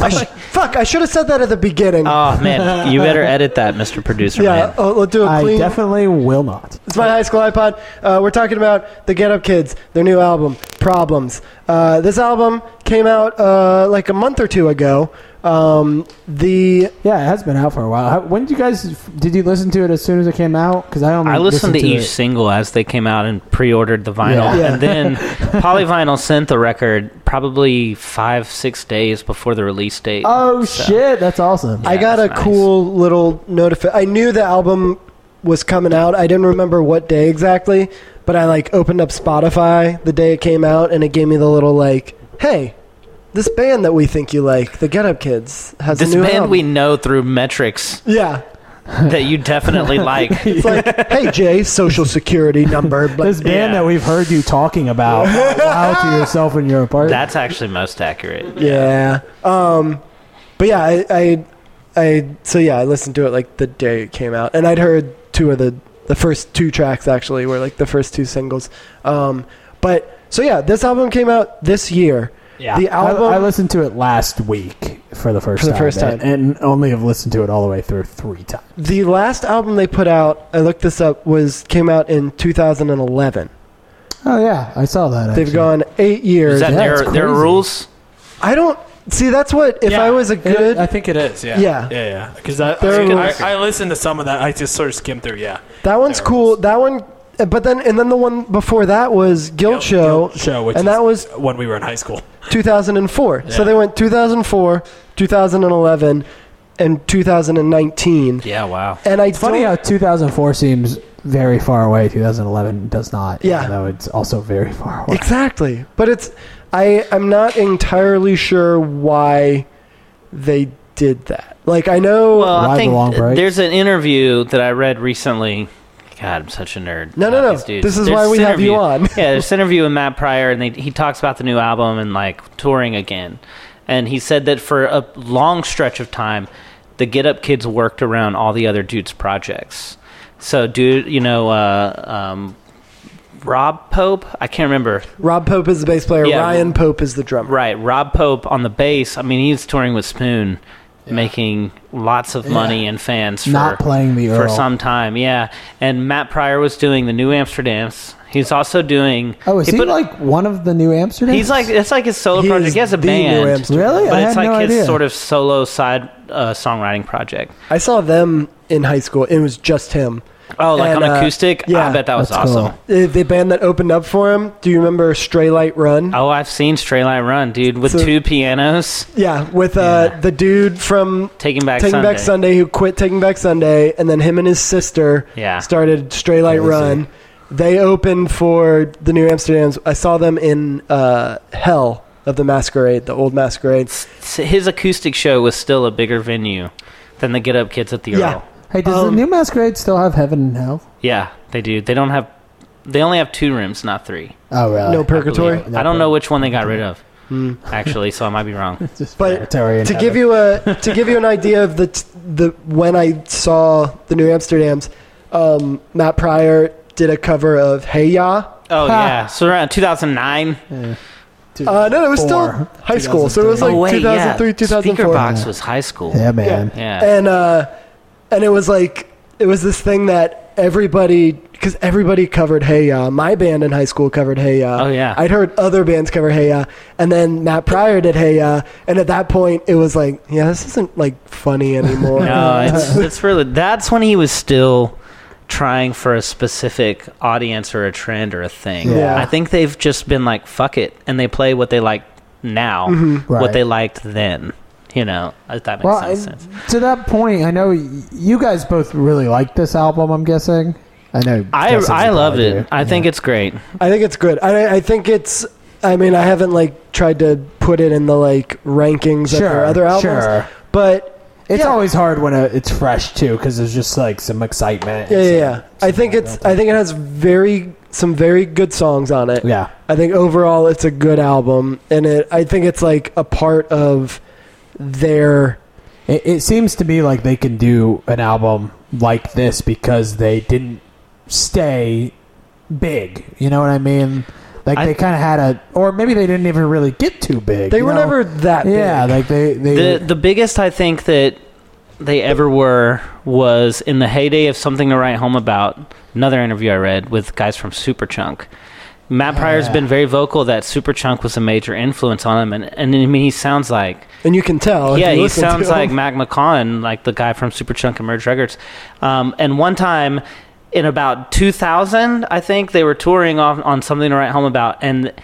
[SPEAKER 2] I
[SPEAKER 4] [LAUGHS]
[SPEAKER 2] sh- fuck! I should have said that at the beginning.
[SPEAKER 3] Oh man, you better edit that, Mr. Producer
[SPEAKER 2] yeah.
[SPEAKER 3] man.
[SPEAKER 2] Oh, let's do a
[SPEAKER 4] I
[SPEAKER 2] clean.
[SPEAKER 4] definitely will not.
[SPEAKER 2] It's my high school iPod. Uh, we're talking about the Get Up Kids, their new album, Problems. Uh, this album came out uh, like a month or two ago. Um, the
[SPEAKER 4] Yeah, it has been out for a while. How, when did you guys? Did you listen to it as soon as it came out? Because I only
[SPEAKER 3] I listened to E each
[SPEAKER 4] it-
[SPEAKER 3] single as they came out and pre-ordered the vinyl,
[SPEAKER 2] Yeah.
[SPEAKER 4] [LAUGHS]
[SPEAKER 3] and then Polyvinyl sent the record probably five, six days before the release date.
[SPEAKER 4] Oh
[SPEAKER 3] So,
[SPEAKER 4] shit, that's awesome.
[SPEAKER 2] I got a
[SPEAKER 3] that's nice.
[SPEAKER 2] cool little notifi I knew the album was coming out. I didn't remember what day exactly, but I like opened up Spotify the day it came out, and it gave me the little like, "Hey, this band that we think you like, the Get Up Kids, has
[SPEAKER 3] This
[SPEAKER 2] a new
[SPEAKER 3] band
[SPEAKER 2] album."
[SPEAKER 3] we know through metrics
[SPEAKER 2] yeah,
[SPEAKER 3] that
[SPEAKER 4] [LAUGHS]
[SPEAKER 3] you definitely like.
[SPEAKER 2] it's like,
[SPEAKER 3] [LAUGHS]
[SPEAKER 2] "Hey Jay, social security number." But
[SPEAKER 4] this band
[SPEAKER 3] Yeah.
[SPEAKER 4] that we've heard you talking [LAUGHS] about out loud to yourself in your apartment.
[SPEAKER 3] That's actually most accurate.
[SPEAKER 2] Yeah. Um, but yeah, I, I, I, so yeah, I listened to it like the day it came out, and I'd heard two of the the first two tracks actually were like the first two singles. Um, but so yeah, this album came out this year.
[SPEAKER 4] yeah.
[SPEAKER 2] the album-
[SPEAKER 4] I, I listened to it last week for the first
[SPEAKER 2] For the
[SPEAKER 4] time,
[SPEAKER 2] first
[SPEAKER 4] and-
[SPEAKER 2] time.
[SPEAKER 4] and only have listened to it all the way through three times.
[SPEAKER 2] The last album they put out, I looked this up, was came out in 2011.
[SPEAKER 4] Oh yeah, I saw that.
[SPEAKER 2] They've
[SPEAKER 4] actually.
[SPEAKER 2] gone eight years.
[SPEAKER 3] Is that
[SPEAKER 4] Yeah,
[SPEAKER 3] their
[SPEAKER 4] it's
[SPEAKER 3] their
[SPEAKER 4] crazy.
[SPEAKER 3] rules?
[SPEAKER 2] I don't see. That's what if
[SPEAKER 5] Yeah.
[SPEAKER 2] I was a good.
[SPEAKER 5] I think it is. Yeah.
[SPEAKER 2] Yeah.
[SPEAKER 5] Yeah. Yeah. Because I,
[SPEAKER 2] There
[SPEAKER 5] I,
[SPEAKER 2] was-
[SPEAKER 5] I, listened to some of that. I just sort of skimmed through. Yeah.
[SPEAKER 2] That one's
[SPEAKER 5] There it
[SPEAKER 2] cool.
[SPEAKER 5] is.
[SPEAKER 2] That one, uh, but then and then the one before that was Guilt
[SPEAKER 5] Guilt-
[SPEAKER 2] Show,
[SPEAKER 5] Guilt Show, which
[SPEAKER 2] and
[SPEAKER 5] is-
[SPEAKER 2] that was
[SPEAKER 5] When we were in high school.
[SPEAKER 2] 2004.
[SPEAKER 5] [LAUGHS]
[SPEAKER 2] So
[SPEAKER 5] Yeah.
[SPEAKER 2] they went 2004, 2011, and 2019.
[SPEAKER 3] Yeah, wow.
[SPEAKER 2] And I
[SPEAKER 4] It's funny
[SPEAKER 2] don't-
[SPEAKER 4] how 2004 seems very far away. 2011 does not.
[SPEAKER 2] Yeah.
[SPEAKER 4] even though it's also very far away.
[SPEAKER 2] exactly, but it's I I'm not entirely sure why they did that. Like I know
[SPEAKER 3] Well,
[SPEAKER 4] Why
[SPEAKER 3] I
[SPEAKER 4] the
[SPEAKER 3] think
[SPEAKER 4] long break?
[SPEAKER 3] there's an interview that I read recently. God, I'm such a nerd.
[SPEAKER 2] No, no,
[SPEAKER 3] about
[SPEAKER 2] no.
[SPEAKER 3] these dudes.
[SPEAKER 2] This is
[SPEAKER 3] There's
[SPEAKER 2] why we
[SPEAKER 3] this
[SPEAKER 2] have you
[SPEAKER 3] interview-
[SPEAKER 2] on.
[SPEAKER 3] yeah,
[SPEAKER 2] [LAUGHS]
[SPEAKER 3] there's an interview with Matt Pryor, and they, he talks about the new album and like touring again. And he said that for a long stretch of time, the Get Up Kids worked around all the other dudes' projects. So, dude, you know, uh, um, Rob Pope, I can't remember.
[SPEAKER 2] Rob Pope is the bass player.
[SPEAKER 3] Yeah.
[SPEAKER 2] Ryan Pope is the drummer.
[SPEAKER 3] Right, Rob Pope on the bass. I mean, he's touring with Spoon, making lots of money and fans for
[SPEAKER 4] Not playing the
[SPEAKER 3] for
[SPEAKER 4] Earl.
[SPEAKER 3] some time. Yeah, and Matt Pryor was doing the New Amsterdams. He's also doing.
[SPEAKER 4] Oh, is he,
[SPEAKER 3] put-
[SPEAKER 4] like one of the new Amsterdam?
[SPEAKER 3] He's like it's like his solo
[SPEAKER 2] He
[SPEAKER 3] project.
[SPEAKER 2] is
[SPEAKER 3] He has a
[SPEAKER 2] the New
[SPEAKER 3] band,
[SPEAKER 2] Amsterdam.
[SPEAKER 4] Really?
[SPEAKER 3] But
[SPEAKER 4] I
[SPEAKER 3] it's
[SPEAKER 4] had
[SPEAKER 3] like
[SPEAKER 4] no
[SPEAKER 3] his
[SPEAKER 4] idea.
[SPEAKER 3] sort of solo side uh, songwriting project.
[SPEAKER 2] I saw them in high school. It was just him.
[SPEAKER 3] Oh, like
[SPEAKER 2] And,
[SPEAKER 3] on
[SPEAKER 2] uh,
[SPEAKER 3] acoustic.
[SPEAKER 2] yeah,
[SPEAKER 3] I bet that was
[SPEAKER 4] that's cool.
[SPEAKER 3] awesome.
[SPEAKER 2] The, the band that opened up for him. Do you remember Stray Light Run?
[SPEAKER 3] Oh, I've seen Stray Light Run, dude, with
[SPEAKER 2] So-
[SPEAKER 3] two pianos,
[SPEAKER 2] Yeah, with uh,
[SPEAKER 3] Yeah.
[SPEAKER 2] the dude from
[SPEAKER 3] Taking Back
[SPEAKER 2] Taking
[SPEAKER 3] Sunday.
[SPEAKER 2] Back Sunday who quit Taking Back Sunday, and then him and his sister
[SPEAKER 3] Yeah.
[SPEAKER 2] started Stray Light
[SPEAKER 4] Crazy.
[SPEAKER 2] Run. They opened for the New Amsterdams. I saw them in uh, Hell of the Masquerade, the old Masquerade.
[SPEAKER 3] S- His acoustic show was still a bigger venue than the Get Up Kids at the
[SPEAKER 2] Yeah.
[SPEAKER 3] Earl.
[SPEAKER 4] hey, does
[SPEAKER 2] um,
[SPEAKER 4] the new Masquerade still have Heaven and Hell?
[SPEAKER 3] Yeah, they do. They don't have. They only have two rooms, not three.
[SPEAKER 4] Oh, really?
[SPEAKER 2] No Purgatory.
[SPEAKER 3] Uh, I, believe. I don't know which one they got rid of, actually. So I might
[SPEAKER 2] [LAUGHS]
[SPEAKER 3] be wrong.
[SPEAKER 4] Just
[SPEAKER 2] But
[SPEAKER 4] Purgatory and
[SPEAKER 2] to
[SPEAKER 4] Heaven.
[SPEAKER 2] give you a to give you an idea of the t- the when I saw the New Amsterdams, um, Matt Pryor did a cover of Hey Ya.
[SPEAKER 3] Oh
[SPEAKER 4] Ha.
[SPEAKER 3] yeah, so around 2009.
[SPEAKER 2] Uh, no, it was
[SPEAKER 4] Four.
[SPEAKER 2] still high school, so it was like
[SPEAKER 3] oh wait,
[SPEAKER 2] 2003,
[SPEAKER 3] yeah.
[SPEAKER 2] 2004.
[SPEAKER 3] Speaker Box was high school.
[SPEAKER 4] yeah, man.
[SPEAKER 3] Yeah.
[SPEAKER 2] and uh, and it was like it was this thing that everybody because everybody covered Hey Ya. My band in high school covered Hey Ya.
[SPEAKER 3] Oh, yeah.
[SPEAKER 2] I'd heard other bands cover Hey Ya, and then Matt Pryor did Hey Ya, and at that point it was like, yeah, this isn't like funny anymore.
[SPEAKER 4] [LAUGHS]
[SPEAKER 3] [LAUGHS] No, it's it's really that's when he was still trying for a specific audience or a trend or a thing.
[SPEAKER 4] Yeah.
[SPEAKER 3] I think they've just been like fuck it and they play what they like now,
[SPEAKER 4] Mm-hmm. Right.
[SPEAKER 3] what they liked then. You know, if that makes
[SPEAKER 4] Well,
[SPEAKER 3] some
[SPEAKER 4] and
[SPEAKER 3] sense.
[SPEAKER 4] to that point, I know y- you guys both really like this album. I'm guessing. I know.
[SPEAKER 3] I
[SPEAKER 4] Justin's
[SPEAKER 3] I
[SPEAKER 4] probably
[SPEAKER 3] love
[SPEAKER 4] do.
[SPEAKER 3] it. I think it's great.
[SPEAKER 2] I think it's good. I, I think it's. I mean, I haven't like tried to put it in the like rankings of
[SPEAKER 4] Sure,
[SPEAKER 2] her other albums,
[SPEAKER 4] sure.
[SPEAKER 2] but
[SPEAKER 4] It's
[SPEAKER 2] Yeah.
[SPEAKER 4] always hard when uh it's fresh too, because there's just like some excitement.
[SPEAKER 2] yeah,
[SPEAKER 4] and
[SPEAKER 2] yeah,
[SPEAKER 4] some-
[SPEAKER 2] yeah. I think it's. I think it has very some very good songs on it.
[SPEAKER 4] yeah.
[SPEAKER 2] I think overall it's a good album, and it. I think it's like a part of their.
[SPEAKER 4] It, it seems to me like they can do an album like this because they didn't stay big. You know what I mean? Like
[SPEAKER 3] I-
[SPEAKER 4] they kind of had a, or maybe they didn't even really get too big.
[SPEAKER 2] They
[SPEAKER 4] you
[SPEAKER 2] were
[SPEAKER 4] know?
[SPEAKER 2] never that.
[SPEAKER 4] Yeah,
[SPEAKER 2] big.
[SPEAKER 4] like they they.
[SPEAKER 3] The the biggest I think that they ever were was in the heyday of something to write home about. Another interview I read with guys from Superchunk. Matt Pryor's
[SPEAKER 4] yeah.
[SPEAKER 3] been very vocal that Superchunk was a major influence on him, and, and I mean he sounds like
[SPEAKER 2] and you can tell. if
[SPEAKER 3] yeah,
[SPEAKER 2] you
[SPEAKER 3] he
[SPEAKER 2] listen Oh, to
[SPEAKER 3] sounds
[SPEAKER 2] them.
[SPEAKER 3] like Mac McCon, like the guy from Superchunk and Merge Records. Um, and one time in about 2000, I think they were touring on, on something to write home about, and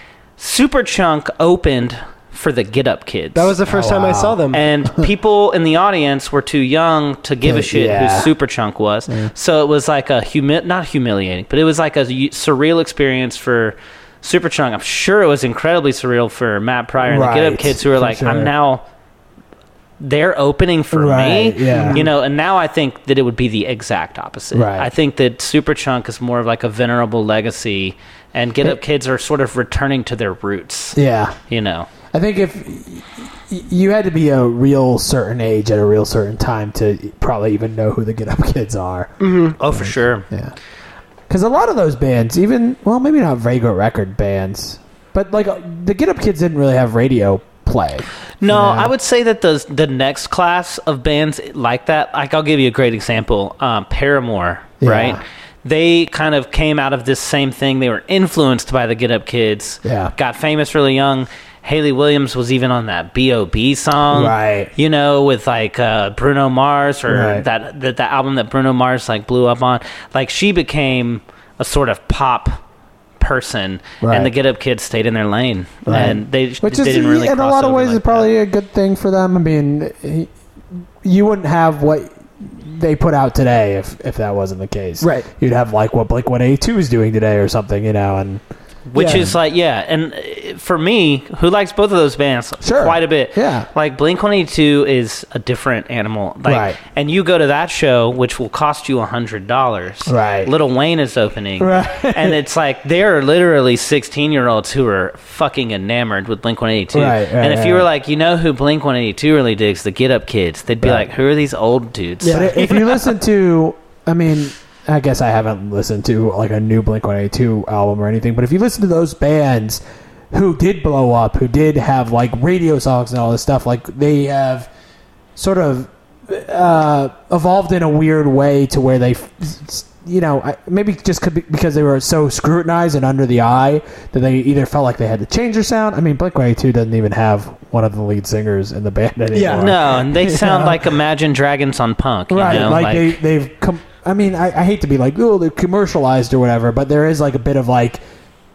[SPEAKER 3] Superchunk opened for the Get Up Kids.
[SPEAKER 2] [LAUGHS] That was the first
[SPEAKER 4] Oh,
[SPEAKER 2] time I
[SPEAKER 4] wow.
[SPEAKER 2] saw them.
[SPEAKER 4] [LAUGHS]
[SPEAKER 3] and people in the audience were too young to give
[SPEAKER 4] Yeah.
[SPEAKER 3] a shit
[SPEAKER 4] Yeah.
[SPEAKER 3] who Superchunk was. So it was like a humi- not humiliating, but it was like a u- surreal experience for Superchunk. I'm sure it was incredibly surreal for Matt Pryor and the Get
[SPEAKER 4] Right,
[SPEAKER 3] Up Kids, who are
[SPEAKER 4] for
[SPEAKER 3] like,
[SPEAKER 4] sure.
[SPEAKER 3] I'm now they're opening for
[SPEAKER 4] Right,
[SPEAKER 3] me.
[SPEAKER 4] yeah.
[SPEAKER 3] You know, and now I think that it would be the exact opposite.
[SPEAKER 4] Right.
[SPEAKER 3] I think that Superchunk is more of like a venerable legacy and Get Up Kids are sort of returning to their roots.
[SPEAKER 4] yeah.
[SPEAKER 3] You know.
[SPEAKER 4] I think if y- you had to be a real certain age at a real certain time to probably even know who the Get Up [LAUGHS] Kids are.
[SPEAKER 3] Oh for sure.
[SPEAKER 4] Yeah. Because a lot of those bands, even, well, maybe not Vagrant Record bands, but like uh, the Get Up Kids didn't really have radio play.
[SPEAKER 3] No,
[SPEAKER 4] Yeah.
[SPEAKER 3] I would say that those the next class of bands like that. Like I'll give you a great example. Um, Paramore,
[SPEAKER 4] Yeah.
[SPEAKER 3] right? They kind of came out of this same thing. They were influenced by the Get Up Kids.
[SPEAKER 4] Yeah.
[SPEAKER 3] got famous really young. Haley Williams was even on that B.O.B. song,
[SPEAKER 4] Right.
[SPEAKER 3] You know, with like uh, Bruno Mars or
[SPEAKER 4] Right.
[SPEAKER 3] that, that that album that Bruno Mars like blew up on. Like she became a sort of pop person,
[SPEAKER 4] Right.
[SPEAKER 3] and the Get Up Kids stayed in their lane,
[SPEAKER 4] Right.
[SPEAKER 3] and they,
[SPEAKER 4] Which
[SPEAKER 3] they
[SPEAKER 4] is,
[SPEAKER 3] didn't really
[SPEAKER 4] in a
[SPEAKER 3] cross
[SPEAKER 4] lot of
[SPEAKER 3] over
[SPEAKER 4] ways,
[SPEAKER 3] like
[SPEAKER 4] is probably
[SPEAKER 3] that.
[SPEAKER 4] a good thing for them. I mean, he- you wouldn't have what they put out today if, if that wasn't the case.
[SPEAKER 2] Right.
[SPEAKER 4] You'd have like what Blink 182 is doing today or something, you know, and
[SPEAKER 3] which
[SPEAKER 2] Yeah.
[SPEAKER 3] is like yeah and uh, for me who likes both of those bands
[SPEAKER 4] Sure.
[SPEAKER 3] quite a bit
[SPEAKER 4] Yeah.
[SPEAKER 3] like blink 182 is a different animal like
[SPEAKER 4] Right.
[SPEAKER 3] and you go to that show which will cost you a hundred dollars
[SPEAKER 4] Right.
[SPEAKER 3] little wayne is opening
[SPEAKER 4] Right.
[SPEAKER 3] and it's like there are literally 16 year olds who are fucking enamored with blink 182
[SPEAKER 4] Right, right,
[SPEAKER 3] and if you
[SPEAKER 4] right.
[SPEAKER 3] were like you know who blink 182 really digs the get up kids they'd be
[SPEAKER 4] Right.
[SPEAKER 3] like who are these old dudes
[SPEAKER 4] But if you listen to, I mean, I guess I haven't listened to like a new Blink One Eighty Two album or anything. But if you listen to those bands who did blow up, who did have like radio songs and all this stuff, like they have sort of uh, evolved in a weird way to where they. You know, I- maybe just could be because they were so scrutinized and under the eye that they either felt like they had to change their sound. I mean, Blink One Eighty Two doesn't even have one of the lead singers in the band [LAUGHS] anymore.
[SPEAKER 2] Yeah.
[SPEAKER 3] no
[SPEAKER 4] [LAUGHS]
[SPEAKER 3] and they
[SPEAKER 4] You
[SPEAKER 3] sound
[SPEAKER 4] know?
[SPEAKER 3] like imagine dragons on punk you
[SPEAKER 4] right
[SPEAKER 3] know?
[SPEAKER 4] like, they they've com- i mean I, I hate to be like oh they're commercialized or whatever but there is like a bit of like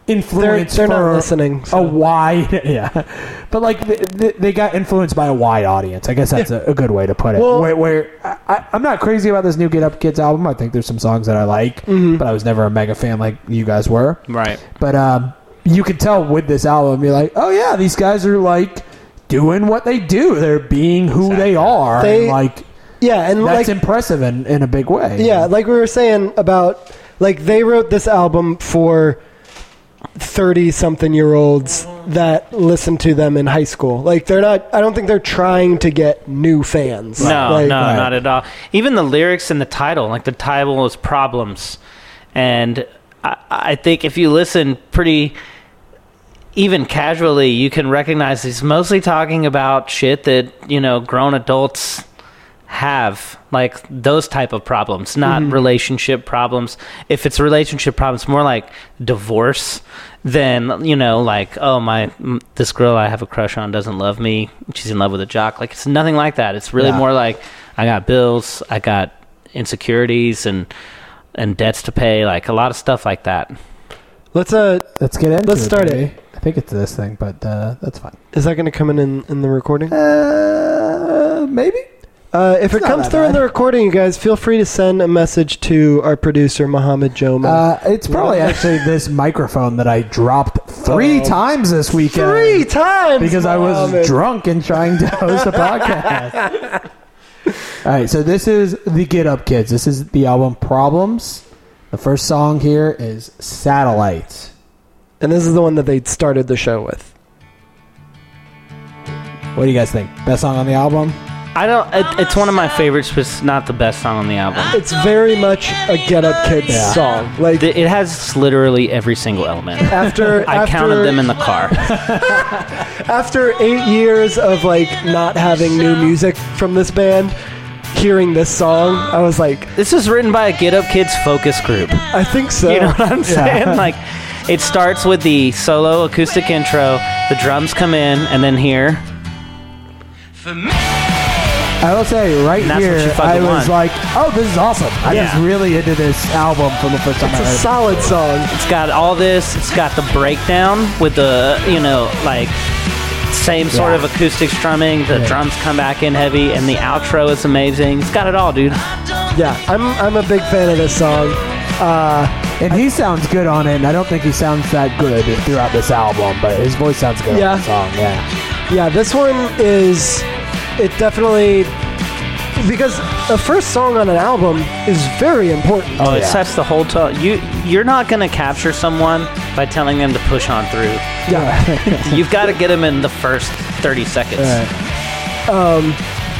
[SPEAKER 4] influence
[SPEAKER 2] they're not
[SPEAKER 4] for
[SPEAKER 2] listening, so-
[SPEAKER 4] a wide [LAUGHS] yeah but like they, they, they got influenced by a wide audience i guess that's a, a good way to put it
[SPEAKER 2] Well-
[SPEAKER 4] where, where I- I, i'm not crazy about this new get up kids album i think there's some songs that i like
[SPEAKER 2] Mm-hmm.
[SPEAKER 4] but i was never a mega fan like you guys were
[SPEAKER 3] right
[SPEAKER 4] but um, you can tell with this album, you're like, oh yeah, these guys are like doing what they do. They're being who they are.
[SPEAKER 2] They-
[SPEAKER 4] and, like
[SPEAKER 2] Yeah, and
[SPEAKER 4] that's
[SPEAKER 2] like
[SPEAKER 4] impressive in, in a big way.
[SPEAKER 2] yeah, like we were saying about like they wrote this album for 30 something year olds that listen to them in high school. Like they're not I don't think they're trying to get new fans.
[SPEAKER 3] No,
[SPEAKER 2] like,
[SPEAKER 3] no, not at all. Even the lyrics and the title, like the title is problems, and I, I think if you listen pretty, even casually, you can recognize he's mostly talking about shit that you know grown adults have like those type of problems not relationship problems if it's relationship problems more like divorce than you know like oh my mm, this girl i have a crush on doesn't love me she's in love with a jock like it's nothing like that it's really
[SPEAKER 4] Yeah.
[SPEAKER 3] more like i got bills i got insecurities and and debts to pay like a lot of stuff like that
[SPEAKER 2] Let's uh
[SPEAKER 4] let's get into
[SPEAKER 2] Let's
[SPEAKER 4] it,
[SPEAKER 2] start it.
[SPEAKER 4] baby. I think it's this thing, but uh, that's fine.
[SPEAKER 2] is that going to come in, in in the recording?
[SPEAKER 4] Uh, maybe.
[SPEAKER 2] Uh, if it
[SPEAKER 4] not
[SPEAKER 2] comes
[SPEAKER 4] that
[SPEAKER 2] through in
[SPEAKER 4] bad.
[SPEAKER 2] the recording, you guys feel free to send a message to our producer Mohammed Joma.
[SPEAKER 4] Uh, it's
[SPEAKER 2] [LAUGHS]
[SPEAKER 4] probably actually this microphone that I dropped three
[SPEAKER 2] Oh.
[SPEAKER 4] times this weekend.
[SPEAKER 2] Three times
[SPEAKER 4] because I was
[SPEAKER 2] Mohammed.
[SPEAKER 4] drunk and trying to
[SPEAKER 2] [LAUGHS]
[SPEAKER 4] host a podcast. All right, so this is the Get Up Kids. This is the album Problems. The first song here is Satellite.
[SPEAKER 2] and this is the one that they started the show with.
[SPEAKER 4] What do you guys think? Best song on the album?
[SPEAKER 3] i don't it, it's one of my favorites but it's not the best song on the album
[SPEAKER 2] It's very much a Get Up Kids
[SPEAKER 4] Yeah.
[SPEAKER 2] song. Like
[SPEAKER 3] Th- it has literally every single element
[SPEAKER 2] after
[SPEAKER 3] [LAUGHS] i
[SPEAKER 2] after,
[SPEAKER 3] counted them in the car
[SPEAKER 2] after eight years of like not having new music from this band. Hearing this song, I was like,
[SPEAKER 3] This is written by a Get Up Kids focus group. [LAUGHS] You
[SPEAKER 2] I think so.
[SPEAKER 3] know what I'm saying? Like, it starts with the solo acoustic intro, the drums come in, and then here.
[SPEAKER 4] I will say right
[SPEAKER 3] And that's what
[SPEAKER 4] here,
[SPEAKER 3] you fucking
[SPEAKER 4] I was
[SPEAKER 3] want.
[SPEAKER 4] like, "Oh, this is awesome!" I
[SPEAKER 3] Yeah.
[SPEAKER 4] was really into this album from the first time
[SPEAKER 2] it's
[SPEAKER 4] I
[SPEAKER 2] a
[SPEAKER 4] heard. it.
[SPEAKER 2] solid song.
[SPEAKER 3] It's got all this, it's got the breakdown with the, you know, like, same sort
[SPEAKER 4] Yeah.
[SPEAKER 3] of acoustic strumming, the drums come back in heavy, and the outro is amazing. It's got it all, dude.
[SPEAKER 2] Yeah, I'm I'm a big fan of this song.
[SPEAKER 4] and he sounds good on it. And I don't think he sounds that good throughout this album, but his voice sounds good
[SPEAKER 2] Yeah.
[SPEAKER 4] on the song. Yeah,
[SPEAKER 2] Yeah, this one is it definitely because a first song on an album is very important.
[SPEAKER 3] Oh, it
[SPEAKER 4] Yeah.
[SPEAKER 3] sets the whole tone. You, you're not going to capture someone by telling them to push on through.
[SPEAKER 2] Yeah.
[SPEAKER 3] [LAUGHS] You've got to get them in the first 30 seconds.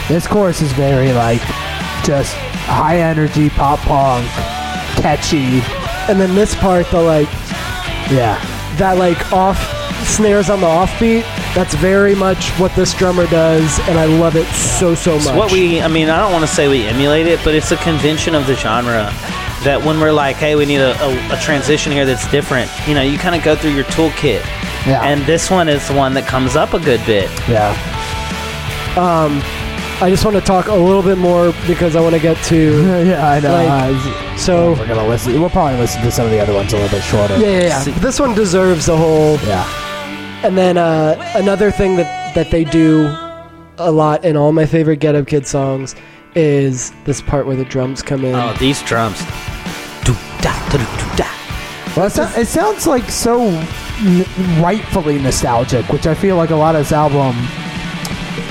[SPEAKER 4] This chorus is very like just high energy pop punk, catchy.
[SPEAKER 2] and then this part the like
[SPEAKER 4] Yeah,
[SPEAKER 2] that like off snares on the offbeat, that's very much what this drummer does and I love it so so much.
[SPEAKER 3] It's what we, I mean, I don't want to say we emulate it, but it's a convention of the genre that when we're like, hey, we need a, a, a transition here that's different, you know, you kind of go through your toolkit.
[SPEAKER 4] Yeah.
[SPEAKER 3] And this one is the one that comes up a good bit.
[SPEAKER 4] yeah, [LAUGHS]
[SPEAKER 2] I just want to talk a little bit more because I want to get to
[SPEAKER 4] yeah. I know.
[SPEAKER 2] Like-
[SPEAKER 4] Uh,
[SPEAKER 3] [LAUGHS]
[SPEAKER 2] so
[SPEAKER 4] we're gonna listen. We'll probably listen to some of the other ones a little bit shorter.
[SPEAKER 2] yeah, yeah, yeah.
[SPEAKER 3] See-
[SPEAKER 2] But this one deserves a whole
[SPEAKER 4] yeah.
[SPEAKER 2] And then uh, another thing that, that they do a lot in all my favorite Get Up Kid songs is this part where the drums come in.
[SPEAKER 3] Oh, these drums. Do, da, da, do, do, da.
[SPEAKER 4] Well, it, sou- it sounds like so n- rightfully nostalgic, which I feel like a lot of this album,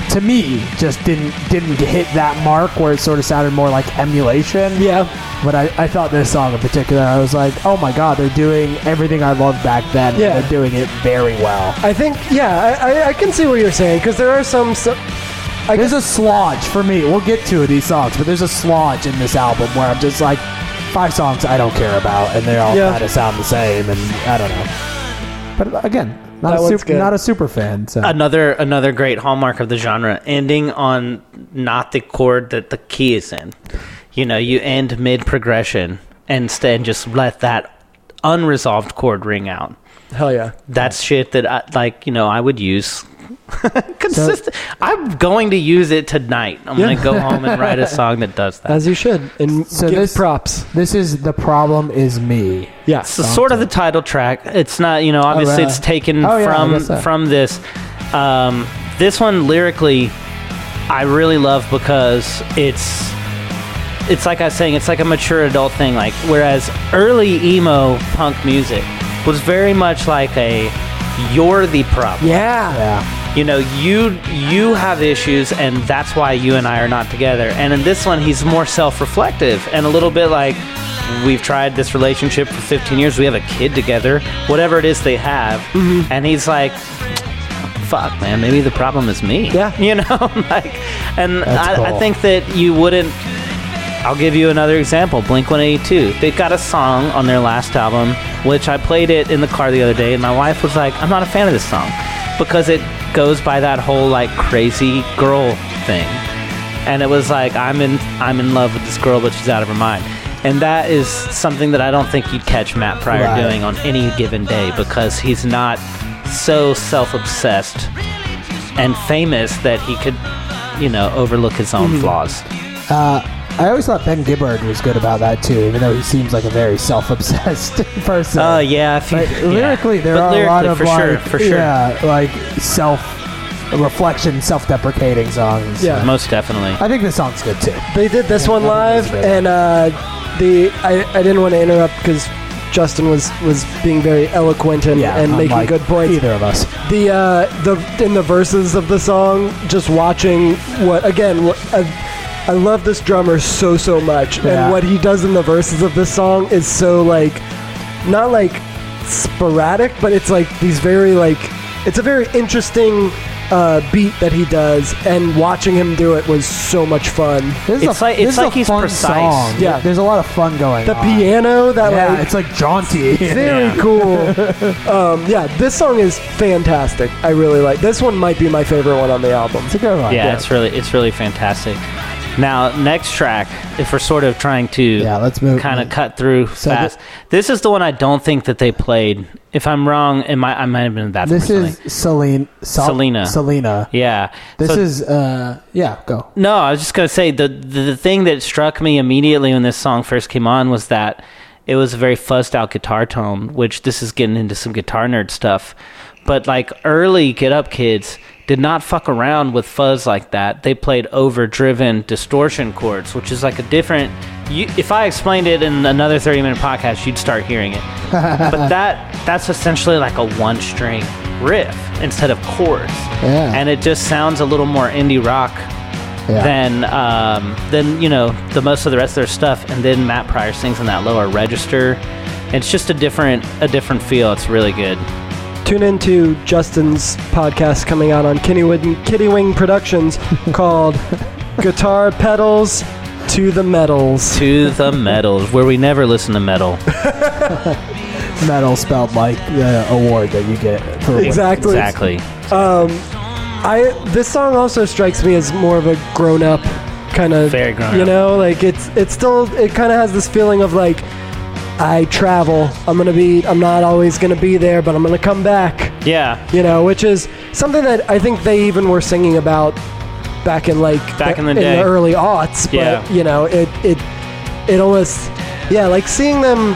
[SPEAKER 4] to me, just didn't didn't hit that mark where it sort of sounded more like emulation.
[SPEAKER 2] Yeah,
[SPEAKER 4] But I, I thought this song in particular, I was like, oh my god, they're doing everything I loved back then. and
[SPEAKER 2] Yeah.
[SPEAKER 4] they're doing it very well.
[SPEAKER 2] I think yeah, I, I, I can see what you're saying because there are some. So, I
[SPEAKER 4] There's a sludge for me. We'll get to these songs, but there's a sludge in this album where I'm just like, five songs I don't care about, and they all
[SPEAKER 2] Yeah.
[SPEAKER 4] kind of sound the same, and I don't know. But again, not
[SPEAKER 2] That
[SPEAKER 4] a
[SPEAKER 2] one's
[SPEAKER 4] super,
[SPEAKER 2] good.
[SPEAKER 4] not a super fan. So
[SPEAKER 3] Another another great hallmark of the genre, ending on not the chord that the key is in. You know, you end mid progression and instead just let that unresolved chord ring out.
[SPEAKER 2] hell yeah.
[SPEAKER 3] That's shit that I like. You know, I would use. [LAUGHS] Consistent. I'm going to use it tonight. I'm
[SPEAKER 2] Yeah.
[SPEAKER 3] gonna go home and
[SPEAKER 4] [LAUGHS]
[SPEAKER 3] write a song that does that.
[SPEAKER 2] As you should, and
[SPEAKER 4] So
[SPEAKER 2] give
[SPEAKER 4] this-
[SPEAKER 2] props.
[SPEAKER 4] this is the problem is me.
[SPEAKER 2] Yeah,
[SPEAKER 3] It's sort of the title track. It's not, you know, obviously
[SPEAKER 4] uh,
[SPEAKER 3] it's taken
[SPEAKER 4] oh, yeah, I
[SPEAKER 3] from
[SPEAKER 4] guess so.
[SPEAKER 3] from this. Um, this one lyrically, I really love because it's it's like I was saying, it's like a mature adult thing. Like whereas early emo punk music was very much like a you're the problem.
[SPEAKER 2] yeah,
[SPEAKER 4] Yeah,
[SPEAKER 3] You know, you you have issues, and that's why you and I are not together. And in this one, he's more self-reflective and a little bit like, we've tried this relationship for 15 years. We have a kid together. Whatever it is they have,
[SPEAKER 4] Mm-hmm.
[SPEAKER 3] and he's like. Fuck, man. Maybe the problem is me.
[SPEAKER 2] Yeah.
[SPEAKER 3] [LAUGHS] you know, like, and
[SPEAKER 4] That's
[SPEAKER 3] I, I
[SPEAKER 4] cool.
[SPEAKER 3] think that you wouldn't. I'll give you another example. Blink 182. They got a song on their last album, which I played it in the car the other day, and my wife was like, "I'm not a fan of this song because it goes by that whole like crazy girl thing." And it was like, "I'm in, I'm in love with this girl, but she's out of her mind." And that is something that I don't think you'd catch Matt Pryor
[SPEAKER 4] Right.
[SPEAKER 3] doing on any given day because he's not so self-obsessed and famous that he could, you know, overlook his own flaws.
[SPEAKER 4] I always thought Ben Gibbard was good about that too, even though he seems like a very self-obsessed [LAUGHS] person.
[SPEAKER 3] Oh yeah, if you,
[SPEAKER 4] Uh, Like,
[SPEAKER 3] yeah.
[SPEAKER 4] lyrically, there
[SPEAKER 3] But
[SPEAKER 4] are a lot
[SPEAKER 3] lyrically,
[SPEAKER 4] of
[SPEAKER 3] for
[SPEAKER 4] like,
[SPEAKER 3] sure, for sure,
[SPEAKER 4] yeah, like self-reflection, self-deprecating songs.
[SPEAKER 2] Yeah.
[SPEAKER 3] most definitely.
[SPEAKER 4] I think this song's good too.
[SPEAKER 2] They did this one live, and uh, the I, I didn't want to interrupt because Justin was was being very eloquent and, and making
[SPEAKER 4] unlike
[SPEAKER 2] good points.
[SPEAKER 4] Either of us.
[SPEAKER 2] The uh, the in the verses of the song, just watching what again. What, I, I love this drummer so so much,
[SPEAKER 4] Yeah.
[SPEAKER 2] and what he does in the verses of this song is so like, not like sporadic, but it's like these very like it's a very interesting uh, beat that he does, and watching him do it was so much fun.
[SPEAKER 4] This
[SPEAKER 3] It's like- it's
[SPEAKER 4] is
[SPEAKER 3] like he's
[SPEAKER 4] fun
[SPEAKER 3] precise.
[SPEAKER 4] Song.
[SPEAKER 2] Yeah.
[SPEAKER 4] there's a lot of fun going.
[SPEAKER 2] The
[SPEAKER 4] on.
[SPEAKER 2] piano that
[SPEAKER 4] Yeah,
[SPEAKER 2] like
[SPEAKER 4] [LAUGHS] it's like jaunty.
[SPEAKER 2] very cool.
[SPEAKER 4] [LAUGHS]
[SPEAKER 2] um, yeah, this song is fantastic. I really like this one. Might be my favorite one on the album.
[SPEAKER 4] It's a good one.
[SPEAKER 3] yeah, it's really it's really fantastic. Now, next track, if we're sort of trying to
[SPEAKER 4] Yeah, let's move-
[SPEAKER 3] kind of cut through
[SPEAKER 4] So
[SPEAKER 3] fast. this is the one I don't think that they played. If I'm wrong, it might I might have been that.
[SPEAKER 4] This is Celine. Sel-
[SPEAKER 3] Selena.
[SPEAKER 4] Selena.
[SPEAKER 3] yeah.
[SPEAKER 4] This
[SPEAKER 3] So-
[SPEAKER 4] is uh yeah. Go.
[SPEAKER 3] No, I was just gonna say the, the the thing that struck me immediately when this song first came on was that it was a very fuzzed out guitar tone, which this is getting into some guitar nerd stuff. But like early Get Up Kids did not fuck around with fuzz like that. They played overdriven distortion chords, which is like a different. You, if I explained it in another thirty-minute podcast, you'd start hearing it. but that that's essentially like a one-string riff instead of chords,
[SPEAKER 4] Yeah.
[SPEAKER 3] and it just sounds a little more indie rock
[SPEAKER 4] Yeah.
[SPEAKER 3] than um, than you know the most of the rest of their stuff. And then Matt Pryor sings in that lower register. It's just a different a different feel. It's really good.
[SPEAKER 2] Tune into Justin's podcast coming out on Kitty Wing, Kitty Wing Productions
[SPEAKER 3] [LAUGHS]
[SPEAKER 2] called "Guitar Pedals to the Metals."
[SPEAKER 3] To the metals, where we never listen to metal.
[SPEAKER 4] metal spelled like the award that you get for winning.
[SPEAKER 2] Exactly.
[SPEAKER 3] Exactly.
[SPEAKER 2] I this song also strikes me as more of a grown up kind of
[SPEAKER 3] Very grown
[SPEAKER 2] You
[SPEAKER 3] up.
[SPEAKER 2] know, like it's it's still it kind of has this feeling of like I travel. I'm gonna be. I'm not always gonna be there, but I'm gonna come back.
[SPEAKER 3] Yeah.
[SPEAKER 2] you know, which is something that I think they even were singing about back in like
[SPEAKER 3] Back in the day.
[SPEAKER 2] early aughts. But
[SPEAKER 3] Yeah.
[SPEAKER 2] you know, it it it almost yeah, like seeing them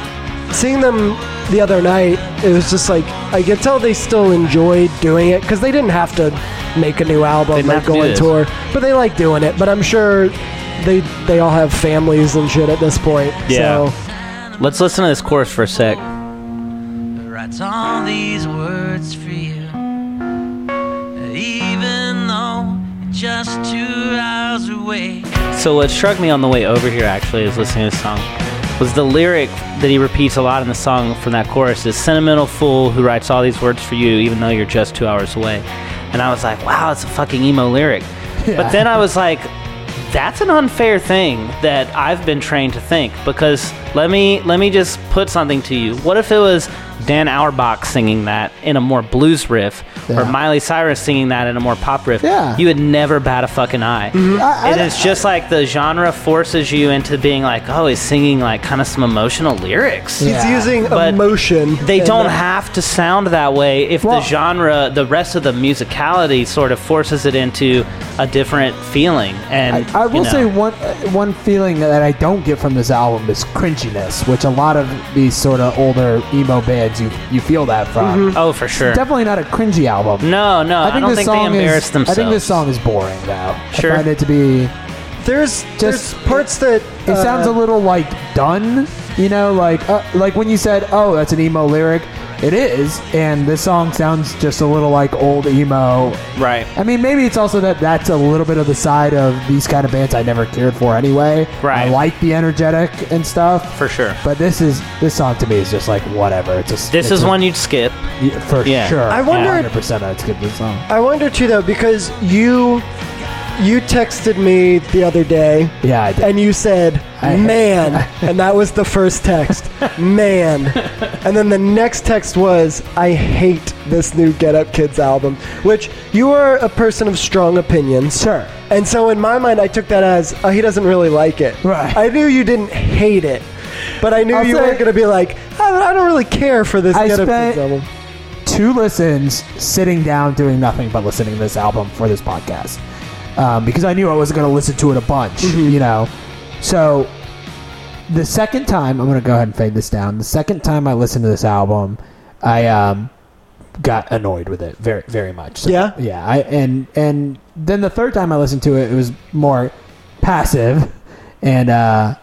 [SPEAKER 2] seeing them the other night, it was just like I could tell they still enjoyed doing it because they didn't have to make a new album
[SPEAKER 3] didn't
[SPEAKER 2] like
[SPEAKER 3] have to
[SPEAKER 2] go
[SPEAKER 3] do
[SPEAKER 2] on
[SPEAKER 3] this.
[SPEAKER 2] tour, but they like doing it. But I'm sure they they all have families and shit at this point.
[SPEAKER 3] Yeah.
[SPEAKER 2] So
[SPEAKER 3] Let's listen to this chorus for a sec.
[SPEAKER 6] writes all these words for you. Even though you're just two hours away.
[SPEAKER 3] So what struck me on the way over here, actually, is listening to this song, was the lyric that he repeats a lot in the song from that chorus is "sentimental fool who writes all these words for you, even though you're just two hours away," and I was like, "Wow, it's a fucking emo lyric." But then I was like, "That's an unfair thing that I've been trained to think." Because let me let me just put something to you. What if it was Dan Auerbach singing that in a more blues riff, or
[SPEAKER 4] Yeah.
[SPEAKER 3] Miley Cyrus singing that in a more pop riff?
[SPEAKER 4] Yeah. Mm-hmm.
[SPEAKER 3] you would never bat a fucking eye.
[SPEAKER 4] I-
[SPEAKER 3] And
[SPEAKER 4] I-
[SPEAKER 3] it's just like the genre forces you into being like, oh, he's singing like kind of some emotional lyrics.
[SPEAKER 4] Yeah.
[SPEAKER 2] He's using
[SPEAKER 3] But
[SPEAKER 2] emotion.
[SPEAKER 3] They
[SPEAKER 2] and,
[SPEAKER 3] don't
[SPEAKER 2] uh,
[SPEAKER 3] have to sound that way if
[SPEAKER 4] Well-
[SPEAKER 3] the genre, the rest of the musicality sort of forces it into a different feeling. And
[SPEAKER 4] I, I will
[SPEAKER 3] you know,
[SPEAKER 4] say one uh, one feeling that I don't get from this album is cringiness, which a lot of these sort of older emo bands you you feel that from.
[SPEAKER 3] oh, for sure.
[SPEAKER 4] Definitely not a cringy album.
[SPEAKER 3] no, no, I, don't think they embarrass
[SPEAKER 4] is,
[SPEAKER 3] themselves.
[SPEAKER 4] I think this song is boring though.
[SPEAKER 3] Sure.
[SPEAKER 4] I find it to be.
[SPEAKER 2] There's there's
[SPEAKER 4] just-
[SPEAKER 2] parts that uh,
[SPEAKER 4] It sounds a little like done. You know, like uh, like when you said, "Oh, that's an emo lyric." It is, and this song sounds just a little like old emo
[SPEAKER 3] right,
[SPEAKER 4] I mean, maybe it's also that that's a little bit of the side of these kind of bands I never cared for anyway.
[SPEAKER 3] Right.
[SPEAKER 4] I like the energetic and stuff,
[SPEAKER 3] for sure.
[SPEAKER 4] but this is this song to me is just like whatever. It's just
[SPEAKER 3] This
[SPEAKER 4] it's
[SPEAKER 3] is
[SPEAKER 4] a-
[SPEAKER 3] one you'd skip.
[SPEAKER 4] y- for
[SPEAKER 3] yeah.
[SPEAKER 4] sure.
[SPEAKER 2] I wonder-
[SPEAKER 4] One hundred percent, I'd skip this song.
[SPEAKER 2] I wonder too though because you you texted me the other day
[SPEAKER 4] Yeah, I did.
[SPEAKER 2] and you said
[SPEAKER 4] [LAUGHS] I-
[SPEAKER 2] man and that was the first text
[SPEAKER 4] [LAUGHS]
[SPEAKER 2] man and then the next text was i hate this new get up kids album which you are a person of strong opinions
[SPEAKER 4] Sure.
[SPEAKER 2] and so in my mind i took that as oh, he doesn't really like it
[SPEAKER 4] Right.
[SPEAKER 2] i knew you didn't hate it but i knew
[SPEAKER 4] I'll
[SPEAKER 2] you
[SPEAKER 4] say-
[SPEAKER 2] weren't going to be like I, I don't really care for this
[SPEAKER 4] I
[SPEAKER 2] get up
[SPEAKER 4] spent-
[SPEAKER 2] kids album
[SPEAKER 4] Two listens, sitting down, doing nothing but listening to this album for this podcast, um, because I knew I wasn't going to listen to it a bunch. You know, so the second time I'm going to go ahead and fade this down. The second time I listened to this album, I um, got annoyed with it very very much. So,
[SPEAKER 2] Yeah?
[SPEAKER 4] yeah. I and and then the third time I listened to it, it was more passive, and uh,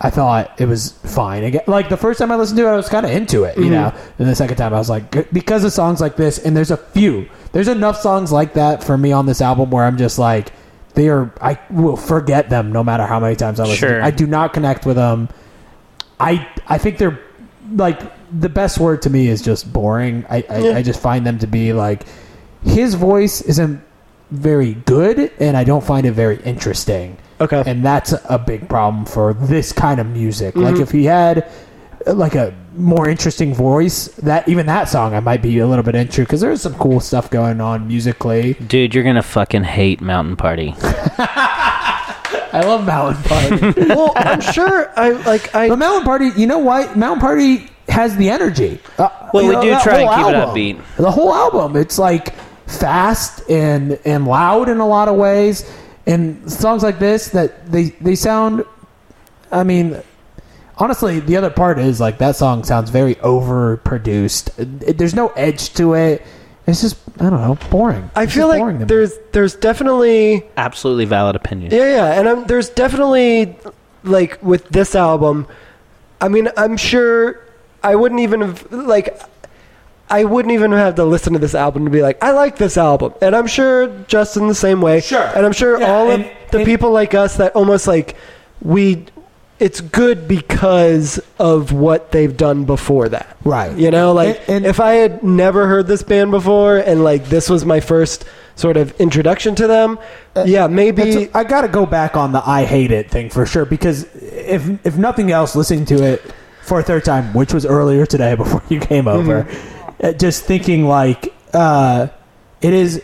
[SPEAKER 4] I thought it was fine. Again, like the first time I listened to it, I was kind of into it, you know. And the second time, I was like, good- because of songs like this, and there's a few, there's enough songs like that for me on this album where I'm just like. They are. I will forget them no matter how many times I listen. to
[SPEAKER 3] Sure.
[SPEAKER 4] them. I do not connect with them. I I think they're like the best word to me is just boring. I I,
[SPEAKER 2] Yeah.
[SPEAKER 4] I just find them to be like his voice isn't very good, and I don't find it very interesting.
[SPEAKER 2] okay
[SPEAKER 4] And that's a big problem for this kind of music.
[SPEAKER 2] Mm-hmm.
[SPEAKER 4] Like if he had uh, like a more interesting voice, that even that song I might be a little bit into because there's some cool stuff going on musically.
[SPEAKER 3] Dude, you're going to fucking hate Mountain Party.
[SPEAKER 4] I love Mountain [LAUGHS] Party.
[SPEAKER 2] well i'm sure i like i
[SPEAKER 4] [LAUGHS] but Mountain Party, you know what? Mountain Party has the energy. Uh,
[SPEAKER 3] Well,
[SPEAKER 4] you
[SPEAKER 3] we
[SPEAKER 4] know,
[SPEAKER 3] do
[SPEAKER 4] that
[SPEAKER 3] try and
[SPEAKER 4] whole
[SPEAKER 3] keep it
[SPEAKER 4] album.
[SPEAKER 3] upbeat.
[SPEAKER 4] The whole album, it's like fast and and loud in a lot of ways, and songs like this that they they sound. I mean, honestly, the other part is like that song sounds very overproduced. It- There's no edge to it. It's just I don't know, boring.
[SPEAKER 2] I
[SPEAKER 4] It's
[SPEAKER 2] feel
[SPEAKER 4] just boring to
[SPEAKER 2] like
[SPEAKER 4] me.
[SPEAKER 2] there's there's definitely
[SPEAKER 3] Absolutely valid opinion.
[SPEAKER 2] yeah yeah, and I'm, there's definitely like with this album, I mean I'm sure I wouldn't even have like I wouldn't even have to listen to this album to be like I like this album, and I'm sure Justin the same way.
[SPEAKER 4] Sure.
[SPEAKER 2] and I'm sure
[SPEAKER 4] Yeah,
[SPEAKER 2] all
[SPEAKER 4] and-
[SPEAKER 2] of the
[SPEAKER 4] and-
[SPEAKER 2] people like us that almost like we. It's good because of what they've done before that.
[SPEAKER 4] Right.
[SPEAKER 2] You know, like
[SPEAKER 4] And- and-
[SPEAKER 2] if I had never heard this band before and like this was my first sort of introduction to them, yeah, maybe
[SPEAKER 4] Uh, That's- I got to go back on the I hate it thing for sure because if if nothing else, listening to it for a third time, which was earlier today [LAUGHS] before you came over,
[SPEAKER 2] Mm-hmm.
[SPEAKER 4] uh, just thinking like uh, it is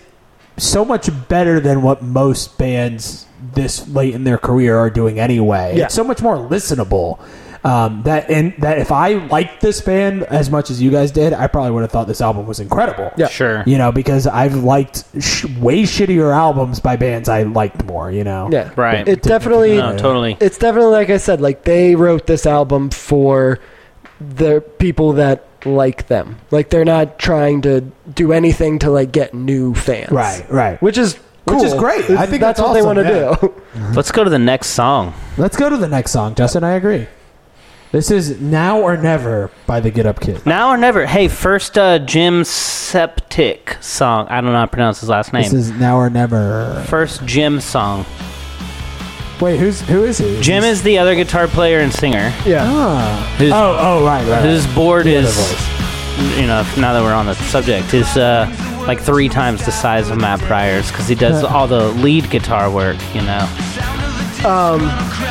[SPEAKER 4] so much better than what most bands this late in their career are doing anyway.
[SPEAKER 2] Yeah.
[SPEAKER 4] It's so much more listenable. Um, that and that if I liked this band as much as you guys did, I probably would have thought this album was incredible.
[SPEAKER 2] Yeah.
[SPEAKER 3] Sure.
[SPEAKER 4] You know, because I've liked sh- way shittier albums by bands I liked more. You know,
[SPEAKER 2] yeah,
[SPEAKER 3] Right.
[SPEAKER 2] It definitely,
[SPEAKER 3] no, totally.
[SPEAKER 2] it's definitely like I said, like they wrote this album for the people that like them. Like they're not trying to do anything to like get new fans,
[SPEAKER 4] right, right.
[SPEAKER 2] Which is
[SPEAKER 4] Which is
[SPEAKER 2] cool.
[SPEAKER 4] great.
[SPEAKER 2] It's-
[SPEAKER 4] I think
[SPEAKER 2] that's,
[SPEAKER 4] that's
[SPEAKER 2] what they
[SPEAKER 4] awesome,
[SPEAKER 2] want to do.
[SPEAKER 3] Let's go to the next song.
[SPEAKER 4] Let's go to the next song, Justin. I agree. This is Now or Never by the Get Up Kid.
[SPEAKER 3] Now or never. Hey, first uh, Jim Septic song. I don't know how to pronounce his last
[SPEAKER 4] This
[SPEAKER 3] name.
[SPEAKER 4] is Now or Never.
[SPEAKER 3] First Jim song.
[SPEAKER 4] Wait, who's who is he?
[SPEAKER 3] Jim is the other guitar player and singer.
[SPEAKER 2] Yeah.
[SPEAKER 4] Ah.
[SPEAKER 3] Who's,
[SPEAKER 4] Oh, oh, right, right.
[SPEAKER 3] His board
[SPEAKER 4] The other
[SPEAKER 3] is, you know, if- now that we're on the subject, is uh, like three times the size of Matt Pryor's because he does all the lead guitar work, you know.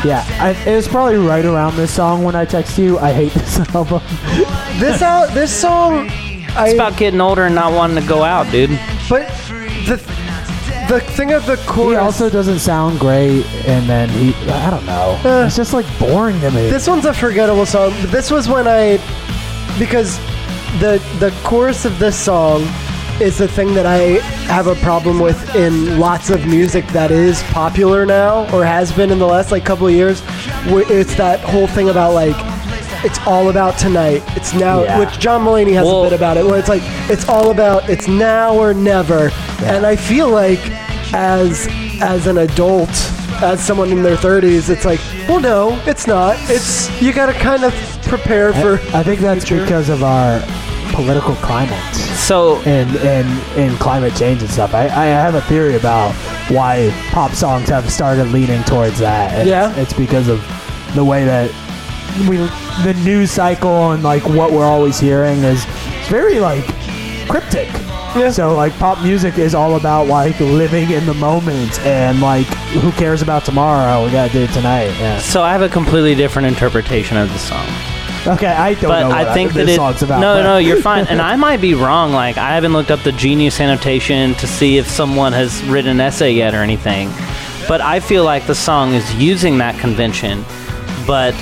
[SPEAKER 4] Yeah, I, it was probably right around this song when I text you. I hate this [LAUGHS] album.
[SPEAKER 2] This out. This song. I,
[SPEAKER 3] It's about getting older and not wanting to go out, dude.
[SPEAKER 2] [LAUGHS] but the the thing of the
[SPEAKER 4] He
[SPEAKER 2] chorus.
[SPEAKER 4] also doesn't sound great, and then he, I don't know.
[SPEAKER 2] Uh,
[SPEAKER 4] it's just like boring to me.
[SPEAKER 2] This one's a forgettable song. But this was when I, because the the chorus of this song is the thing that I have a problem with in lots of music that is popular now or has been in the last like couple of years. Where it's that whole thing about like. It's all about tonight. It's now,
[SPEAKER 4] Yeah.
[SPEAKER 2] which John Mulaney has
[SPEAKER 3] Well-
[SPEAKER 2] a bit about it, where it's like it's all about it's now or never. And I feel like as as an adult, as someone in their 30s, it's like, well, no, it's not. It's you got to kind of prepare for.
[SPEAKER 4] I think that's because of our political climate
[SPEAKER 3] So
[SPEAKER 4] and and and climate change and stuff. I, I have a theory about why pop songs have started leaning towards that. It's,
[SPEAKER 2] Yeah?
[SPEAKER 4] it's because of the way that we the news cycle and like what we're always hearing is it's very like cryptic.
[SPEAKER 2] Yeah.
[SPEAKER 4] So like pop music is all about like living in the moment and like who cares about tomorrow? We gotta do it tonight. Yeah.
[SPEAKER 3] So I have a completely different interpretation of the song,
[SPEAKER 4] Okay, I don't
[SPEAKER 3] but
[SPEAKER 4] know what
[SPEAKER 3] I think that
[SPEAKER 4] this
[SPEAKER 3] it.
[SPEAKER 4] song's about.
[SPEAKER 3] no,
[SPEAKER 4] but-
[SPEAKER 3] no,
[SPEAKER 4] [LAUGHS]
[SPEAKER 3] you're fine, and I might be wrong. Like I haven't looked up the Genius annotation to see if someone has written an essay yet or anything, but I feel like the song is using that convention, but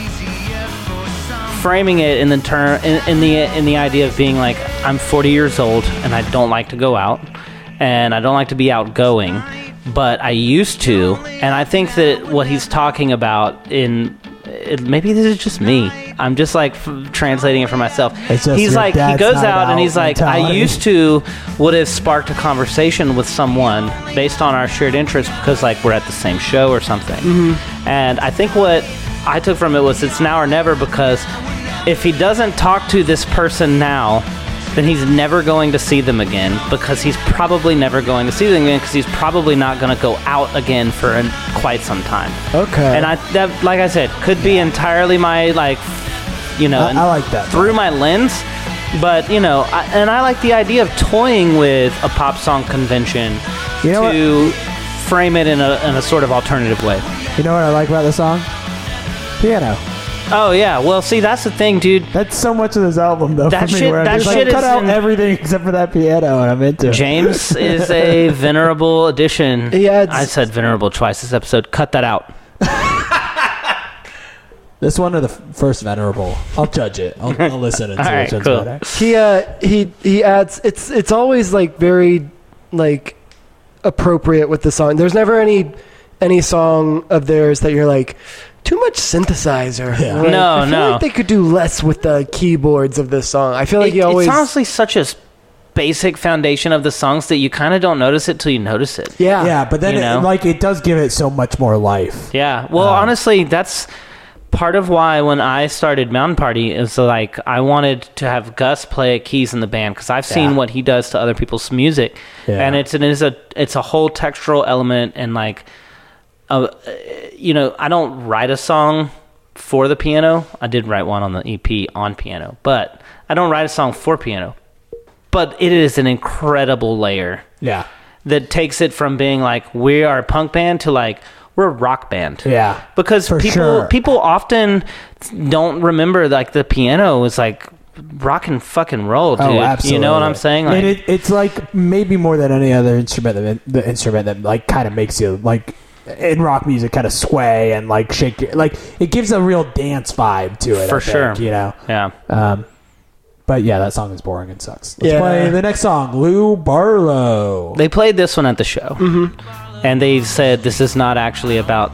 [SPEAKER 3] framing it in the term in, in the in the idea of being like I'm 40 years old and I don't like to go out and I don't like to be outgoing but I used to and I think that what he's talking about in it, maybe this is just me I'm just like f- translating it for myself
[SPEAKER 4] It's just
[SPEAKER 3] he's
[SPEAKER 4] your
[SPEAKER 3] like he
[SPEAKER 4] dad's
[SPEAKER 3] goes
[SPEAKER 4] not
[SPEAKER 3] out and
[SPEAKER 4] out
[SPEAKER 3] he's like I
[SPEAKER 4] mentality.
[SPEAKER 3] used to would have sparked a conversation with someone based on our shared interests because like we're at the same show or something
[SPEAKER 4] Mm-hmm.
[SPEAKER 3] and I think what I took from it was it's now or never because if he doesn't talk to this person now, then he's never going to see them again because he's probably never going to see them again because he's probably not going to go out again for an, quite some time.
[SPEAKER 2] Okay.
[SPEAKER 3] And I, that, like I said, could be entirely my like, you know,
[SPEAKER 4] I- I like that.
[SPEAKER 3] through my lens. But you know, I, and I like the idea of toying with a pop song convention
[SPEAKER 4] You know
[SPEAKER 3] to frame it in a, in a sort of alternative way.
[SPEAKER 4] You know what I like about the song? Piano.
[SPEAKER 3] Oh yeah, well see that's the thing, dude.
[SPEAKER 4] That's so much of this album, though.
[SPEAKER 3] That
[SPEAKER 4] for me,
[SPEAKER 3] shit-
[SPEAKER 4] where I'm
[SPEAKER 3] that
[SPEAKER 4] just
[SPEAKER 3] shit
[SPEAKER 4] like, cut
[SPEAKER 3] is
[SPEAKER 4] out
[SPEAKER 3] in-
[SPEAKER 4] everything except for that piano, and I'm into.
[SPEAKER 2] [LAUGHS]
[SPEAKER 4] it.
[SPEAKER 3] James is a venerable addition.
[SPEAKER 2] Yeah, it's-
[SPEAKER 3] I said venerable twice this episode. Cut that out.
[SPEAKER 4] This one or the f- first venerable? I'll judge it. I'll, I'll listen and
[SPEAKER 3] [LAUGHS] All
[SPEAKER 4] see
[SPEAKER 3] right,
[SPEAKER 4] which one's
[SPEAKER 3] cool.
[SPEAKER 4] better.
[SPEAKER 2] he uh, he he adds. It's it's always like very like appropriate with the song. There's never any any song of theirs that you're like too much synthesizer.
[SPEAKER 4] Yeah.
[SPEAKER 2] Like,
[SPEAKER 3] No,
[SPEAKER 2] I feel
[SPEAKER 3] no.
[SPEAKER 2] Like they could do less with the keyboards of this song. I feel like
[SPEAKER 3] It-
[SPEAKER 2] he always.
[SPEAKER 3] It's honestly such a s- basic foundation of the songs that you kind of don't notice it till you notice it.
[SPEAKER 2] yeah.
[SPEAKER 4] Yeah, but then
[SPEAKER 3] You know?
[SPEAKER 4] it, like it does give it so much more life.
[SPEAKER 3] Yeah. Well,
[SPEAKER 4] Um,
[SPEAKER 3] honestly, that's part of why when I started Mountain Party is like I wanted to have Gus play keys in the band because I've seen
[SPEAKER 4] Yeah.
[SPEAKER 3] what he does to other people's music,
[SPEAKER 4] Yeah.
[SPEAKER 3] and it's it is a it's a whole textural element and like, uh, uh, you know, I don't write a song for the piano. I did write one on the EP on piano, but I don't write a song for piano. But it is an incredible layer
[SPEAKER 4] Yeah,
[SPEAKER 3] that takes it from being like we are a punk band to like we're a rock band.
[SPEAKER 4] yeah.
[SPEAKER 3] Because
[SPEAKER 4] For
[SPEAKER 3] people
[SPEAKER 4] sure.
[SPEAKER 3] people often don't remember like the piano is like rock and fucking roll, dude.
[SPEAKER 4] oh, absolutely.
[SPEAKER 3] You know what I'm saying? Like,
[SPEAKER 4] and it, it's like maybe more than any other instrument, the, the instrument that like kind of makes you like in rock music kind of sway and like shake. Your, like it gives a real dance vibe to it. I
[SPEAKER 3] For
[SPEAKER 4] think,
[SPEAKER 3] sure.
[SPEAKER 4] you know.
[SPEAKER 3] yeah.
[SPEAKER 4] Um, but yeah, that song is boring and sucks. Let's
[SPEAKER 2] Yeah.
[SPEAKER 4] play the next song, Lou Barlow.
[SPEAKER 3] They played this one at the show. And they said this is not actually about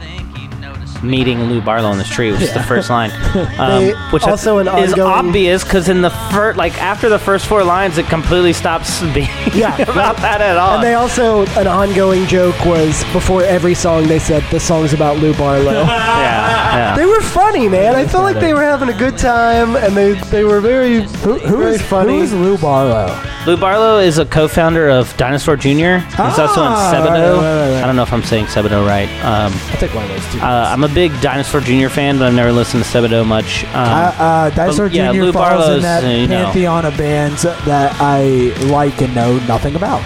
[SPEAKER 3] meeting Lou Barlow on the street, which is the first line, um,
[SPEAKER 2] They-
[SPEAKER 3] which I-
[SPEAKER 2] also an
[SPEAKER 3] is
[SPEAKER 2] ongoing-
[SPEAKER 3] obvious because in the first, like after the first four lines, it completely stops [LAUGHS] being
[SPEAKER 2] Yeah,
[SPEAKER 3] about that at all.
[SPEAKER 2] And they also
[SPEAKER 4] [LAUGHS]
[SPEAKER 2] an ongoing joke was before every song they said the song's about Lou Barlow.
[SPEAKER 3] yeah, Yeah.
[SPEAKER 2] They were funny, man. I felt like they were having a good time, and they, they were very
[SPEAKER 4] Who, who
[SPEAKER 2] very
[SPEAKER 4] is-
[SPEAKER 2] funny.
[SPEAKER 4] Who is Lou Barlow?
[SPEAKER 3] Lou Barlow is a co-founder of Dinosaur Jr. He's also on
[SPEAKER 4] Ah,
[SPEAKER 3] Sebado.
[SPEAKER 4] right, right, right, right.
[SPEAKER 3] I don't know if I'm saying Sebado right. Um,
[SPEAKER 4] I'll take one of those two.
[SPEAKER 3] uh, I'm a big Dinosaur Jr. fan, but I've never listened to Sebado much. Um,
[SPEAKER 4] I, uh, Dinosaur
[SPEAKER 3] but, yeah,
[SPEAKER 4] Jr.
[SPEAKER 3] Lou
[SPEAKER 4] falls in
[SPEAKER 3] Barlow's,
[SPEAKER 4] that
[SPEAKER 3] uh, you know.
[SPEAKER 4] pantheon of bands that I like and know nothing about.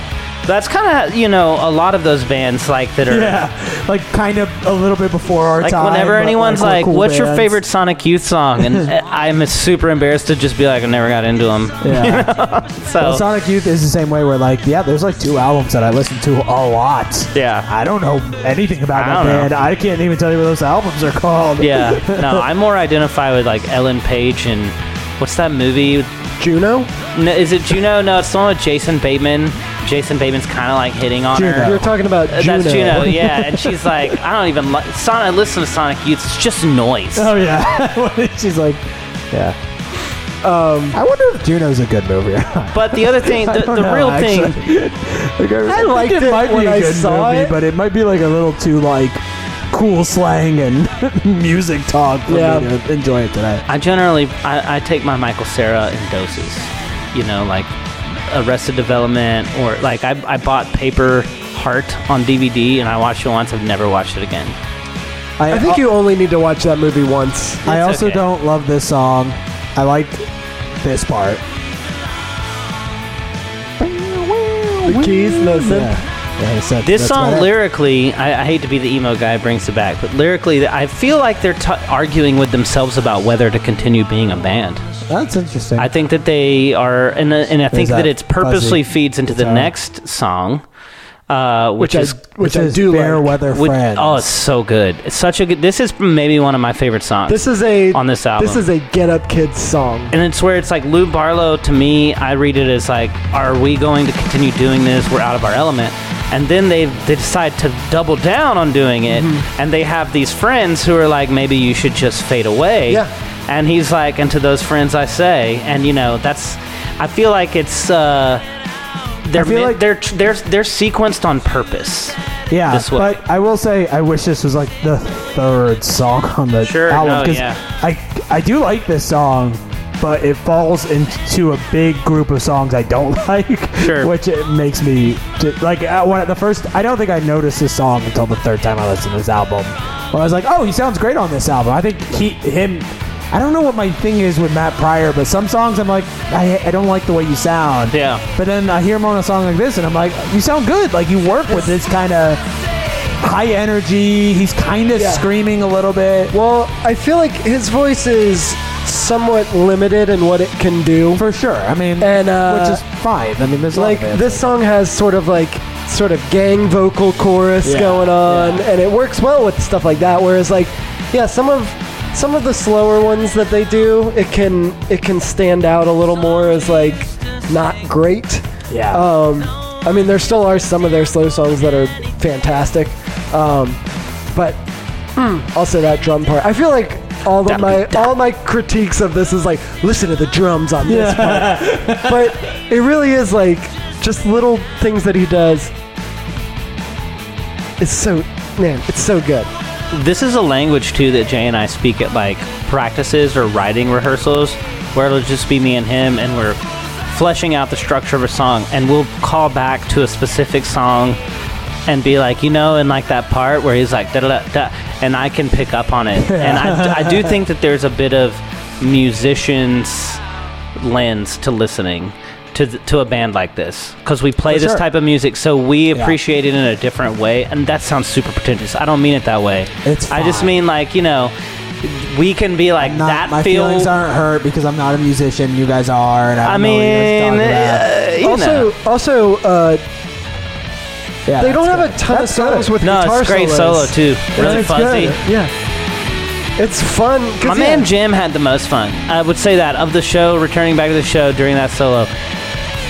[SPEAKER 3] that's kind of you know a lot of those bands like that are.
[SPEAKER 4] Yeah, [LAUGHS] like kind of a little bit before our
[SPEAKER 3] Like
[SPEAKER 4] time.
[SPEAKER 3] whenever
[SPEAKER 4] but,
[SPEAKER 3] anyone's
[SPEAKER 4] we're
[SPEAKER 3] like,
[SPEAKER 4] cool
[SPEAKER 3] "What's your
[SPEAKER 4] bands."
[SPEAKER 3] favorite Sonic Youth song?"
[SPEAKER 4] [LAUGHS]
[SPEAKER 3] and uh, I'm super embarrassed to just be like, "I never got into them." [LAUGHS]
[SPEAKER 4] Yeah.
[SPEAKER 3] So
[SPEAKER 4] Well, Sonic Youth is the same way. Where like, yeah, there's like two albums that I listen to a lot.
[SPEAKER 3] Yeah.
[SPEAKER 4] I don't know anything about
[SPEAKER 3] I
[SPEAKER 4] that
[SPEAKER 3] don't know.
[SPEAKER 4] band. I can't even tell you what those albums are called.
[SPEAKER 3] yeah, no, I more identify with like Ellen Page and what's that movie?
[SPEAKER 2] Juno?
[SPEAKER 3] No, is it Juno? No, it's the one with Jason Bateman. Jason Bateman's kind of like hitting on
[SPEAKER 4] Juno.
[SPEAKER 3] her.
[SPEAKER 2] You're talking about
[SPEAKER 3] Uh,
[SPEAKER 2] Juno.
[SPEAKER 3] That's Juno, yeah. And she's like, I don't even like. Son, I listen to Sonic Youth. It's just [LAUGHS] noise.
[SPEAKER 4] Oh yeah. She's like, yeah. Um, I wonder if Juno's a good movie. [LAUGHS] or not.
[SPEAKER 3] But the other thing,
[SPEAKER 4] [LAUGHS] I
[SPEAKER 3] the,
[SPEAKER 4] don't
[SPEAKER 3] the
[SPEAKER 4] know,
[SPEAKER 3] real
[SPEAKER 4] actually. [LAUGHS]
[SPEAKER 3] thing,
[SPEAKER 4] Like, I,
[SPEAKER 2] liked
[SPEAKER 4] think
[SPEAKER 2] it when I saw
[SPEAKER 4] movie,
[SPEAKER 2] it.
[SPEAKER 4] but it might be like a little too like cool slang and [LAUGHS] music talk for
[SPEAKER 2] Yeah.
[SPEAKER 4] me to enjoy it today.
[SPEAKER 3] I generally I, I take my Michael Sarah in doses. You know, like Arrested Development, or like I, I bought Paper Heart on DVD and I watched it once. I've never watched it again.
[SPEAKER 2] I think you only need to watch that movie once.
[SPEAKER 4] uh, I
[SPEAKER 3] It's
[SPEAKER 4] also
[SPEAKER 3] okay.
[SPEAKER 4] don't love this song. I like this part. The
[SPEAKER 2] keys and the synth.
[SPEAKER 4] Yeah. Yeah, the synth,
[SPEAKER 3] This
[SPEAKER 4] that's
[SPEAKER 3] song
[SPEAKER 4] about it.
[SPEAKER 3] lyrically, I, I hate to be the emo guy, brings it back, but lyrically, I feel like they're t- arguing with themselves about whether to continue being a band.
[SPEAKER 4] That's interesting.
[SPEAKER 3] I think that they are, and, uh, and I think
[SPEAKER 4] that
[SPEAKER 3] that it's purposely
[SPEAKER 4] fuzzy
[SPEAKER 3] feeds into the
[SPEAKER 4] guitar.
[SPEAKER 3] next song, uh, which,
[SPEAKER 2] Which, I,
[SPEAKER 3] is
[SPEAKER 2] which, I
[SPEAKER 4] is
[SPEAKER 2] do
[SPEAKER 4] fair
[SPEAKER 2] like.
[SPEAKER 4] weather
[SPEAKER 3] which,
[SPEAKER 4] friends.
[SPEAKER 3] oh, it's so good. It's such a good. This is maybe one of my favorite songs.
[SPEAKER 2] This is a
[SPEAKER 3] on this album.
[SPEAKER 2] This is a Get Up Kids song.
[SPEAKER 3] and it's where it's like Lou Barlow to me I read it as like are we going to continue doing this we're out of our element and then they they decide to double down on doing it
[SPEAKER 4] Mm-hmm.
[SPEAKER 3] and they have these friends who are like maybe you should just fade away
[SPEAKER 2] Yeah.
[SPEAKER 3] and he's like and to those friends I say and you know that's I feel like it's uh they're
[SPEAKER 4] feel
[SPEAKER 3] mi-
[SPEAKER 4] like-
[SPEAKER 3] they're tr- they're they're sequenced on purpose
[SPEAKER 4] yeah,
[SPEAKER 3] this way.
[SPEAKER 4] but I will say I wish this was like the third song on the
[SPEAKER 3] Sure,
[SPEAKER 4] album
[SPEAKER 3] no, yeah.
[SPEAKER 4] I I do like this song, but it falls into a big group of songs I don't [LAUGHS] like,
[SPEAKER 3] Sure.
[SPEAKER 4] which it makes me j- like uh, when the first. I don't think I noticed this song until the third time I listened to this album. Well, I was like, oh, he sounds great on this album. I think he him. I don't know what my thing is with Matt Pryor, but some songs I'm like, I, I don't like the way you sound.
[SPEAKER 3] Yeah.
[SPEAKER 4] But then I hear him on a song like this, and I'm like, you sound good. Like you work with this kind of high energy. He's kind of
[SPEAKER 2] Yeah.
[SPEAKER 4] screaming a little bit.
[SPEAKER 2] Well, I feel like his voice is somewhat limited in what it can do.
[SPEAKER 4] For sure. I mean,
[SPEAKER 2] And, uh,
[SPEAKER 4] which is fine. I mean, there's a lot
[SPEAKER 2] like
[SPEAKER 4] of bands
[SPEAKER 2] this song has sort of like sort of gang vocal chorus
[SPEAKER 4] Yeah,
[SPEAKER 2] going on
[SPEAKER 4] yeah.
[SPEAKER 2] and it works well with stuff like that whereas like yeah some of some of the slower ones that they do it can it can stand out a little more as like not great
[SPEAKER 4] Yeah.
[SPEAKER 2] um i mean there still are some of their slow songs that are fantastic um but
[SPEAKER 4] Hmm.
[SPEAKER 2] also that drum part i feel like all of my all my critiques of this is like listen to the drums on this part
[SPEAKER 4] [LAUGHS]
[SPEAKER 2] but it really is like just little things that he does. It's so man, it's so good.
[SPEAKER 3] this is a language too that Jay and I speak at like practices or writing rehearsals, where it'll just be me and him, and we're fleshing out the structure of a song, and we'll call back to a specific song and be like, you know, in like that part where he's like da da da, and I can pick up on it, and I, I
[SPEAKER 4] [LAUGHS]
[SPEAKER 3] do think that there's a bit of musicians lens to listening. To, th- to a band like this because we play
[SPEAKER 4] For
[SPEAKER 3] this
[SPEAKER 4] sure.
[SPEAKER 3] type of music so we appreciate it in a different way and that sounds super pretentious i don't mean it that way
[SPEAKER 4] It's
[SPEAKER 3] I just
[SPEAKER 4] fine.
[SPEAKER 3] mean like you know, we can be like
[SPEAKER 4] Not-
[SPEAKER 3] that
[SPEAKER 4] my
[SPEAKER 3] feel.
[SPEAKER 4] feelings aren't hurt because I'm not a musician. You guys are, and I,
[SPEAKER 3] I
[SPEAKER 4] don't know what you guys are
[SPEAKER 3] mean,
[SPEAKER 4] talking about.
[SPEAKER 3] uh, you
[SPEAKER 2] Also,
[SPEAKER 3] know.
[SPEAKER 2] also uh,
[SPEAKER 4] Yeah,
[SPEAKER 2] they
[SPEAKER 4] that's
[SPEAKER 2] don't have
[SPEAKER 4] good.
[SPEAKER 2] a ton
[SPEAKER 4] That's
[SPEAKER 2] of songs
[SPEAKER 4] good.
[SPEAKER 2] with
[SPEAKER 3] no,
[SPEAKER 2] guitar
[SPEAKER 3] it's great solo
[SPEAKER 2] solos.
[SPEAKER 3] too. Really
[SPEAKER 2] it's
[SPEAKER 3] fuzzy.
[SPEAKER 2] good. Yeah, it's fun. 'cause,
[SPEAKER 3] My man
[SPEAKER 2] yeah,
[SPEAKER 3] Jim had the most fun. I would say that of the show, returning back to the show during that solo.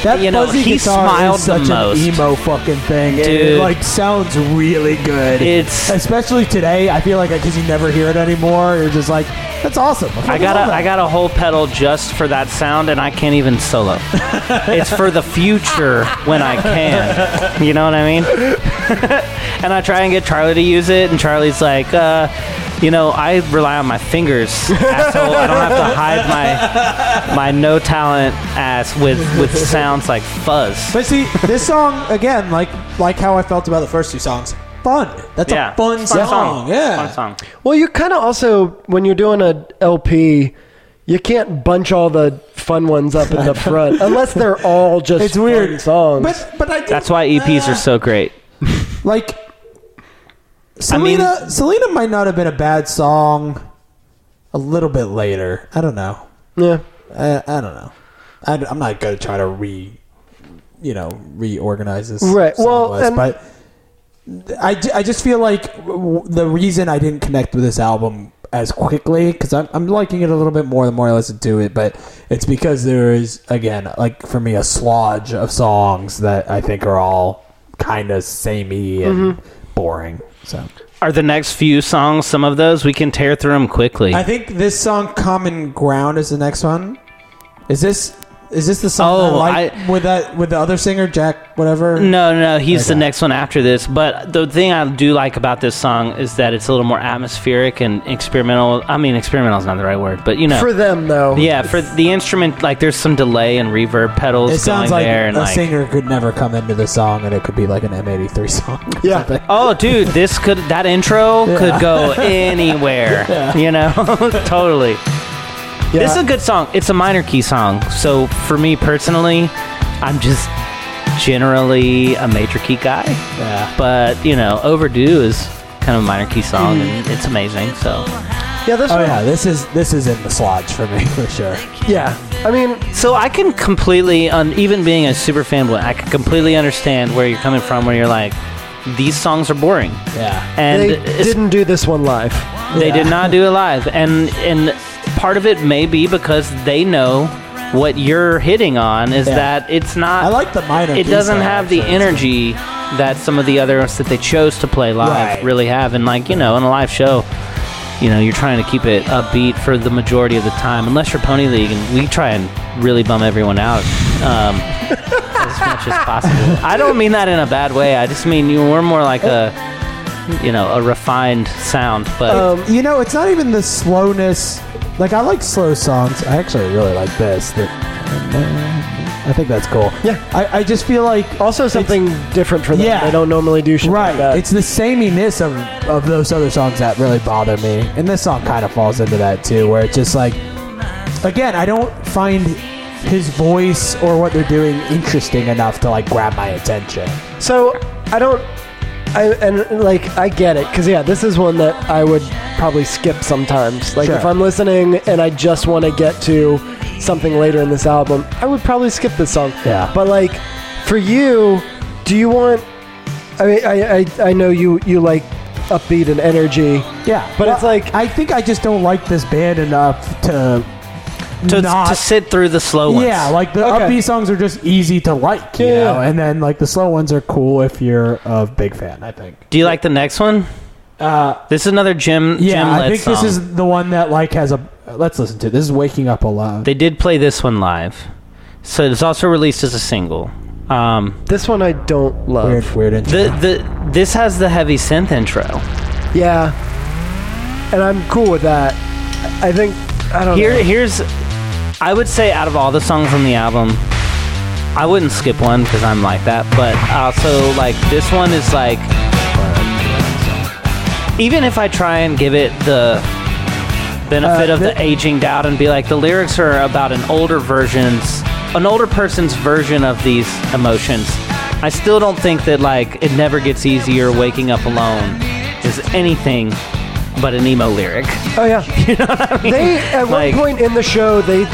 [SPEAKER 4] That
[SPEAKER 3] you know,
[SPEAKER 4] fuzzy
[SPEAKER 3] he
[SPEAKER 4] guitar
[SPEAKER 3] smiled
[SPEAKER 4] is
[SPEAKER 3] the
[SPEAKER 4] such
[SPEAKER 3] most.
[SPEAKER 4] an emo fucking thing. and It,
[SPEAKER 3] Dude.
[SPEAKER 4] like sounds really good.
[SPEAKER 3] It's-
[SPEAKER 4] especially today. I feel like because you never hear it anymore. You're just like, That's awesome.
[SPEAKER 3] I got a, I got a whole pedal just for that sound, and I can't
[SPEAKER 4] [LAUGHS]
[SPEAKER 3] even solo. it's for the future when I can. You know what I mean? [LAUGHS] and I try and get Charlie to use it, and Charlie's like, uh, you know, I rely on my fingers, asshole. I don't have to hide my my no talent ass with with sounds like fuzz.
[SPEAKER 4] But see, this song again, like like how I felt about the first two songs, fun. That's
[SPEAKER 3] yeah,
[SPEAKER 4] a fun,
[SPEAKER 3] Fun
[SPEAKER 4] song. Yeah,
[SPEAKER 3] fun song.
[SPEAKER 2] Well, you kind of also when you're doing a LP, you can't bunch all the fun ones up
[SPEAKER 4] [LAUGHS]
[SPEAKER 2] in the front unless they're all just
[SPEAKER 4] It's
[SPEAKER 2] fun
[SPEAKER 4] weird.
[SPEAKER 2] songs.
[SPEAKER 4] But but I do,
[SPEAKER 3] That's why EPs are so great.
[SPEAKER 4] like.
[SPEAKER 3] mean-
[SPEAKER 4] Selena, Selena might not have been a bad song. A little bit later, I don't know.
[SPEAKER 2] yeah,
[SPEAKER 4] I, I don't know. I, am not going to try to re, you know, reorganize this.
[SPEAKER 2] Right,
[SPEAKER 4] song
[SPEAKER 2] well,
[SPEAKER 4] list,
[SPEAKER 2] and-
[SPEAKER 4] but I, ju- I just feel like w- w- the reason I didn't connect with this album as quickly because I'm, I'm liking it a little bit more the more I listen to it, but it's because there is again like for me a slodge of songs that I think are all kind of samey and
[SPEAKER 2] Mm-hmm.
[SPEAKER 4] boring. So
[SPEAKER 3] Are the next few songs some of those we can tear through them quickly?
[SPEAKER 4] I think this song "Common Ground" is the next one. Is this is this the song
[SPEAKER 3] Oh,
[SPEAKER 4] I like
[SPEAKER 3] I-
[SPEAKER 4] with that with the other singer Jack whatever?
[SPEAKER 3] No, no, he's the
[SPEAKER 4] Okay.
[SPEAKER 3] next one after this. But the thing I do like about this song is that it's a little more atmospheric and experimental. I mean, experimental is not the right word, but you know,
[SPEAKER 2] for them though.
[SPEAKER 3] yeah, for the instrument, like there's some delay and reverb pedals
[SPEAKER 4] It sounds
[SPEAKER 3] going
[SPEAKER 4] like
[SPEAKER 3] there,
[SPEAKER 4] a
[SPEAKER 3] and like,
[SPEAKER 4] singer could never come into the song, and it could be like an M83 [LAUGHS] song. or
[SPEAKER 2] Yeah.
[SPEAKER 4] something.
[SPEAKER 3] oh, dude, this could that intro
[SPEAKER 4] [LAUGHS]
[SPEAKER 3] could go anywhere, you know, [LAUGHS] totally. This is a good song. It's a minor key song, so for me personally, I'm just generally a major key guy.
[SPEAKER 4] yeah.
[SPEAKER 3] but you know, overdue is kind of a minor key song, and
[SPEAKER 4] Mm.
[SPEAKER 3] it's amazing. So,
[SPEAKER 2] yeah, this
[SPEAKER 4] Oh
[SPEAKER 2] one.
[SPEAKER 4] yeah, this is this is in the sludge for me for sure.
[SPEAKER 2] yeah. I mean,
[SPEAKER 3] so I can completely, on even being a super fanboy, I can completely understand where you're coming from, where you're like, these songs are boring,
[SPEAKER 4] Yeah,
[SPEAKER 3] and
[SPEAKER 2] they
[SPEAKER 3] it's-
[SPEAKER 2] didn't do this one live.
[SPEAKER 3] they did not do it live, and and part of it may be because they know what you're hitting on is
[SPEAKER 4] Yeah.
[SPEAKER 3] that it's not.
[SPEAKER 4] I like the minor.
[SPEAKER 3] it
[SPEAKER 4] key
[SPEAKER 3] doesn't
[SPEAKER 4] song,
[SPEAKER 3] have the
[SPEAKER 4] actually.
[SPEAKER 3] energy that some of the others that they chose to play live
[SPEAKER 4] Right.
[SPEAKER 3] really have and like you know in a live show you know you're trying to keep it upbeat for the majority of the time unless you're pony league and we try and really bum everyone out um, [LAUGHS] as much as possible i don't mean that in a bad way i just mean you we're more like a you know a refined sound but
[SPEAKER 4] you know, it's not even the slowness. Like I like slow songs. I actually really like this. The- I think that's cool.
[SPEAKER 2] Yeah.
[SPEAKER 4] I, I just feel like
[SPEAKER 2] Also, something different for them.
[SPEAKER 4] Yeah.
[SPEAKER 2] They don't normally do shit
[SPEAKER 4] Right.
[SPEAKER 2] like that.
[SPEAKER 4] It's the sameness of, of those other songs that really bother me. And this song kind of falls into that too, where it's just like, again, I don't find his voice or what they're doing interesting enough to like grab my attention.
[SPEAKER 2] So I don't. I and like I get it because yeah, this is one that I would probably skip sometimes. Like
[SPEAKER 4] Sure.
[SPEAKER 2] if I'm listening and I just want to get to something later in this album, I would probably skip this song.
[SPEAKER 4] Yeah.
[SPEAKER 2] But like for you, do you want? I mean, I I, I know you you like upbeat and energy.
[SPEAKER 4] Yeah.
[SPEAKER 2] But it's like-
[SPEAKER 4] I think I just don't like this band enough to.
[SPEAKER 3] to,
[SPEAKER 4] not,
[SPEAKER 3] to sit through the slow ones
[SPEAKER 4] Yeah, like the
[SPEAKER 2] Okay.
[SPEAKER 4] upbeat songs are just easy to like, you
[SPEAKER 2] Yeah.
[SPEAKER 4] know, and then like the slow ones are cool if you're a big fan. I think.
[SPEAKER 3] do you like the next one
[SPEAKER 4] Uh,
[SPEAKER 3] this is another Jim.
[SPEAKER 4] yeah,
[SPEAKER 3] Jim
[SPEAKER 4] I
[SPEAKER 3] Led
[SPEAKER 4] think this
[SPEAKER 3] song.
[SPEAKER 4] is the one that like has a. Let's listen to it. this. Is waking up alone.
[SPEAKER 3] They did play this one live, so it was also released as a single. Um,
[SPEAKER 2] This one I don't love.
[SPEAKER 4] Weird, weird intro.
[SPEAKER 3] the the this has the heavy synth intro.
[SPEAKER 2] Yeah. And I'm cool with that. I think I don't
[SPEAKER 3] Here
[SPEAKER 2] know.
[SPEAKER 3] here's, I would say out of all the songs on the album, I wouldn't skip one because I'm like that. But also like this one is like, even if I try and give it the benefit
[SPEAKER 4] Uh,
[SPEAKER 3] of
[SPEAKER 4] thi-
[SPEAKER 3] the aging doubt and be like the lyrics are about an older version's an older person's version of these emotions i still don't think that like it never gets easier waking up alone is anything but an emo lyric
[SPEAKER 2] Oh
[SPEAKER 3] [LAUGHS]
[SPEAKER 2] yeah. you know what I mean? They at
[SPEAKER 3] Like-
[SPEAKER 2] one point in the show they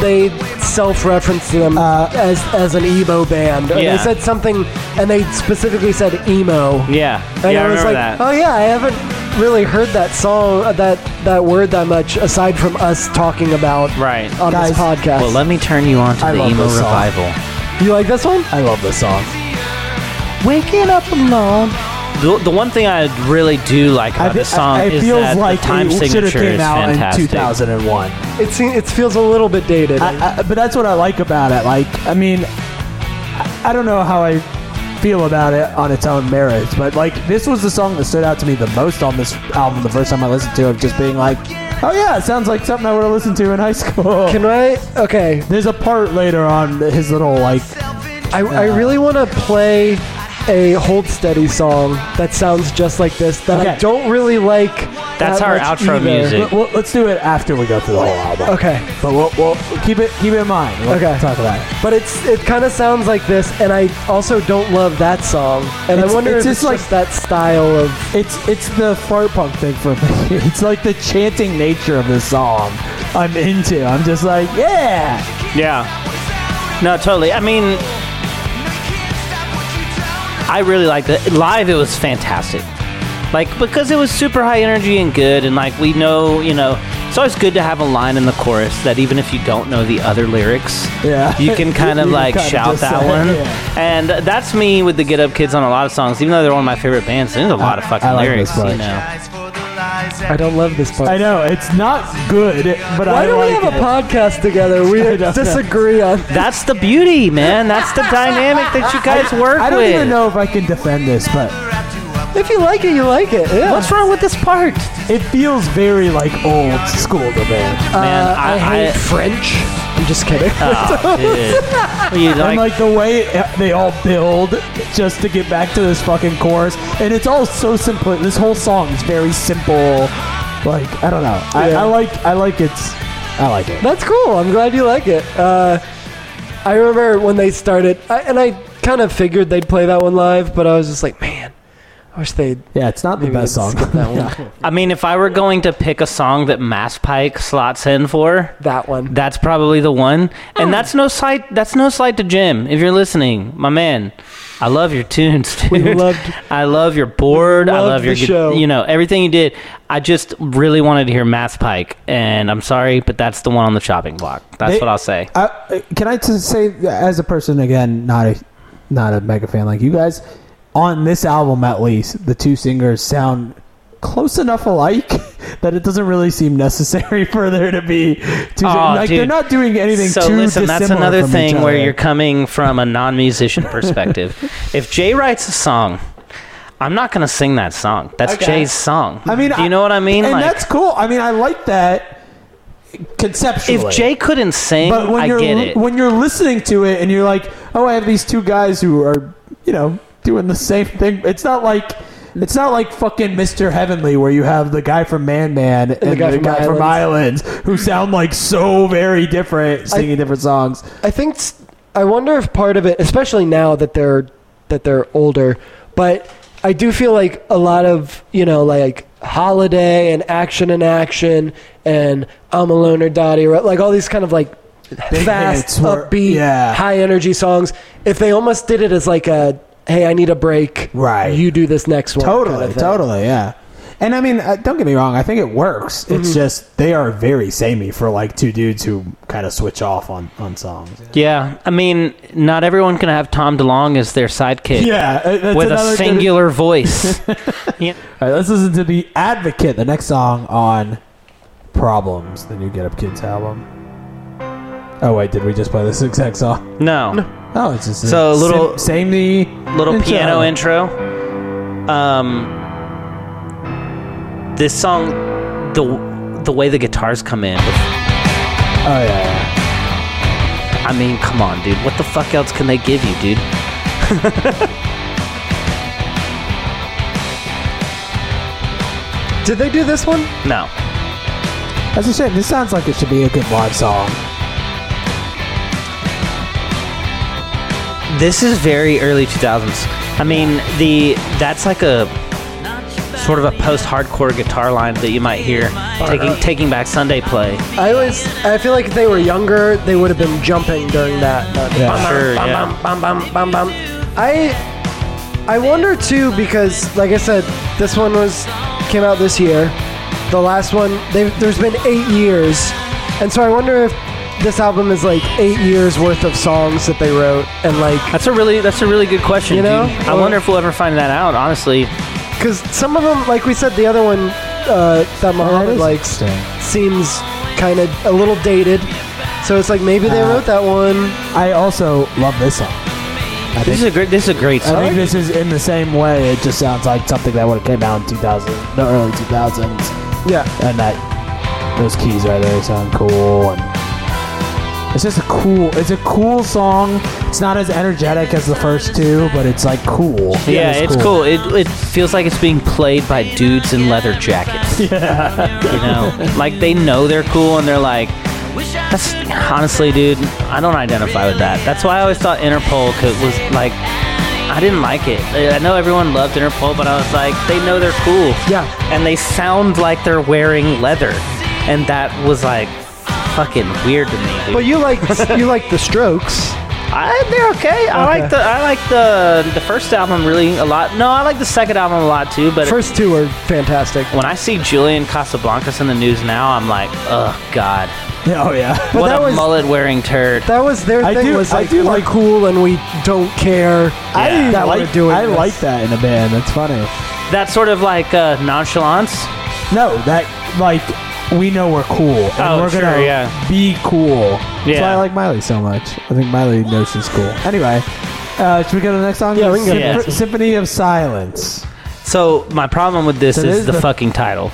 [SPEAKER 2] they self-referenced them as as an emo band. And
[SPEAKER 3] Uh, Yeah.
[SPEAKER 2] They said something and they specifically said emo.
[SPEAKER 3] yeah
[SPEAKER 2] And
[SPEAKER 3] yeah i,
[SPEAKER 2] I was
[SPEAKER 3] remember
[SPEAKER 2] like,
[SPEAKER 3] that
[SPEAKER 2] "Oh yeah, I haven't really heard that song uh, that that word that much aside from us talking about
[SPEAKER 3] right
[SPEAKER 2] on
[SPEAKER 4] Guys,
[SPEAKER 2] this podcast."
[SPEAKER 3] well let me turn you on to
[SPEAKER 4] I
[SPEAKER 3] the
[SPEAKER 4] love
[SPEAKER 3] emo
[SPEAKER 4] this song.
[SPEAKER 3] revival
[SPEAKER 2] you like this one?
[SPEAKER 4] I love this song.
[SPEAKER 2] Waking up alone.
[SPEAKER 3] the, the one thing I really do like about
[SPEAKER 4] thi-
[SPEAKER 3] this Uh, song
[SPEAKER 4] I- it
[SPEAKER 3] is
[SPEAKER 4] feels
[SPEAKER 3] that
[SPEAKER 4] like
[SPEAKER 3] the time
[SPEAKER 4] it should have
[SPEAKER 3] signature
[SPEAKER 4] came
[SPEAKER 3] is
[SPEAKER 4] out in
[SPEAKER 3] fantastic.
[SPEAKER 4] 2001.
[SPEAKER 2] It se- it feels a little bit dated.
[SPEAKER 4] I, I, but that's what I like about it. Like, I mean, I, I don't know how I feel about it on its own merits, but like, this was the song that stood out to me the most on this album. The first time I listened to it, of just being like, "Oh yeah, it sounds like something I would have listened to in high school."
[SPEAKER 2] Can I? Okay,
[SPEAKER 4] There's a part later on that his little like,
[SPEAKER 2] I, I really want to play a Hold Steady song that sounds just like this that I
[SPEAKER 4] Okay.
[SPEAKER 2] don't really like.
[SPEAKER 3] That's
[SPEAKER 2] that
[SPEAKER 3] our
[SPEAKER 2] much
[SPEAKER 3] outro
[SPEAKER 2] either.
[SPEAKER 3] music.
[SPEAKER 4] Let- let- let's do it after we go through the whole album.
[SPEAKER 2] Okay,
[SPEAKER 4] But we'll, we'll keep it keep it in mind. We'll
[SPEAKER 2] Okay.
[SPEAKER 4] talk about it.
[SPEAKER 2] but it's it kind of sounds like this, and I also don't love that song. And
[SPEAKER 4] It's-
[SPEAKER 2] I wonder
[SPEAKER 4] it's
[SPEAKER 2] if
[SPEAKER 4] just
[SPEAKER 2] it's
[SPEAKER 4] like-
[SPEAKER 2] just that style of.
[SPEAKER 4] It's it's the fart punk thing for me. [LAUGHS] It's like the chanting nature of this song. I'm into. I'm just like yeah.
[SPEAKER 3] Yeah. No, totally. I mean, I really liked it. Live, it was fantastic. Like, because it was super high energy and good, and like, we know, you know, it's always good to have a line in the chorus that even if you don't know the other lyrics,
[SPEAKER 4] Yeah. [LAUGHS]
[SPEAKER 3] you can kind of
[SPEAKER 4] You
[SPEAKER 3] like
[SPEAKER 4] kinda
[SPEAKER 3] shout
[SPEAKER 4] just
[SPEAKER 3] that
[SPEAKER 4] say it,
[SPEAKER 3] one.
[SPEAKER 4] yeah.
[SPEAKER 3] And that's me with the Get Up Kids on a lot of songs, even though they're one of my favorite bands. There's a lot of fucking
[SPEAKER 4] I like
[SPEAKER 3] lyrics,
[SPEAKER 4] this part.
[SPEAKER 3] you know.
[SPEAKER 2] I don't love this part.
[SPEAKER 4] I know it's not good, but
[SPEAKER 2] Why
[SPEAKER 4] I
[SPEAKER 2] do
[SPEAKER 4] like
[SPEAKER 2] we have
[SPEAKER 4] it.
[SPEAKER 2] a podcast
[SPEAKER 4] [LAUGHS]
[SPEAKER 2] together? We
[SPEAKER 4] I don't know.
[SPEAKER 2] disagree on.
[SPEAKER 3] That's the beauty, man. That's the dynamic that you guys work
[SPEAKER 4] I don't
[SPEAKER 3] with.
[SPEAKER 4] even know if I can defend this, but
[SPEAKER 2] If you like it, you like it. Yeah.
[SPEAKER 3] What's wrong with this part?
[SPEAKER 4] it feels very like old school to me.
[SPEAKER 3] Man,
[SPEAKER 2] Uh, I, hate
[SPEAKER 3] I-
[SPEAKER 2] French. I'm just kidding.
[SPEAKER 3] Oh,
[SPEAKER 2] [LAUGHS]
[SPEAKER 3] dude. Well, you
[SPEAKER 4] And
[SPEAKER 3] like,
[SPEAKER 4] like the way it- they all build just to get back to this fucking chorus, and it's all so simple. This whole song is very simple. Like I don't know. I,
[SPEAKER 2] Yeah.
[SPEAKER 4] I like I like it's I like it.
[SPEAKER 2] That's cool. I'm glad you like it. Uh, I remember when they started, I, and I kind of figured they'd play that one live, but I was just like, man, I wish they'd
[SPEAKER 4] Yeah, it's not the
[SPEAKER 2] maybe
[SPEAKER 4] best
[SPEAKER 2] they'd [LAUGHS]
[SPEAKER 4] song. [LAUGHS]
[SPEAKER 2] skip that one.
[SPEAKER 3] I mean, if I were going to pick a song that Mass Pike slots in for,
[SPEAKER 2] That one.
[SPEAKER 3] that's probably the one.
[SPEAKER 2] Oh.
[SPEAKER 3] And that's no slight. That's no slight to Jim. If you're listening, my man, I love your tunes, dude.
[SPEAKER 2] We loved-
[SPEAKER 3] [LAUGHS] I love your board. I
[SPEAKER 2] loved
[SPEAKER 3] love your.
[SPEAKER 2] the
[SPEAKER 3] gu-
[SPEAKER 2] show.
[SPEAKER 3] You know everything you did. I just really wanted to hear Mass Pike, and I'm sorry, but that's the one on the chopping block. That's
[SPEAKER 4] They-
[SPEAKER 3] what I'll say.
[SPEAKER 4] I, uh, can I just say, as a person again, not a not a mega fan like you guys, on this album at least, the two singers sound close enough alike [LAUGHS] that it doesn't really seem necessary [LAUGHS] for there to be two.
[SPEAKER 3] Aw,
[SPEAKER 4] like they're
[SPEAKER 3] dude.
[SPEAKER 4] not doing anything.
[SPEAKER 3] so
[SPEAKER 4] too
[SPEAKER 3] listen that's
[SPEAKER 4] dissimilar
[SPEAKER 3] another
[SPEAKER 4] from each
[SPEAKER 3] thing where
[SPEAKER 4] other.
[SPEAKER 3] you're coming from a
[SPEAKER 4] [LAUGHS]
[SPEAKER 3] non-musician perspective if jay writes a song i'm not gonna sing that song that's
[SPEAKER 4] Okay.
[SPEAKER 3] jay's song
[SPEAKER 4] I mean,
[SPEAKER 3] do you know what i mean
[SPEAKER 4] And
[SPEAKER 3] like
[SPEAKER 4] that's cool. I mean, I like that conceptually.
[SPEAKER 3] if jay couldn't sing
[SPEAKER 4] but when
[SPEAKER 3] i
[SPEAKER 4] you're
[SPEAKER 3] get
[SPEAKER 4] li-
[SPEAKER 3] it
[SPEAKER 4] when you're listening to it and you're like, oh, I have these two guys who are, you know, doing the same thing. It's not like. It's not like fucking Mr. Heavenly where you have the guy from Man Man and, the guy, from, Islands who sound like so very different singing different songs.
[SPEAKER 2] I think s- I wonder if part of it, especially now that they're that they're older, but I do feel like a lot of you know like holiday and action and action and I'm a loner Dottie or like all these kind of like fast
[SPEAKER 4] hits were-
[SPEAKER 2] upbeat
[SPEAKER 4] yeah.
[SPEAKER 2] high energy songs. If they almost did it as like a hey I need a break
[SPEAKER 4] Right.
[SPEAKER 2] you do this next one kind
[SPEAKER 4] Totally,
[SPEAKER 2] of thing.
[SPEAKER 4] totally, yeah. And I mean, uh, don't get me wrong. I think it works. It's just they are very samey for like two dudes who kind of switch off on on songs.
[SPEAKER 3] yeah i mean not everyone can have tom delong as their sidekick
[SPEAKER 4] Yeah, uh, that's
[SPEAKER 3] with a
[SPEAKER 4] another good- [LAUGHS]
[SPEAKER 3] singular voice yeah.
[SPEAKER 4] All right, let's listen to the Advocate, the next song on Problems, the new Get Up Kids album. Oh wait, did we just play this [LAUGHS] exact song?
[SPEAKER 3] no
[SPEAKER 4] Oh, it's just
[SPEAKER 3] So a
[SPEAKER 4] the
[SPEAKER 3] little-
[SPEAKER 4] same, same the
[SPEAKER 3] little piano intro. Um, this song, the the way the guitars come in.
[SPEAKER 4] Oh yeah, yeah.
[SPEAKER 3] I mean, come on, dude. What the fuck else can they give you, dude?
[SPEAKER 2] Did they do this one?
[SPEAKER 3] No.
[SPEAKER 4] that's a shame. This sounds like it should be a good live song.
[SPEAKER 3] This is very early 2000s. I mean, the that's like a sort of a post-hardcore guitar line that you might hear taking taking back Sunday play.
[SPEAKER 2] I always I feel like if they were younger they would have been jumping during that. not-
[SPEAKER 4] Yeah.
[SPEAKER 3] Sure, yeah.
[SPEAKER 2] bum, bum, bum, bum. I I wonder too because like I said, this one was came out this year. The last one, they've- there's been eight years, and so I wonder if this album is like eight years worth of songs that they wrote and like
[SPEAKER 3] That's a really that's a really good question.
[SPEAKER 2] You know?
[SPEAKER 3] dude. I wonder if we'll ever find that out. Honestly,
[SPEAKER 2] Because some of them, like we said, the other one uh, that Muhammad likes
[SPEAKER 4] interesting.
[SPEAKER 2] seems kind of a little dated. So it's like maybe they
[SPEAKER 4] Uh,
[SPEAKER 2] wrote that one.
[SPEAKER 4] I also love this song. I
[SPEAKER 3] This is
[SPEAKER 4] think,
[SPEAKER 3] a great. This is a great
[SPEAKER 4] I
[SPEAKER 3] song.
[SPEAKER 4] think this is in the same way. It just sounds like something that would have came out in 2000, the early 2000s,
[SPEAKER 2] Yeah,
[SPEAKER 4] and that those keys right there sound cool. And it's just a cool. It's a cool song. It's not as energetic as the first two, but it's like cool.
[SPEAKER 3] yeah, it's cool. It, it feels like it's being played by dudes in leather jackets. You know, like they know they're cool and they're like, that's honestly, dude, I don't identify with that. That's why I always thought Interpol could, was like, I didn't like it. I know everyone loved Interpol, but I was like, they know they're cool.
[SPEAKER 2] Yeah.
[SPEAKER 3] And they sound like they're wearing leather. And that was like fucking weird to me, dude.
[SPEAKER 2] but you like you like the Strokes.
[SPEAKER 3] I, they're okay. I
[SPEAKER 2] Okay.
[SPEAKER 3] like the I like the the first album really a lot. No, I like the second album a lot too. But
[SPEAKER 2] First two are fantastic.
[SPEAKER 3] when I see Julian Casablancas in the news now, I'm like, oh god,
[SPEAKER 4] Oh [LAUGHS] yeah.
[SPEAKER 2] But
[SPEAKER 3] what
[SPEAKER 2] that
[SPEAKER 3] a
[SPEAKER 2] was
[SPEAKER 3] mullet wearing turd.
[SPEAKER 2] that was their
[SPEAKER 4] I
[SPEAKER 2] thing.
[SPEAKER 4] do-
[SPEAKER 2] was
[SPEAKER 4] I
[SPEAKER 2] like
[SPEAKER 4] do
[SPEAKER 2] we're
[SPEAKER 4] like-
[SPEAKER 2] cool and we don't care.
[SPEAKER 4] I
[SPEAKER 3] Yeah.
[SPEAKER 4] didn't even
[SPEAKER 2] That we're
[SPEAKER 4] like
[SPEAKER 2] doing
[SPEAKER 4] I
[SPEAKER 2] this.
[SPEAKER 4] like that in a band. That's funny.
[SPEAKER 3] That sort of like uh, nonchalance.
[SPEAKER 4] No, that like we know we're cool. And
[SPEAKER 3] Oh,
[SPEAKER 4] we're gonna
[SPEAKER 3] sure, yeah.
[SPEAKER 4] be cool. That's why
[SPEAKER 3] Yeah.
[SPEAKER 4] I like Miley so much. I think Miley knows she's cool. Anyway, uh, should we go to the next song?
[SPEAKER 2] Yeah, we can go
[SPEAKER 3] to the next one.
[SPEAKER 4] Symphony of Silence.
[SPEAKER 3] So my problem with this
[SPEAKER 4] So
[SPEAKER 3] is
[SPEAKER 4] there's
[SPEAKER 3] the,
[SPEAKER 4] the-
[SPEAKER 3] fucking title.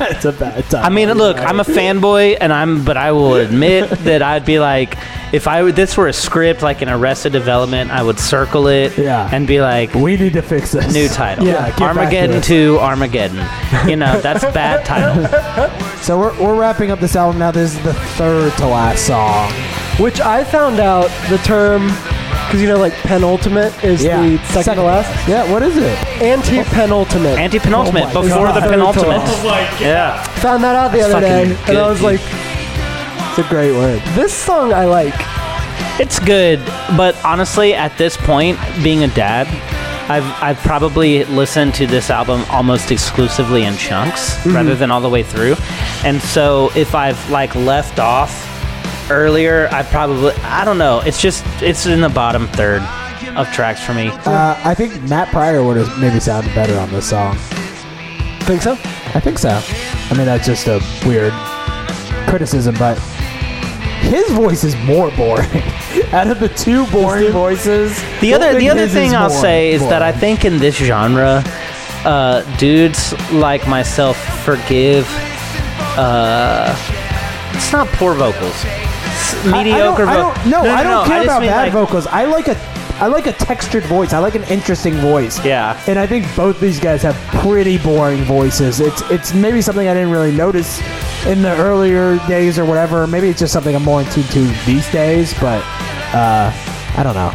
[SPEAKER 4] It's a bad time.
[SPEAKER 3] I mean, look, I'm a fanboy, and I'm, but I
[SPEAKER 2] [LAUGHS]
[SPEAKER 3] will admit that I'd be like, if I were- this were a script like an Arrested Development, I would circle it
[SPEAKER 4] Yeah.
[SPEAKER 3] and be like,
[SPEAKER 4] we need to fix this.
[SPEAKER 3] New title.
[SPEAKER 4] Yeah, get back to
[SPEAKER 3] Armageddon
[SPEAKER 4] it.
[SPEAKER 3] 2, Armageddon. You
[SPEAKER 4] [LAUGHS]
[SPEAKER 3] know, that's a bad title.
[SPEAKER 4] So we're, we're wrapping up this album now. This is the third to last song.
[SPEAKER 2] Which I found out the term, because you know, like penultimate is
[SPEAKER 4] Yeah,
[SPEAKER 2] the second, to last.
[SPEAKER 4] Yeah, what is it?
[SPEAKER 2] Anti penultimate.
[SPEAKER 3] Anti penultimate,
[SPEAKER 4] Oh my
[SPEAKER 3] before
[SPEAKER 4] God.
[SPEAKER 3] the penultimate.
[SPEAKER 2] Oh
[SPEAKER 3] yeah.
[SPEAKER 2] found that out the
[SPEAKER 3] That's
[SPEAKER 2] other day,
[SPEAKER 3] fucking
[SPEAKER 2] and I
[SPEAKER 3] good,
[SPEAKER 2] was
[SPEAKER 3] dude.
[SPEAKER 2] like,
[SPEAKER 4] It's a great word.
[SPEAKER 2] this song I like.
[SPEAKER 3] It's good, but honestly, at this point, being a dad, I've, I've probably listened to this album almost exclusively in chunks
[SPEAKER 4] Mm-hmm.
[SPEAKER 3] rather than all the way through. And so if I've like left off earlier, I probably, I don't know. It's just, it's in the bottom third of tracks for me.
[SPEAKER 4] Uh, I think Matt Pryor would have maybe sounded better on this song.
[SPEAKER 2] Think so?
[SPEAKER 4] I think so. I mean, that's just a weird criticism, but his voice is more boring. [LAUGHS] Out of the two boring voices,
[SPEAKER 3] The other
[SPEAKER 4] Golden
[SPEAKER 3] the other
[SPEAKER 4] His
[SPEAKER 3] thing
[SPEAKER 4] is
[SPEAKER 3] I'll
[SPEAKER 4] more
[SPEAKER 3] say is that I
[SPEAKER 4] boring.
[SPEAKER 3] think in this genre, uh, dudes like myself forgive. Uh, it's not poor vocals. It's
[SPEAKER 4] I- I don't-
[SPEAKER 3] mediocre
[SPEAKER 4] I don't-
[SPEAKER 3] vocals.
[SPEAKER 4] No, I don't care
[SPEAKER 3] just
[SPEAKER 4] about
[SPEAKER 3] mean,
[SPEAKER 4] bad
[SPEAKER 3] like,
[SPEAKER 4] vocals. I like a I like a textured voice. I like an interesting voice.
[SPEAKER 3] Yeah.
[SPEAKER 4] And I think both these guys have pretty boring voices. It's it's maybe something I didn't really notice in the earlier days or whatever. Maybe it's just something I'm more in tune to these days, but uh, I don't know.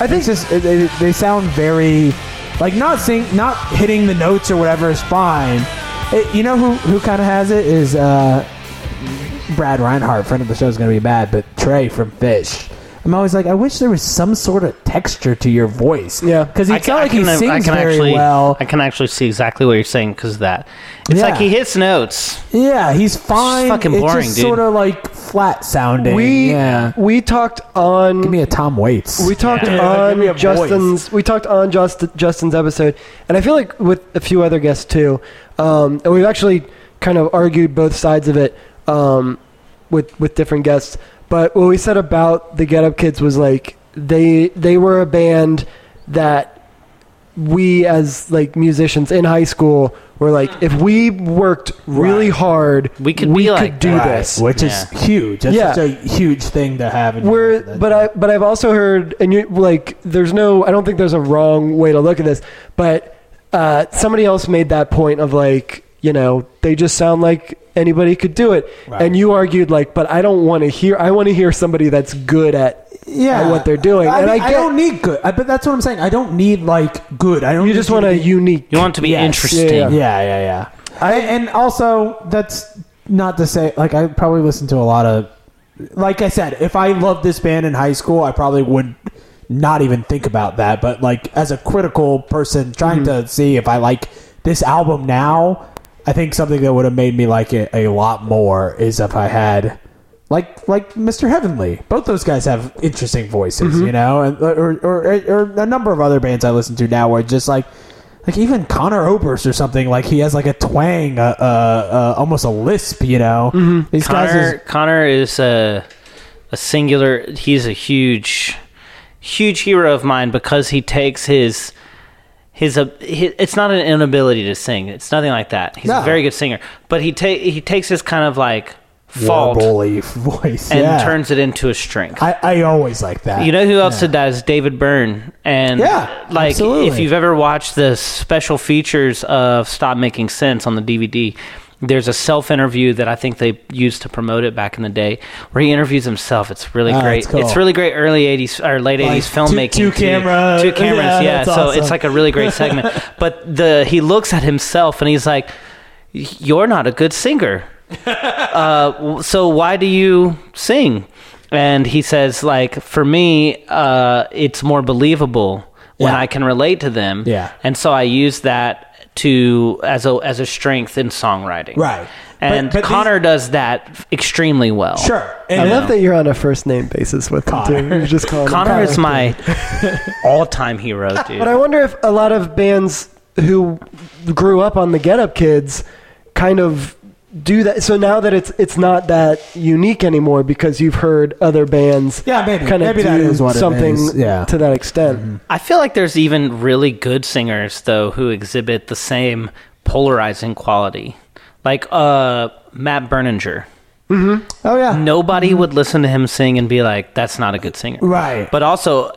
[SPEAKER 4] I think just it- they, they sound very like not sing, not hitting the notes or whatever is fine. It, you know who who kind of has it is uh, Brad Reinhardt, friend of the show, is going to be mad, but Trey from Fish. I'm always like, I wish there was some sort of texture to your voice.
[SPEAKER 2] Yeah.
[SPEAKER 4] because
[SPEAKER 3] I
[SPEAKER 4] it's
[SPEAKER 3] ca-
[SPEAKER 4] not
[SPEAKER 3] I
[SPEAKER 4] like he
[SPEAKER 3] can- I
[SPEAKER 4] sings
[SPEAKER 3] can
[SPEAKER 4] very
[SPEAKER 3] actually,
[SPEAKER 4] well.
[SPEAKER 3] I can actually see exactly what you're saying because of that. It's
[SPEAKER 4] Yeah.
[SPEAKER 3] like he hits notes.
[SPEAKER 4] yeah, he's fine.
[SPEAKER 3] fucking boring,
[SPEAKER 4] just
[SPEAKER 3] dude.
[SPEAKER 4] sort of like flat sounding.
[SPEAKER 2] We
[SPEAKER 4] yeah.
[SPEAKER 2] we talked
[SPEAKER 4] Give
[SPEAKER 2] on
[SPEAKER 4] me a Tom Waits.
[SPEAKER 2] we talked
[SPEAKER 4] Yeah, give me a
[SPEAKER 2] on
[SPEAKER 4] voice.
[SPEAKER 2] Justin's we talked on Just, Justin's episode, and I feel like with a few other guests too, um, and we've actually kind of argued both sides of it um, with with different guests. But what we said about the Get Up Kids was like they they were a band that we as like musicians in high school were like if we worked really hard
[SPEAKER 3] We could
[SPEAKER 2] we
[SPEAKER 3] be
[SPEAKER 2] could
[SPEAKER 3] like
[SPEAKER 2] do
[SPEAKER 4] Right,
[SPEAKER 2] this
[SPEAKER 4] which
[SPEAKER 3] Yeah.
[SPEAKER 4] is huge. That's
[SPEAKER 2] Yeah.
[SPEAKER 4] such a huge thing to have. In
[SPEAKER 2] We're,
[SPEAKER 4] your-
[SPEAKER 2] but I, but I've also heard, and you like, there's no, I don't think there's a wrong way to look at this, but uh, somebody else made that point of like, you know, they just sound like anybody could do it,
[SPEAKER 4] Right.
[SPEAKER 2] and you argued like, but I don't want to hear, I want to hear somebody that's good at, at what they're doing,
[SPEAKER 4] I,
[SPEAKER 2] and
[SPEAKER 4] mean,
[SPEAKER 2] I
[SPEAKER 4] I
[SPEAKER 2] get,
[SPEAKER 4] don't need good. I, but that's what I'm saying. I don't need like good. I don't.
[SPEAKER 2] you
[SPEAKER 4] need
[SPEAKER 2] just want a
[SPEAKER 4] to be-
[SPEAKER 2] unique.
[SPEAKER 3] You want it to be
[SPEAKER 4] Yes,
[SPEAKER 3] interesting.
[SPEAKER 2] yeah,
[SPEAKER 4] Yeah, yeah, yeah. I, and also, that's not to say like I probably listened to a lot of. Like I said, if I loved this band in high school, I probably would not even think about that. But like as a critical person trying to see if I like this album now, I think something that would have made me like it a lot more is if I had. Like like Mr. Heavenly, both those guys have uh, interesting voices, you know, and, or, or or a number of other bands I listen to now where it's just like like even Connor Oberst or something. Like he has like a twang, uh, uh, uh, almost a lisp. You know, these guys.
[SPEAKER 3] Connor
[SPEAKER 4] Is,
[SPEAKER 3] Connor is a a singular. He's a huge, huge hero of mine because he takes his his, uh, hi It's not an inability to sing. It's nothing like that. He's
[SPEAKER 4] No.
[SPEAKER 3] a very good singer, but he take he takes his kind of like fault
[SPEAKER 4] Warbly voice
[SPEAKER 3] and
[SPEAKER 4] yeah.
[SPEAKER 3] turns it into a strength.
[SPEAKER 4] I, I always like that.
[SPEAKER 3] You know who else did that is David Byrne. And
[SPEAKER 4] Yeah,
[SPEAKER 3] like
[SPEAKER 4] absolutely.
[SPEAKER 3] if you've ever watched the special features of Stop Making Sense on the DVD, there's a self interview that I think they used to promote it back in the day where he interviews himself. It's really
[SPEAKER 4] Ah,
[SPEAKER 3] great.
[SPEAKER 4] that's cool.
[SPEAKER 3] It's really great early 80s or late 80s
[SPEAKER 4] Like, two-
[SPEAKER 3] filmmaking.
[SPEAKER 4] two
[SPEAKER 3] too.
[SPEAKER 4] camera-
[SPEAKER 3] Two cameras,
[SPEAKER 4] yeah,
[SPEAKER 3] yeah.
[SPEAKER 4] that's
[SPEAKER 3] so
[SPEAKER 4] awesome.
[SPEAKER 3] it's like a really
[SPEAKER 4] [LAUGHS]
[SPEAKER 3] great segment. but the he looks at himself and he's like you're not a good singer so why do you sing? And he says, like, for me, uh, it's more believable when
[SPEAKER 4] Yeah.
[SPEAKER 3] I can relate to them.
[SPEAKER 4] Yeah.
[SPEAKER 3] And so I use that to as a as a strength in songwriting.
[SPEAKER 4] Right.
[SPEAKER 3] And
[SPEAKER 4] But- but
[SPEAKER 3] Connor does that extremely well.
[SPEAKER 4] sure. And
[SPEAKER 2] I love that you're on a first name basis with him too. You're just calling him
[SPEAKER 3] Connor is my [LAUGHS]
[SPEAKER 4] [LAUGHS]
[SPEAKER 3] all time hero, dude.
[SPEAKER 2] But I wonder if a lot of bands who grew up on the Get Up Kids kind of do that. So now that it's it's not that unique anymore because you've heard other bands,
[SPEAKER 4] Yeah, maybe.
[SPEAKER 2] kind of
[SPEAKER 4] Maybe
[SPEAKER 2] do
[SPEAKER 4] that is what it
[SPEAKER 2] something
[SPEAKER 4] is. Yeah. Mm-hmm.
[SPEAKER 2] to that extent.
[SPEAKER 3] I feel like there's even really good singers though who exhibit the same polarizing quality. Like uh Matt Berninger.
[SPEAKER 4] Oh yeah.
[SPEAKER 3] nobody would listen to him sing and be like, "That's not a good singer."
[SPEAKER 4] Right.
[SPEAKER 3] But also,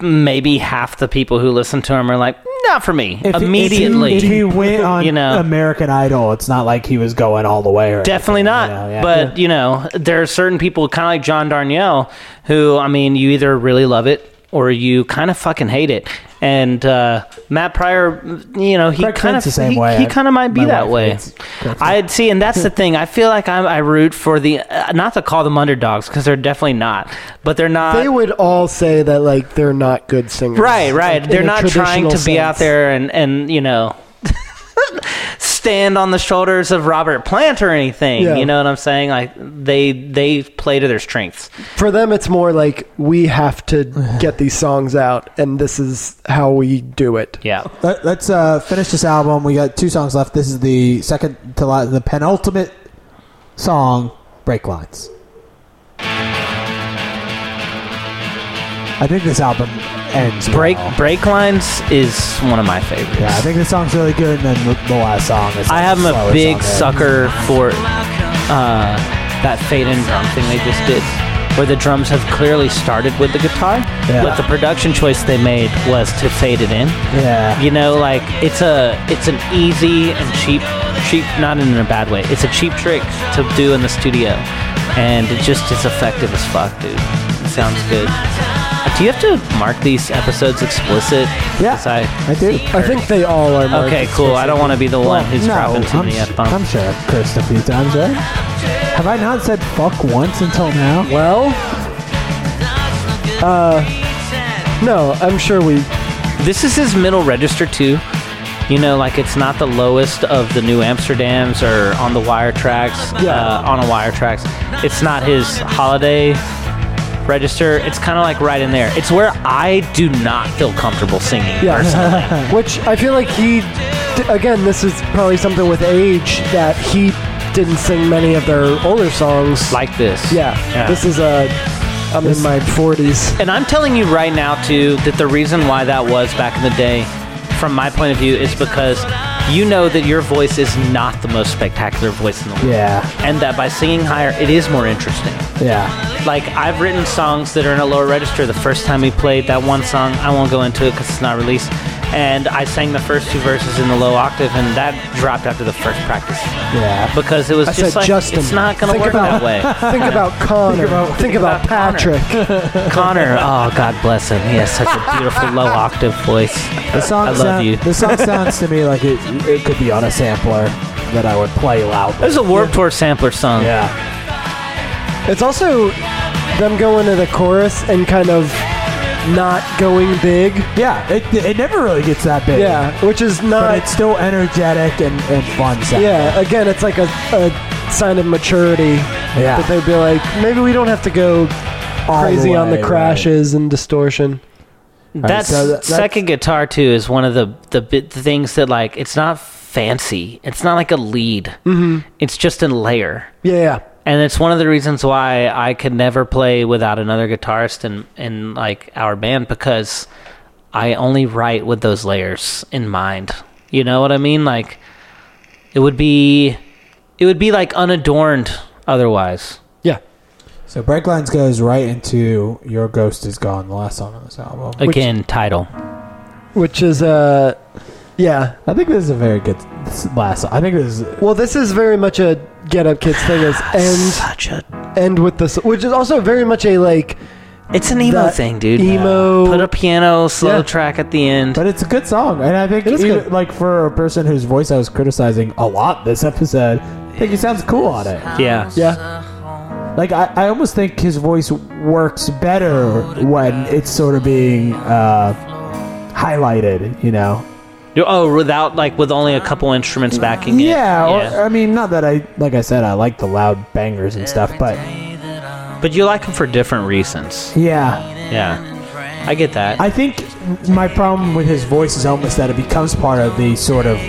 [SPEAKER 3] maybe half the people who listen to him are like, "Not for me."
[SPEAKER 4] If he-
[SPEAKER 3] Immediately,
[SPEAKER 4] if he, if he
[SPEAKER 3] [LAUGHS]
[SPEAKER 4] went on
[SPEAKER 3] You know.
[SPEAKER 4] American Idol, it's not like he was going all the way. Or
[SPEAKER 3] definitely not.
[SPEAKER 4] anything, you know, yeah.
[SPEAKER 3] But you know, there are certain people, kind of like John Darnielle, who I mean, you either really love it or you kind of fucking hate it. And uh, Matt Pryor, you know, he
[SPEAKER 4] Craig
[SPEAKER 3] kind of
[SPEAKER 4] Finn's the same
[SPEAKER 3] he,
[SPEAKER 4] way.
[SPEAKER 3] he kind of might be
[SPEAKER 4] My
[SPEAKER 3] that
[SPEAKER 4] wife
[SPEAKER 3] way.
[SPEAKER 4] hates Craig Finn.
[SPEAKER 3] I see, and that's the thing. I feel like I, I root for the uh, not to call them underdogs because they're definitely not, but they're not.
[SPEAKER 2] They would all say that like they're not good singers.
[SPEAKER 3] Right, right.
[SPEAKER 2] Like,
[SPEAKER 3] They're
[SPEAKER 2] in a
[SPEAKER 3] not trying
[SPEAKER 2] traditional
[SPEAKER 3] to be out
[SPEAKER 2] sense.
[SPEAKER 3] there and and you know [LAUGHS] stand on the shoulders of Robert Plant or anything.
[SPEAKER 2] Yeah.
[SPEAKER 3] You know what I'm saying? Like they they play to their strengths.
[SPEAKER 2] For them, it's more like we have
[SPEAKER 4] [SIGHS]
[SPEAKER 2] to get these songs out, and this is how we do it.
[SPEAKER 3] Yeah.
[SPEAKER 4] Let, let's uh, finish this album. We got two songs left. This is the second to la- the penultimate song, Break Lines. I think this album ends.
[SPEAKER 3] Break
[SPEAKER 4] well.
[SPEAKER 3] break lines is one of my favorites.
[SPEAKER 4] Yeah, I think this song's really good. And then the, the last song is.
[SPEAKER 3] I am
[SPEAKER 4] slower
[SPEAKER 3] a big
[SPEAKER 4] song there.
[SPEAKER 3] sucker for
[SPEAKER 6] Welcome.
[SPEAKER 3] uh, that fade in drum thing they just did. Where the drums have clearly started with the guitar,
[SPEAKER 4] Yeah.
[SPEAKER 3] but the production choice they made was to fade it in.
[SPEAKER 4] Yeah.
[SPEAKER 3] You know, like it's a it's an easy and cheap cheap not in a bad way. It's a cheap trick to do in the studio, and it just is effective as fuck, dude. It sounds good. Do you have to mark these episodes explicit?
[SPEAKER 4] Yeah,
[SPEAKER 3] 'Cause I,
[SPEAKER 4] I do.
[SPEAKER 2] I think they all are. Mark.
[SPEAKER 3] okay, cool. I don't want to be the one who's
[SPEAKER 4] no,
[SPEAKER 3] dropping too
[SPEAKER 4] I'm,
[SPEAKER 3] many
[SPEAKER 4] sh-
[SPEAKER 3] f
[SPEAKER 4] I'm
[SPEAKER 3] bombs.
[SPEAKER 4] sure I've cursed a few times, right? Have I not said fuck once until now?
[SPEAKER 2] Well,
[SPEAKER 6] Said,
[SPEAKER 2] no, I'm sure we
[SPEAKER 3] This is his middle register too. You know, like it's not the lowest of the New Amsterdams or on the wire tracks.
[SPEAKER 2] Yeah.
[SPEAKER 3] Uh, on a wire tracks. It's not his holiday register. It's kind of like right in there. It's where I do not feel comfortable singing.
[SPEAKER 2] Yeah. [LAUGHS]
[SPEAKER 3] personally.
[SPEAKER 2] Which I feel like he, d- again, this is probably something with age that he didn't sing many of their older songs.
[SPEAKER 3] Like this.
[SPEAKER 2] yeah, this is a. I'm in my
[SPEAKER 3] [LAUGHS]
[SPEAKER 2] 40s.
[SPEAKER 3] And I'm telling you right now, too, that the reason why that was back in the day, from my point of view, is because you know that your voice is not the most spectacular voice in the world.
[SPEAKER 4] Yeah,
[SPEAKER 3] And that by singing higher, it is more interesting.
[SPEAKER 4] yeah.
[SPEAKER 3] Like, I've written songs that are in a lower register. The first time we played that one song, I won't go into it because it's not released. And I sang the first two verses in the low octave, and that dropped after the first practice
[SPEAKER 4] Yeah.
[SPEAKER 3] because it was
[SPEAKER 2] I
[SPEAKER 3] just
[SPEAKER 2] said,
[SPEAKER 3] like
[SPEAKER 2] Justin,
[SPEAKER 3] it's not going to
[SPEAKER 2] think
[SPEAKER 3] work
[SPEAKER 2] about-
[SPEAKER 3] that way.
[SPEAKER 2] [LAUGHS]
[SPEAKER 4] [LAUGHS]
[SPEAKER 2] Think
[SPEAKER 3] [LAUGHS]
[SPEAKER 2] about Connor. Think about,
[SPEAKER 3] about Connor.
[SPEAKER 2] Patrick.
[SPEAKER 3] Connor, oh God bless him. He has such a beautiful low octave voice.
[SPEAKER 4] The song
[SPEAKER 3] I love
[SPEAKER 4] sound-
[SPEAKER 3] you.
[SPEAKER 4] The
[SPEAKER 3] [LAUGHS]
[SPEAKER 4] song sounds to me like it, it could be on a sampler that I would play loud.
[SPEAKER 3] There's a Warped Tour sampler song.
[SPEAKER 4] Yeah.
[SPEAKER 2] It's also them going to the chorus and kind of not going big.
[SPEAKER 4] Yeah. It, it never really gets that big.
[SPEAKER 2] Yeah, which is
[SPEAKER 4] But
[SPEAKER 2] not.
[SPEAKER 4] it's still energetic and, and fun sound.
[SPEAKER 2] yeah, again, it's like a, a sign of maturity
[SPEAKER 4] Yeah.
[SPEAKER 2] that they'd be like, maybe we don't have to go
[SPEAKER 4] All
[SPEAKER 2] crazy on the
[SPEAKER 4] way,
[SPEAKER 2] crashes and distortion.
[SPEAKER 4] right.
[SPEAKER 3] That's,
[SPEAKER 4] so that- that's-
[SPEAKER 3] second guitar too is one of the the bit things that like it's not fancy. It's not like a lead. Mm-hmm. It's just a layer,
[SPEAKER 2] Yeah, yeah.
[SPEAKER 3] and it's one of the reasons why I could never play without another guitarist in in like our band because I only write with those layers in mind. You know what I mean? Like it would be it would be like unadorned otherwise.
[SPEAKER 2] Yeah.
[SPEAKER 4] So Breaklines goes right into Your Ghost Is Gone, the last song on this album.
[SPEAKER 3] Again, title.
[SPEAKER 2] Which is uh yeah.
[SPEAKER 4] I think this is a very good s- last. I think this is
[SPEAKER 2] Well, this is very much a get up kids thing is end
[SPEAKER 3] Such a
[SPEAKER 2] end with this which is also very much a like
[SPEAKER 3] It's an emo
[SPEAKER 2] That
[SPEAKER 3] thing, dude.
[SPEAKER 2] emo-
[SPEAKER 3] Put a piano slow
[SPEAKER 2] Yeah.
[SPEAKER 3] track at the end.
[SPEAKER 4] but it's a good song, and I think
[SPEAKER 2] It is
[SPEAKER 4] even-
[SPEAKER 2] good.
[SPEAKER 4] like for a person whose voice I was criticizing a lot this [LAUGHS] episode, I think he sounds cool on it.
[SPEAKER 3] yeah.
[SPEAKER 2] yeah.
[SPEAKER 4] Like I, I almost think his voice works better when it's sort of being uh, highlighted, you know.
[SPEAKER 3] You're- Oh, without like with only a couple instruments backing it.
[SPEAKER 4] Yeah, Or, I mean, not that I like I said I like the loud bangers and stuff, but
[SPEAKER 3] but you like them for different reasons.
[SPEAKER 4] yeah,
[SPEAKER 3] Yeah, I get that.
[SPEAKER 4] I think my problem with his voice is almost that it becomes part of the sort of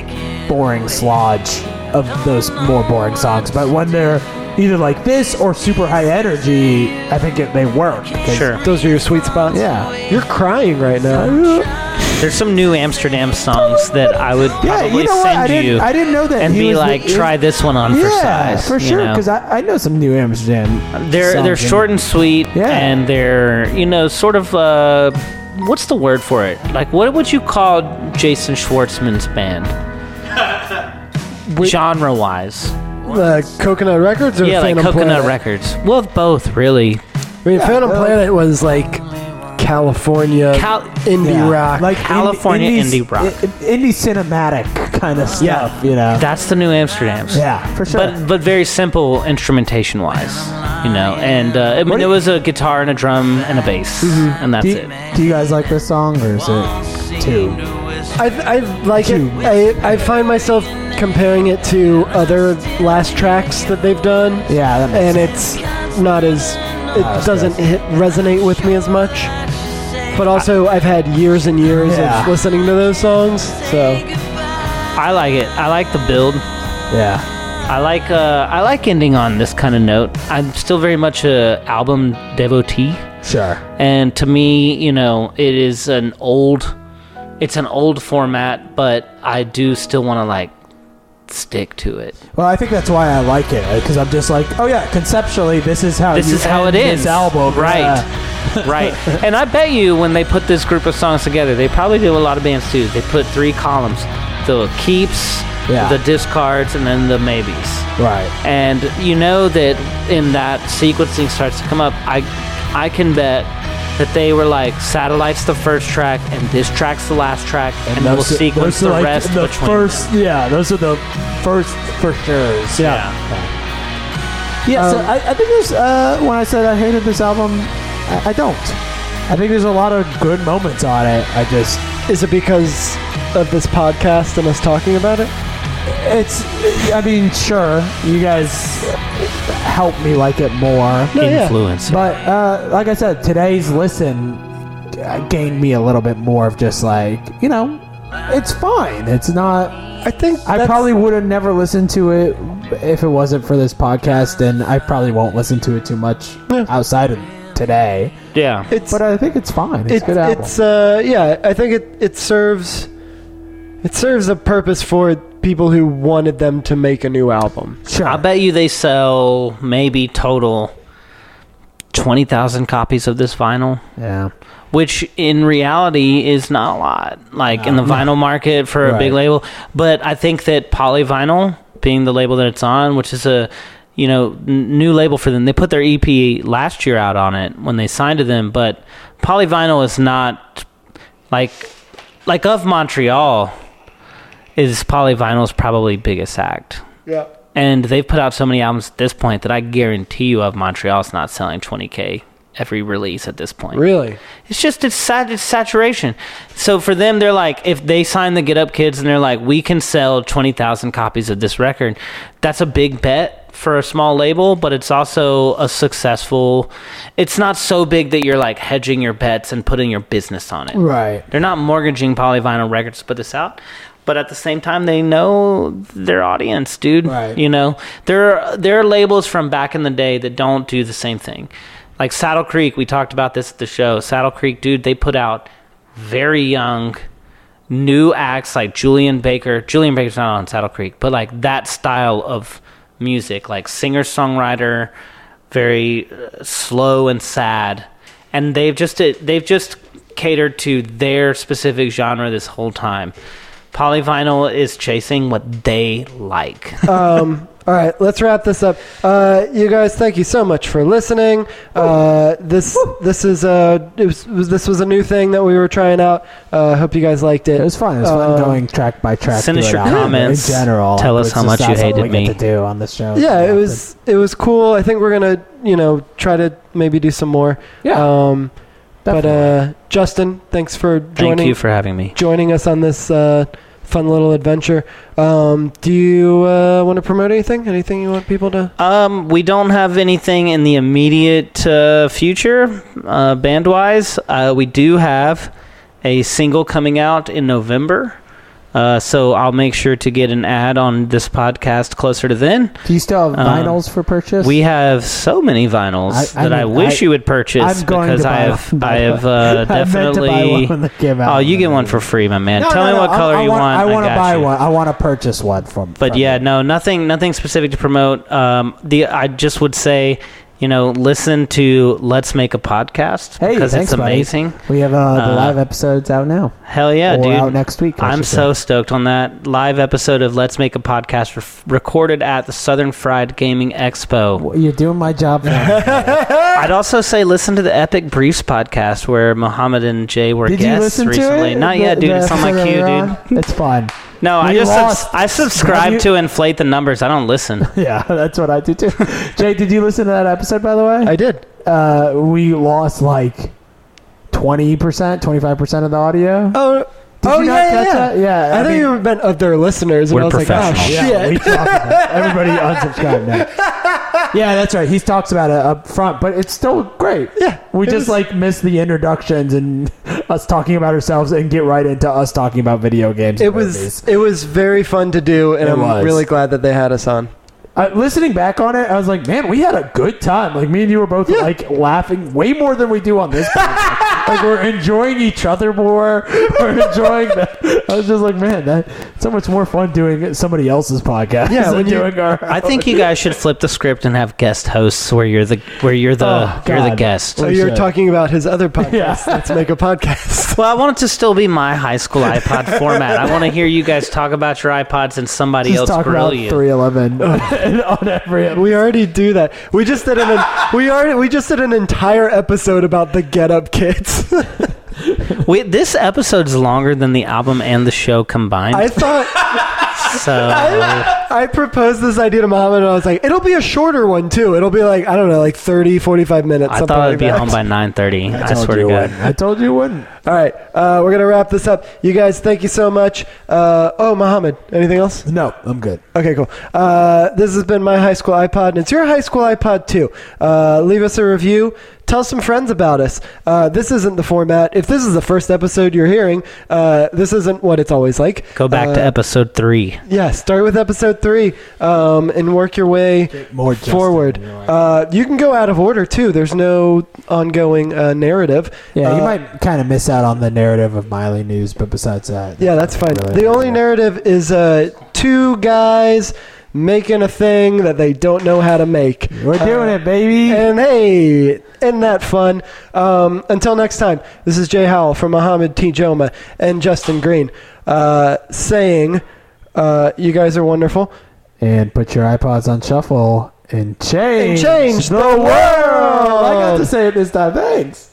[SPEAKER 4] boring sludge of those more boring songs. But when they're either like this or super high energy, I think it, they work. 'cause-
[SPEAKER 3] sure.
[SPEAKER 2] Those are your sweet spots.
[SPEAKER 4] Yeah.
[SPEAKER 2] You're crying right now.
[SPEAKER 3] There's some new Amsterdam songs that I would
[SPEAKER 4] Yeah,
[SPEAKER 3] probably
[SPEAKER 4] you know what?
[SPEAKER 3] send
[SPEAKER 4] I didn't,
[SPEAKER 3] you
[SPEAKER 4] I didn't know that.
[SPEAKER 3] and
[SPEAKER 4] he
[SPEAKER 3] be
[SPEAKER 4] was the-
[SPEAKER 3] like,
[SPEAKER 4] he-
[SPEAKER 3] try this one on for
[SPEAKER 4] yeah,
[SPEAKER 3] size.
[SPEAKER 4] for
[SPEAKER 3] you
[SPEAKER 4] sure.
[SPEAKER 3] know?
[SPEAKER 4] Because I, I know some new Amsterdam.
[SPEAKER 3] they're
[SPEAKER 4] songs
[SPEAKER 3] they're
[SPEAKER 4] and-
[SPEAKER 3] short and sweet
[SPEAKER 4] Yeah.
[SPEAKER 3] and they're you know sort of uh what's the word for it like what would you call jason schwartzman's band genre wise
[SPEAKER 2] The Coconut Records or
[SPEAKER 3] yeah like
[SPEAKER 2] Phantom
[SPEAKER 3] coconut
[SPEAKER 2] Planet?
[SPEAKER 3] records well both really
[SPEAKER 2] I mean, Phantom
[SPEAKER 4] well-
[SPEAKER 2] Planet was like
[SPEAKER 4] Uh,
[SPEAKER 2] California
[SPEAKER 3] Cal-
[SPEAKER 2] indie
[SPEAKER 4] Yeah.
[SPEAKER 2] rock.
[SPEAKER 4] like ind-
[SPEAKER 3] California
[SPEAKER 4] indies-
[SPEAKER 3] indie rock.
[SPEAKER 4] i- i- indie cinematic kind of stuff. You know,
[SPEAKER 3] that's the new amsterdam's
[SPEAKER 4] yeah, for sure.
[SPEAKER 3] but but very simple instrumentation wise you know and uh, i mean
[SPEAKER 4] What do
[SPEAKER 3] it
[SPEAKER 4] you- Mm-hmm.
[SPEAKER 3] was a guitar and a drum and a bass and that's
[SPEAKER 4] do,
[SPEAKER 3] it
[SPEAKER 4] you, do you guys like this song or is it too?
[SPEAKER 2] I, I like it. I, I find myself comparing it to other last tracks that they've done,
[SPEAKER 4] Yeah, that makes
[SPEAKER 2] and
[SPEAKER 4] sense.
[SPEAKER 2] it's not as it
[SPEAKER 4] that's
[SPEAKER 2] doesn't hit, resonate with me as much. But also, I've had years and years
[SPEAKER 4] Yeah.
[SPEAKER 2] of listening to those songs, so
[SPEAKER 3] i like it i like the build
[SPEAKER 4] yeah,
[SPEAKER 3] I like uh, I like ending on this kind of note. I'm still very much a album devotee,
[SPEAKER 4] sure.
[SPEAKER 3] and to me, you know, it is an old, it's an old format, but I do still want to like stick to it.
[SPEAKER 4] Well, I think that's why I like it because I'm just like, oh yeah, conceptually, this is how
[SPEAKER 3] This
[SPEAKER 4] you
[SPEAKER 3] is how it
[SPEAKER 4] end
[SPEAKER 3] is.
[SPEAKER 4] This album,
[SPEAKER 3] right?
[SPEAKER 4] Yeah. [LAUGHS]
[SPEAKER 3] right. And I bet you when they put this group of songs together, they probably do a lot of bands too. They put three columns: the keeps,
[SPEAKER 4] Yeah.
[SPEAKER 3] the discards, and then the maybes.
[SPEAKER 4] Right.
[SPEAKER 3] and you know that in that sequencing starts to come up i i can bet that they were like satellites the first track and this track's the last track and, we'll
[SPEAKER 4] those-
[SPEAKER 3] sequence
[SPEAKER 4] those are
[SPEAKER 3] the
[SPEAKER 4] like
[SPEAKER 3] rest
[SPEAKER 4] The
[SPEAKER 3] between
[SPEAKER 4] first, yeah, those are the first for sure.
[SPEAKER 3] yeah.
[SPEAKER 4] Yeah, Um, so I, I think there's, uh, when I said I hated this album, I, I don't. I think there's a lot of good moments on it. I just,
[SPEAKER 2] is it because of this podcast and us talking about it?
[SPEAKER 4] it's, I mean, sure, you guys help me like it more.
[SPEAKER 2] No, yeah.
[SPEAKER 3] influence
[SPEAKER 4] But, uh, like I said, today's listen uh, gained me a little bit more of just like, you know, it's fine. It's not,
[SPEAKER 2] I think
[SPEAKER 4] I
[SPEAKER 2] that's-
[SPEAKER 4] probably would have never listened to it if it wasn't for this podcast, and I probably won't listen to it too much outside of today.
[SPEAKER 3] yeah
[SPEAKER 2] it's
[SPEAKER 4] But I think it's fine. It's
[SPEAKER 2] it,
[SPEAKER 4] a good album.
[SPEAKER 2] it's uh yeah i think it it serves it serves a purpose for people who wanted them to make a new album
[SPEAKER 4] sure.
[SPEAKER 3] i bet you they sell maybe total 20,000 copies of this vinyl
[SPEAKER 4] Yeah.
[SPEAKER 3] which in reality is not a lot like in the vinyl market for a big
[SPEAKER 4] Right.
[SPEAKER 3] label but i think that polyvinyl being the label that it's on which is a you know n- new label for them they put their ep last year out on it when they signed to them but polyvinyl is not like like of montreal is polyvinyl's probably biggest act
[SPEAKER 2] yeah
[SPEAKER 3] and they've put out so many albums at this point that i guarantee you of montreal's not selling 20k every release at this point.
[SPEAKER 2] Really?
[SPEAKER 3] It's just it's, sat- it's saturation. So for them, they're like, if they sign the Get Up Kids and they're like, we can sell twenty thousand copies of this record, that's a big bet for a small label, but it's also a successful. It's not so big that you're like hedging your bets and putting your business on it.
[SPEAKER 4] Right.
[SPEAKER 3] They're not mortgaging Polyvinyl Records to put this out, but at the same time, they know their audience, dude.
[SPEAKER 4] Right.
[SPEAKER 3] You know, there are, there are labels from back in the day that don't do the same thing. Like Saddle Creek, we talked about this at the show. Saddle Creek, dude, they put out very young, new acts like Julian Baker. Julian Baker's not on Saddle Creek, but like that style of music, like singer songwriter, very uh, slow and sad. And they've just uh, they've just catered to their specific genre this whole time. Polyvinyl is chasing what they like.
[SPEAKER 2] All right, let's wrap this up. Uh, you guys, thank you so much for listening. Uh, this this is a it was, was- this was a new thing that we were trying out. Uh, hope you guys liked it.
[SPEAKER 4] It was fun. It was fun
[SPEAKER 2] Uh,
[SPEAKER 4] going track by track.
[SPEAKER 3] send us
[SPEAKER 4] through it
[SPEAKER 3] your
[SPEAKER 4] out.
[SPEAKER 3] comments.
[SPEAKER 4] In general,
[SPEAKER 3] Tell us
[SPEAKER 4] It's
[SPEAKER 3] how
[SPEAKER 4] just
[SPEAKER 3] much you
[SPEAKER 4] not something
[SPEAKER 3] hated
[SPEAKER 4] we
[SPEAKER 3] me.
[SPEAKER 4] Get to do on this show.
[SPEAKER 2] Yeah, it was it was cool. I think we're gonna you know try to maybe do some more.
[SPEAKER 4] Yeah,
[SPEAKER 2] Um, but
[SPEAKER 4] definitely.
[SPEAKER 2] uh, Justin, thanks for joining
[SPEAKER 3] Thank you for having me.
[SPEAKER 2] joining us on this uh, fun little adventure. Um, do you uh, want to promote anything? Anything you want people to?
[SPEAKER 3] Um, we don't have anything in the immediate uh, future, uh, band wise. Uh, we do have a single coming out in November. Uh, so I'll make sure to get an ad on this podcast closer to then.
[SPEAKER 4] do you still have
[SPEAKER 3] um,
[SPEAKER 4] vinyls for purchase?
[SPEAKER 3] We have so many vinyls
[SPEAKER 4] I- I
[SPEAKER 3] that I
[SPEAKER 4] mean,
[SPEAKER 3] wish
[SPEAKER 4] I-
[SPEAKER 3] you would purchase
[SPEAKER 4] I'm going
[SPEAKER 3] because
[SPEAKER 4] to
[SPEAKER 3] I
[SPEAKER 4] buy
[SPEAKER 3] have
[SPEAKER 4] one, by
[SPEAKER 3] I
[SPEAKER 4] the [LAUGHS] way. I
[SPEAKER 3] have uh,
[SPEAKER 4] meant to
[SPEAKER 3] definitely.
[SPEAKER 4] buy one when they came out.
[SPEAKER 3] Oh, you get one for free, my man.
[SPEAKER 4] No,
[SPEAKER 3] Tell
[SPEAKER 4] no,
[SPEAKER 3] me
[SPEAKER 4] no,
[SPEAKER 3] what
[SPEAKER 4] I-
[SPEAKER 3] color
[SPEAKER 4] I
[SPEAKER 3] you
[SPEAKER 4] want.
[SPEAKER 3] want.
[SPEAKER 4] I want to
[SPEAKER 3] got
[SPEAKER 4] buy
[SPEAKER 3] you.
[SPEAKER 4] one. I want to purchase one from.
[SPEAKER 3] But
[SPEAKER 4] from
[SPEAKER 3] yeah,
[SPEAKER 4] you.
[SPEAKER 3] no, nothing, nothing specific to promote. Um, the I just would say, you know, listen to Let's Make a Podcast
[SPEAKER 4] Hey,
[SPEAKER 3] because
[SPEAKER 4] thanks,
[SPEAKER 3] it's
[SPEAKER 4] buddy.
[SPEAKER 3] amazing.
[SPEAKER 4] we have uh, the
[SPEAKER 3] uh,
[SPEAKER 4] live episodes out now.
[SPEAKER 3] Hell yeah,
[SPEAKER 4] or
[SPEAKER 3] dude!
[SPEAKER 4] out next week. I
[SPEAKER 3] I'm
[SPEAKER 4] should say.
[SPEAKER 3] so stoked on that live episode of Let's Make a Podcast re- recorded at the Southern Fried Gaming Expo.
[SPEAKER 4] Well, You're doing my job.
[SPEAKER 3] [LAUGHS]
[SPEAKER 4] now.
[SPEAKER 3] I'd also say listen to the Epic Briefs podcast where Mohammed and Jay were
[SPEAKER 4] Did you
[SPEAKER 3] guests
[SPEAKER 4] listen
[SPEAKER 3] recently.
[SPEAKER 4] to it?
[SPEAKER 3] Not yet,
[SPEAKER 4] The-
[SPEAKER 3] dude.
[SPEAKER 4] the
[SPEAKER 3] it's on
[SPEAKER 4] episode
[SPEAKER 3] my
[SPEAKER 4] that
[SPEAKER 3] queue,
[SPEAKER 4] we're
[SPEAKER 3] dude.
[SPEAKER 4] on? It's fun.
[SPEAKER 3] No, I
[SPEAKER 4] We
[SPEAKER 3] just
[SPEAKER 4] lost.
[SPEAKER 3] subs- I subscribe
[SPEAKER 4] Have you-
[SPEAKER 3] to inflate the numbers. I don't listen.
[SPEAKER 4] [LAUGHS] Yeah, [LAUGHS] that's what I do
[SPEAKER 3] [LAUGHS]
[SPEAKER 4] too. Jay, did you listen to that episode by the way?
[SPEAKER 2] I did.
[SPEAKER 4] uh, we lost like twenty percent, twenty five percent of the audio.
[SPEAKER 2] Oh,
[SPEAKER 4] Did
[SPEAKER 2] oh
[SPEAKER 4] you not
[SPEAKER 2] yeah,
[SPEAKER 4] catch
[SPEAKER 2] yeah.
[SPEAKER 4] that? Yeah,
[SPEAKER 2] I,
[SPEAKER 4] I
[SPEAKER 2] think
[SPEAKER 4] mean-
[SPEAKER 2] you meant of their listeners, and
[SPEAKER 3] We're
[SPEAKER 2] I was like, oh
[SPEAKER 3] professionals.
[SPEAKER 2] shit.
[SPEAKER 4] Yeah, we talked
[SPEAKER 2] [LAUGHS]
[SPEAKER 4] about- everybody unsubscribed now. Yeah, that's right. He talks about it up front, but it's still great.
[SPEAKER 2] Yeah,
[SPEAKER 4] we
[SPEAKER 2] it
[SPEAKER 4] just
[SPEAKER 2] was-
[SPEAKER 4] like miss the introductions and [LAUGHS] us talking about ourselves and get right into us talking about video games. and
[SPEAKER 2] It was
[SPEAKER 4] movies.
[SPEAKER 2] it was very fun to do, and
[SPEAKER 4] It
[SPEAKER 2] I'm
[SPEAKER 4] was.
[SPEAKER 2] really glad that they had us on.
[SPEAKER 4] Uh, listening back on it. I was like, man, we had a good time. Like me and you were both like laughing way more than we do on this. [LAUGHS] podcast. like we're enjoying each other more. We're enjoying that. I was just like, man, that it's so much more fun doing somebody else's podcast.
[SPEAKER 2] Yeah,
[SPEAKER 4] than
[SPEAKER 2] when you-
[SPEAKER 4] doing our.
[SPEAKER 3] I think you guys should flip the script and have guest hosts where you're the where you're the
[SPEAKER 4] Oh,
[SPEAKER 3] you're the
[SPEAKER 4] God.
[SPEAKER 3] guest.
[SPEAKER 2] So
[SPEAKER 4] Holy
[SPEAKER 2] you're
[SPEAKER 4] shit.
[SPEAKER 2] talking about his
[SPEAKER 3] [LAUGHS]
[SPEAKER 2] other podcast.
[SPEAKER 4] [LAUGHS] [LAUGHS] Yeah.
[SPEAKER 2] Let's make a podcast. [LAUGHS]
[SPEAKER 3] Well, I want it to still be my high school iPod format. I want to hear you guys talk about your iPods and somebody
[SPEAKER 4] Just
[SPEAKER 3] else
[SPEAKER 4] talk
[SPEAKER 3] grill
[SPEAKER 4] about
[SPEAKER 3] you.
[SPEAKER 4] 311 [LAUGHS] on every episode.
[SPEAKER 2] We already do that. We just did an we already we just did an entire episode about the Get Up Kids. [LAUGHS]
[SPEAKER 3] Wait, this episode's longer than the album and the show combined.
[SPEAKER 2] I thought
[SPEAKER 3] so
[SPEAKER 2] I proposed this idea to Mohammed, and I was like, it'll be a shorter one too. It'll be like I don't know, like 30, 45 minutes.
[SPEAKER 3] I
[SPEAKER 2] something
[SPEAKER 3] thought
[SPEAKER 2] like
[SPEAKER 3] I'd be
[SPEAKER 2] that.
[SPEAKER 3] home by nine thirty. I,
[SPEAKER 4] told
[SPEAKER 3] swear
[SPEAKER 4] you
[SPEAKER 3] to
[SPEAKER 4] it
[SPEAKER 3] God.
[SPEAKER 4] wouldn't. I told you it wouldn't.
[SPEAKER 2] All right, uh, we're gonna wrap this up. You guys, thank you so much. Uh, oh, Mohammed, anything else?
[SPEAKER 4] No, I'm good.
[SPEAKER 2] Okay, cool. Uh, this has been my high school iPod, and it's your high school iPod too. Uh, leave us a review. Tell some friends about us. Uh, this isn't the format. If this is the first episode you're hearing, uh, this isn't what it's always like.
[SPEAKER 3] Go back
[SPEAKER 2] Uh,
[SPEAKER 3] to episode three.
[SPEAKER 2] Yeah, start with episode three um, and work your way
[SPEAKER 4] More Justin,
[SPEAKER 2] forward.
[SPEAKER 4] you know, I-
[SPEAKER 2] Uh, you can go out of order too. There's no ongoing uh, narrative.
[SPEAKER 4] yeah, you
[SPEAKER 2] Uh,
[SPEAKER 4] might kind of miss out on the narrative of Miley news, but besides that,
[SPEAKER 2] Yeah, that's fine.
[SPEAKER 4] Really?
[SPEAKER 2] the only narrative is uh, two guys making a thing that they don't know how to make.
[SPEAKER 4] we're doing it, baby.
[SPEAKER 2] And hey, isn't that fun? Um, until next time, this is Jay Howell from Mohammed T. Joma and Justin Green uh, saying, uh, You guys are wonderful.
[SPEAKER 4] and put your iPods on shuffle and change,
[SPEAKER 2] change the world!
[SPEAKER 4] I got to say it this time. Thanks.